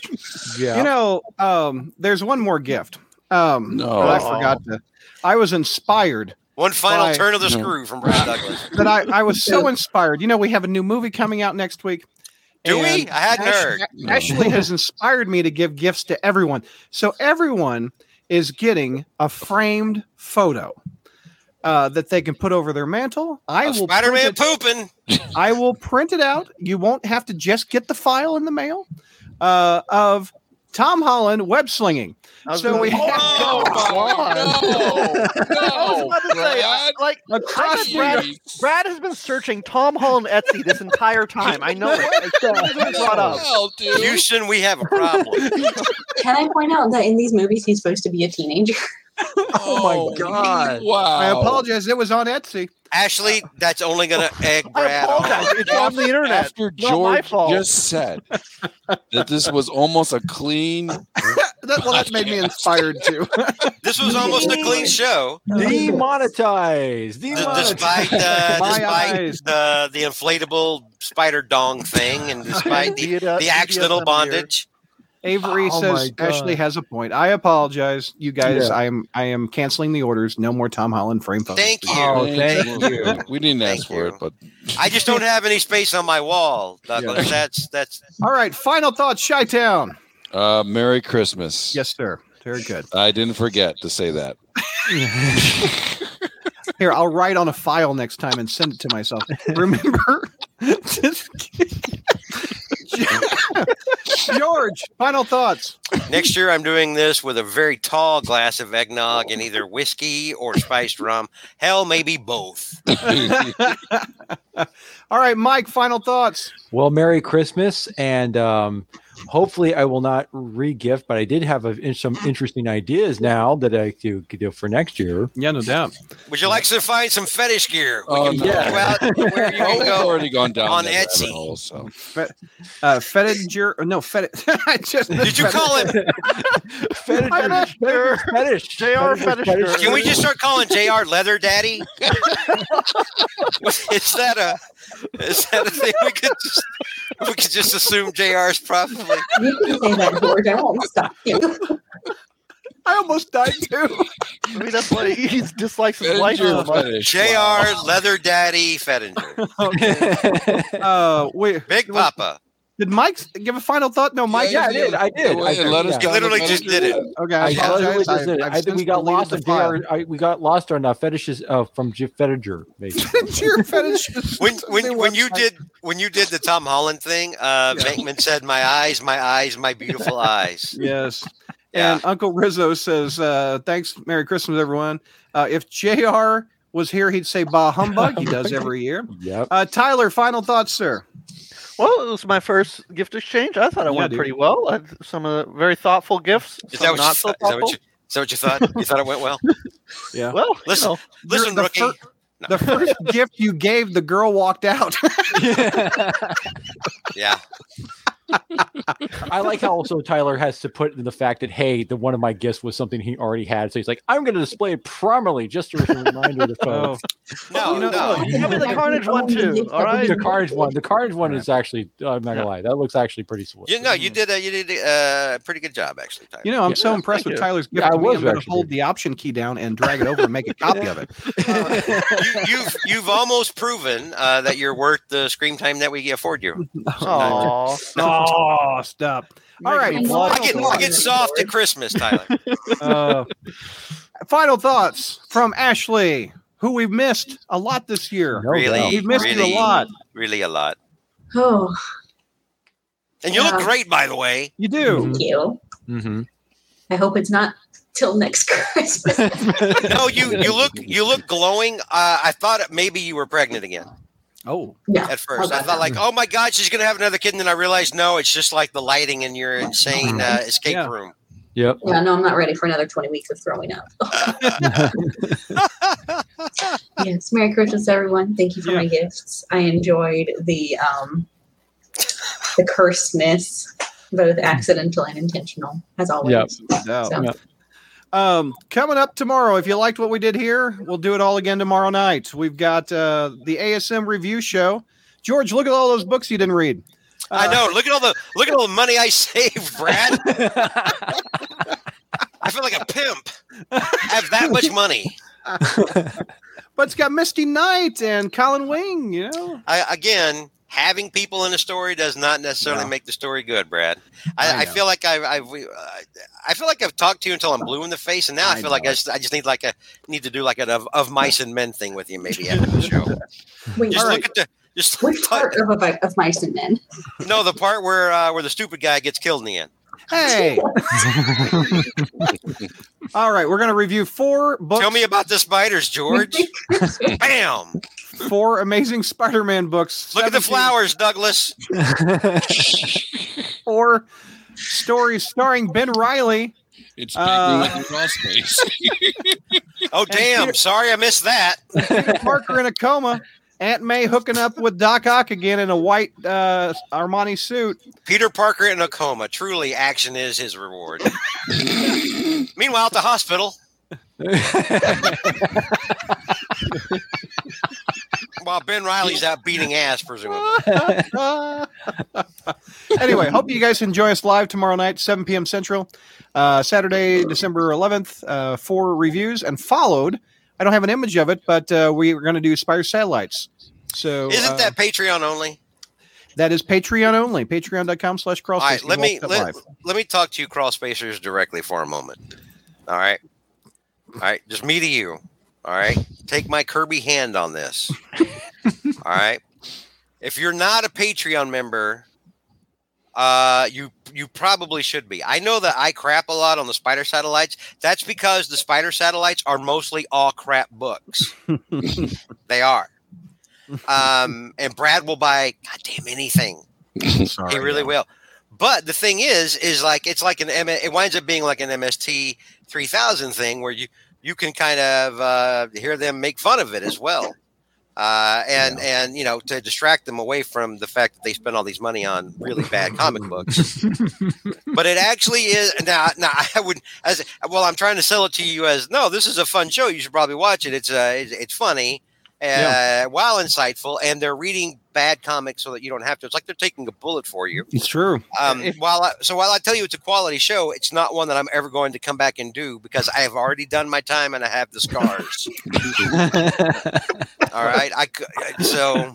Speaker 6: Yeah.
Speaker 2: You know, um, there's one more gift. Um,
Speaker 7: No.
Speaker 2: that I forgot to. I was inspired
Speaker 5: One final
Speaker 2: Why?
Speaker 5: turn of the
Speaker 7: No.
Speaker 5: screw from Brad Douglas.
Speaker 2: that I, I was
Speaker 8: <laughs>
Speaker 2: so inspired. You know, we have a new movie coming out next week.
Speaker 5: Do we?
Speaker 2: and
Speaker 5: I hadn't
Speaker 2: Ash-
Speaker 5: heard.
Speaker 2: A- Ashley has inspired me to give gifts to everyone. So everyone is getting a framed photo uh, that they can put over their mantle. I
Speaker 5: Of
Speaker 2: will print
Speaker 5: Spider-Man
Speaker 2: it-
Speaker 5: pooping.
Speaker 2: I will print it out. You won't have to just get the file in the mail uh, of Tom Holland web slinging.
Speaker 8: I was
Speaker 2: So
Speaker 8: gonna-
Speaker 2: we have <laughs>
Speaker 8: Oh, God.
Speaker 7: <laughs>
Speaker 8: I was about to say, I-
Speaker 7: Brad.
Speaker 8: like,
Speaker 7: Across
Speaker 8: I bet Brad, Brad has been searching Tom Holland Etsy this entire time. I know it. It's been brought up.
Speaker 5: Houston, we have a problem.
Speaker 4: Can I point out that in these movies he's supposed to be a teenager?
Speaker 7: Oh,
Speaker 6: my God.
Speaker 7: Wow.
Speaker 2: I apologize. It was on Etsy.
Speaker 5: Ashley, that's only gonna egg
Speaker 8: I
Speaker 5: Brad oh. on.
Speaker 8: apologize. It's on the internet.
Speaker 7: After
Speaker 8: Not my
Speaker 7: George
Speaker 8: fault.
Speaker 7: just said that this was almost a clean.
Speaker 2: That, well, that made me inspired too.
Speaker 5: This was almost a clean show,
Speaker 6: Demonetized.
Speaker 5: d-
Speaker 6: Demonetized.
Speaker 5: despite uh,
Speaker 6: <laughs>
Speaker 2: My
Speaker 5: despite
Speaker 2: eyes.
Speaker 5: the the inflatable spider dong thing, and despite <laughs> the,
Speaker 8: <laughs> Be it, uh,
Speaker 5: the accidental
Speaker 8: BDSM beer.
Speaker 5: bondage.
Speaker 2: Avery
Speaker 10: Oh my
Speaker 2: says
Speaker 10: God.
Speaker 2: Ashley has a point. I apologize, you guys.
Speaker 10: Yeah.
Speaker 2: I am I am canceling the orders. No more Tom Holland frame photos.
Speaker 5: Thank you.
Speaker 7: We didn't ask for it, but
Speaker 5: I just don't have any space on my wall, Douglas. That's that's
Speaker 2: All right, final thoughts, Chi Town.
Speaker 7: uh, Merry Christmas.
Speaker 2: Yes, sir. Very good.
Speaker 7: I didn't forget to
Speaker 5: <laughs>
Speaker 7: say that.
Speaker 2: Here, I'll write on a file next time and send it to myself. Remember? <laughs> Just- <laughs> George, final thoughts.
Speaker 5: next year. I'm doing this with a very tall glass of eggnog and either whiskey or spiced rum. Hell, maybe both.
Speaker 2: All right, Mike, final thoughts.
Speaker 6: Well, Merry Christmas, and um, hopefully I will not re-gift, but I did have a, some interesting ideas now that I could could do for next year.
Speaker 2: Yeah, no doubt.
Speaker 5: Would you like to find some fetish gear? We
Speaker 6: Oh,
Speaker 5: can
Speaker 6: yeah.
Speaker 5: talk about where you
Speaker 7: Oh,
Speaker 5: can
Speaker 7: we've
Speaker 5: go
Speaker 7: <laughs> already gone down
Speaker 5: on
Speaker 7: that
Speaker 5: Etsy.
Speaker 7: rabbit
Speaker 6: <laughs>
Speaker 7: hole, so.
Speaker 2: Fe- uh, Fettinger, no, Fett. <laughs> I just
Speaker 5: Did you call it?
Speaker 6: Fetish, fetish, fetish,
Speaker 8: JR Fetisher.
Speaker 5: Can we just
Speaker 6: <laughs>
Speaker 5: start calling Jr.
Speaker 2: <laughs>
Speaker 5: Leather Daddy? is that a is that a thing we could just, we could just assume Jr.'s probably?
Speaker 4: You can say that, George. I won't stop you.
Speaker 2: I almost died too.
Speaker 8: I mean, that's what he, he dislikes his life
Speaker 7: Fetish,
Speaker 8: so much.
Speaker 7: fetish.
Speaker 5: Jr. Leather Daddy Fettinger,
Speaker 2: Uh, wait,
Speaker 5: Big Papa.
Speaker 2: did Mike give a final thought? No, Mike.
Speaker 6: Yeah, I did. I did.
Speaker 7: Well,
Speaker 6: I,
Speaker 7: it let us
Speaker 6: yeah.
Speaker 5: He
Speaker 7: down
Speaker 5: literally
Speaker 7: the
Speaker 5: just
Speaker 7: fetish
Speaker 5: did it.
Speaker 7: rabbit.
Speaker 2: Okay,
Speaker 6: I
Speaker 2: I apologize.
Speaker 6: literally just did it.
Speaker 2: I've
Speaker 6: I think
Speaker 2: since
Speaker 6: we got
Speaker 2: deleted
Speaker 6: lost
Speaker 2: the
Speaker 6: on
Speaker 2: file.
Speaker 6: JR, I, we got lost on uh, fetishes uh, from J- Fetiger.
Speaker 2: <laughs>
Speaker 6: basically.
Speaker 2: Your <laughs> fetish-
Speaker 5: When when when you
Speaker 2: website.
Speaker 5: did when you did the Tom Holland thing, uh, Venkman said, "My eyes, my eyes, my
Speaker 2: <laughs>
Speaker 5: beautiful eyes."
Speaker 2: Yes.
Speaker 5: Yeah.
Speaker 2: And Uncle Rizzo says, uh, thanks, Merry Christmas, everyone. Uh, if JR was here, he'd say bah humbug. He <laughs> does every year.
Speaker 6: Yep.
Speaker 2: Uh, Tyler, final thoughts, sir.
Speaker 8: Well, it was my first gift exchange. I thought it
Speaker 2: Yeah,
Speaker 8: went
Speaker 2: dude.
Speaker 8: pretty well. I had some uh, very thoughtful gifts.
Speaker 5: Is
Speaker 8: some
Speaker 5: that, what you
Speaker 8: not so
Speaker 5: thought? is, that
Speaker 8: thoughtful.
Speaker 5: what you, is that what you thought? You thought it went
Speaker 2: <laughs>
Speaker 5: well?
Speaker 2: Yeah.
Speaker 8: Well,
Speaker 5: Listen,
Speaker 8: you know,
Speaker 5: Listen,
Speaker 2: the
Speaker 5: rookie.
Speaker 2: fir- The first gift you gave, the girl walked
Speaker 6: <laughs>
Speaker 2: out.
Speaker 5: yeah.
Speaker 6: I like how also Tyler has to put in the fact that hey, the one of my gifts was something he already had, so he's like, I'm going to display it prominently just as a reminder to
Speaker 2: oh,
Speaker 6: folks.
Speaker 5: No,
Speaker 2: you know-
Speaker 5: no.
Speaker 8: you have
Speaker 4: <laughs>
Speaker 8: the carnage one too. All right.
Speaker 6: The Carnage one, the Carnage one is actually, uh, I'm not gonna lie, that looks actually pretty sweet.
Speaker 5: You know, you
Speaker 2: Mm.
Speaker 5: did a you did a uh, pretty good job actually. Tyler.
Speaker 2: you know, I'm
Speaker 6: Yeah,
Speaker 2: so impressed
Speaker 8: thank
Speaker 2: with
Speaker 8: you.
Speaker 2: Tyler's gift.
Speaker 6: Yeah, I
Speaker 2: to me,
Speaker 6: was
Speaker 2: I'm going to
Speaker 6: actually.
Speaker 2: hold the option key down and drag it over and make a copy
Speaker 6: <laughs>
Speaker 2: of it.
Speaker 5: you, you've you've almost proven uh, that you're worth the screen time that we afford you.
Speaker 8: Aw.
Speaker 2: <laughs> Oh, stop. All right.
Speaker 8: Making me
Speaker 2: final
Speaker 5: I get I get soft at Christmas, Tyler.
Speaker 2: Uh, <laughs> final thoughts from Ashley, who we've missed a lot this year.
Speaker 6: No
Speaker 5: Really?
Speaker 2: We've missed
Speaker 5: Really?
Speaker 2: you a lot.
Speaker 5: Really a lot.
Speaker 3: Oh,
Speaker 5: And you look
Speaker 3: Yeah.
Speaker 5: great, by the way.
Speaker 2: You do.
Speaker 3: thank you.
Speaker 6: Mm-hmm.
Speaker 3: I hope it's not till next <laughs> Christmas.
Speaker 5: No, you you look you look glowing. Uh, I thought maybe you were pregnant again
Speaker 2: Oh,
Speaker 3: No.
Speaker 5: at first. I thought like, oh my god, she's gonna have another kid, and then I realized no, it's just like the lighting in your insane uh, escape
Speaker 2: Yeah.
Speaker 5: room.
Speaker 6: Yep.
Speaker 3: Yeah, no, I'm not ready for another 20 weeks of throwing up. <laughs> yes, Merry Christmas, everyone. Thank you for my gifts. I enjoyed the um, the cursedness, both accidental and intentional, as always.
Speaker 6: Yep.
Speaker 2: no.
Speaker 3: So,
Speaker 2: Um, coming up tomorrow, if you liked what we did here, we'll do it all again tomorrow night. We've got uh, the ASM review show. George, look at all those books you didn't read.
Speaker 5: I know. Look at all the look at all the money I saved, Brad. I feel like a pimp. I have that much money.
Speaker 2: But it's got Misty Knight and Colin Wing, you know.
Speaker 5: I, again, having people in a story does not necessarily
Speaker 2: No.
Speaker 5: make the story good, Brad.
Speaker 2: I
Speaker 5: I, I,
Speaker 2: know.
Speaker 5: feel like I've, I've we- uh, I feel like I've talked to you until I'm blue in the face, and now I,
Speaker 2: I
Speaker 5: feel like
Speaker 2: know.
Speaker 5: I just, I just need like a need to do like an of, of mice and men thing with you maybe after
Speaker 2: <laughs>
Speaker 5: the show.
Speaker 3: wait,
Speaker 5: Just
Speaker 2: All
Speaker 5: look at the just
Speaker 3: which part of, of, of mice and men? <laughs>
Speaker 5: no the part where uh, where the stupid guy gets killed in the end.
Speaker 2: Hey. all right, we're gonna review four books.
Speaker 5: Tell me about the
Speaker 2: <laughs>
Speaker 5: spiders, George. Bam!
Speaker 2: four amazing Spider-Man books.
Speaker 5: Look at the
Speaker 2: 17
Speaker 5: flowers, Douglas.
Speaker 2: Four stories starring Ben Riley.
Speaker 7: It's
Speaker 2: Uh,
Speaker 7: banging with your wall space.
Speaker 5: Oh damn!
Speaker 2: Peter-
Speaker 5: Sorry, I missed that.
Speaker 2: Parker in a coma. Aunt May hooking up with Doc Ock again in a white uh, Armani suit.
Speaker 5: Peter Parker in a coma. Truly, action is his reward. <laughs> Meanwhile, at the hospital, While Ben Riley's out beating ass, presumably.
Speaker 2: Oh, anyway, hope you guys enjoy us live tomorrow night, 7 p.m. Central, uh, Saturday, December 11th, uh, for reviews and followed. I don't have an image of it, but uh, we are going to do Spire Satellites. So
Speaker 5: Isn't
Speaker 2: uh,
Speaker 5: that Patreon only?
Speaker 2: that is Patreon only. Patreon.com slash cross.
Speaker 5: All right, let me let, let me talk to you, cross spacers, directly for a moment. All right, all right, just me to you. All right, take my Kirby hand on this. all right, if you're not a Patreon member, uh, you you probably should be. I know that I crap a lot on the Spider Satellites. That's because the Spider Satellites are mostly all crap books. they are. Um, and Brad will buy goddamn anything.
Speaker 2: Sorry,
Speaker 5: He really will. But the thing is, is like it's like an M- it winds up being like an MST three thousand thing where you you can kind of uh, hear them make fun of it as well, uh, and and you know to distract them away from the fact that they spend all these money on really bad comic books. but it actually is now. Now I would as well. I'm trying to sell it to you as no. This is a fun show. You should probably watch it. It's uh, it's, it's funny.
Speaker 2: Yeah.
Speaker 5: Uh, while insightful, and they're reading bad comics so that you don't have to. It's like they're taking a bullet for you.
Speaker 2: It's true.
Speaker 5: Um, while I, so while I tell you it's a quality show, it's not one that I'm ever going to come back and do because I have already done my time and I have
Speaker 2: <laughs>
Speaker 5: the scars. All right, I cou- so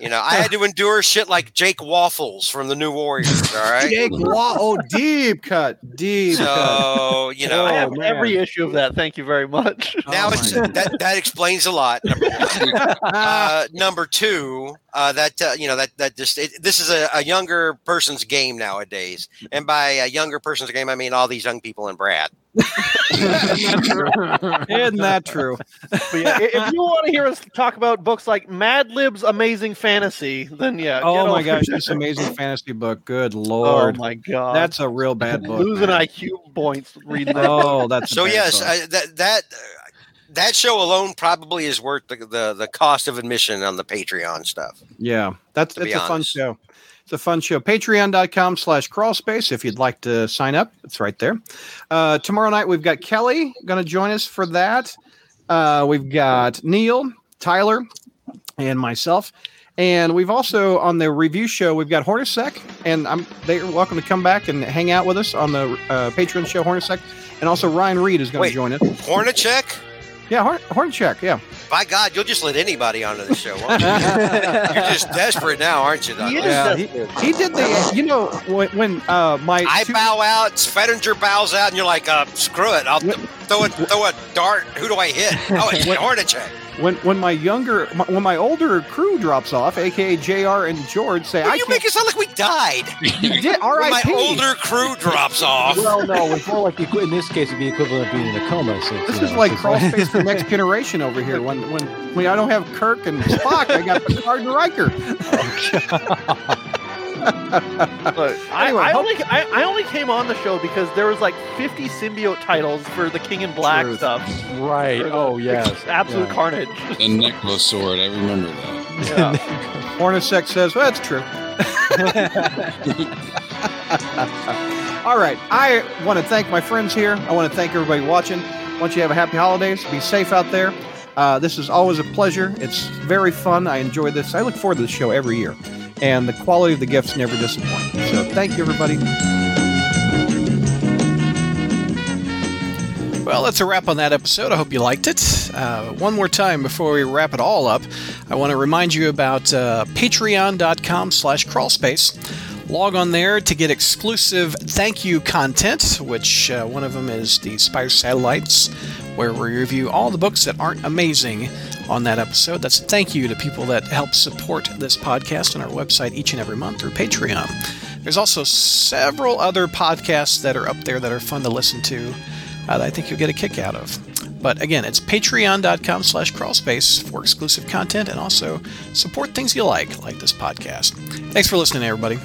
Speaker 5: you know I had to endure shit like Jake Waffles from the New Warriors. All
Speaker 2: <laughs>
Speaker 5: right,
Speaker 2: Jake Wa- oh, deep cut, deep
Speaker 5: So,
Speaker 2: cut.
Speaker 5: you know-
Speaker 8: I have
Speaker 2: Oh,
Speaker 8: every
Speaker 2: man.
Speaker 8: issue of that. Thank you very
Speaker 2: <laughs>
Speaker 8: much.
Speaker 5: now it's that, that explains a lot. Number one, uh, number two, uh, that uh, you know that that just it, this is a, a younger person's game nowadays, and by a younger person's game, I mean all these young people and Brad.
Speaker 2: Isn't that true?
Speaker 8: But yeah, i- if you want to hear us talk about books like Mad Lib's Amazing Fantasy, then yeah.
Speaker 2: Oh
Speaker 8: get
Speaker 2: my
Speaker 8: over
Speaker 2: gosh,
Speaker 8: it.
Speaker 2: this amazing fantasy book. Good
Speaker 8: <laughs> Oh
Speaker 2: lord.
Speaker 8: my god,
Speaker 2: That's a real bad book.
Speaker 8: losing
Speaker 2: man.
Speaker 8: IQ points reading that.
Speaker 2: Oh, that's a
Speaker 5: so
Speaker 2: bad
Speaker 5: yes,
Speaker 2: book.
Speaker 5: I, that that uh, that show alone probably is worth the, the the cost of admission on the Patreon stuff.
Speaker 2: Yeah, that's
Speaker 5: to be
Speaker 2: it's a fun
Speaker 5: honest.
Speaker 2: show. It's a fun show. Patreon.com slash crawlspace if you'd like to sign up. It's right there. Uh, tomorrow night, we've got Kelly going to join us for that. Uh, we've got Neil, Tyler, and myself. And we've also on the review show, we've got Hornacek, and I'm they're welcome to come back and hang out with us on the uh, Patreon show, Hornacek. And also Ryan Reed is going
Speaker 5: Wait.
Speaker 2: to join us.
Speaker 5: Hornacek,
Speaker 2: Yeah, Horn- Hornacek. Yeah.
Speaker 5: by God, you'll just let anybody onto the show. Won't you? You're just desperate now, aren't you?
Speaker 2: <laughs>
Speaker 5: Douglas?
Speaker 2: Yeah, he, he did the, you know, when, when uh, my.
Speaker 5: I
Speaker 2: two-
Speaker 5: bow out, Svetinger bows out, and you're like, uh, screw it. I'll th- throw, a, throw a dart. Who do I
Speaker 2: <laughs>
Speaker 5: hit? Oh, it's Hornacek.
Speaker 2: when when my younger my, when my older crew drops off, aka Jr. and George, say
Speaker 5: Well,
Speaker 2: I
Speaker 5: you
Speaker 2: can't.
Speaker 5: make it sound like we died.
Speaker 2: You did
Speaker 5: <laughs> When my
Speaker 2: R.I.P.
Speaker 5: older crew drops off.
Speaker 6: Well, no, it's more like equi- in this case, it'd be equivalent of being in a coma. So,
Speaker 2: This
Speaker 6: you
Speaker 2: is
Speaker 6: know,
Speaker 2: like
Speaker 6: it's
Speaker 2: crawl space for next generation over here. When when when I don't have Kirk and Spock, I got Picard and Riker.
Speaker 8: Look, I,
Speaker 2: Anyway,
Speaker 8: I
Speaker 2: hope-
Speaker 8: only I, I only came on the show because there was like 50 symbiote titles for the King in Black
Speaker 2: Truth.
Speaker 8: stuff.
Speaker 6: <laughs> right. Oh yes,
Speaker 8: Absolute
Speaker 6: Yeah.
Speaker 8: carnage.
Speaker 2: <laughs>
Speaker 7: The Necklace Sword. I remember that.
Speaker 8: Yeah.
Speaker 2: Hornacek says, well, "That's true." All right, I want to thank my friends here. I want to thank everybody watching. Want you to have a happy holidays. Be safe out there. Uh, this is always a pleasure. It's very fun. I enjoy this. I look forward to this show every year, and the quality of the gifts never disappoint. So thank you, everybody. Well, that's a wrap on that episode. I hope you liked it. Uh, one more time before we wrap it all up, I want to remind you about uh, patreon.com slash crawlspace. Log on there to get exclusive thank you content, which uh, one of them is the Spire Satellites, where we review all the books that aren't amazing on that episode. That's a thank you to people that help support this podcast and our website each and every month through Patreon. There's also several other podcasts that are up there that are fun to listen to uh, that I think you'll get a kick out of. But again, it's patreon.com slash crawlspace for exclusive content and also support things you like, like this podcast. Thanks for listening, everybody.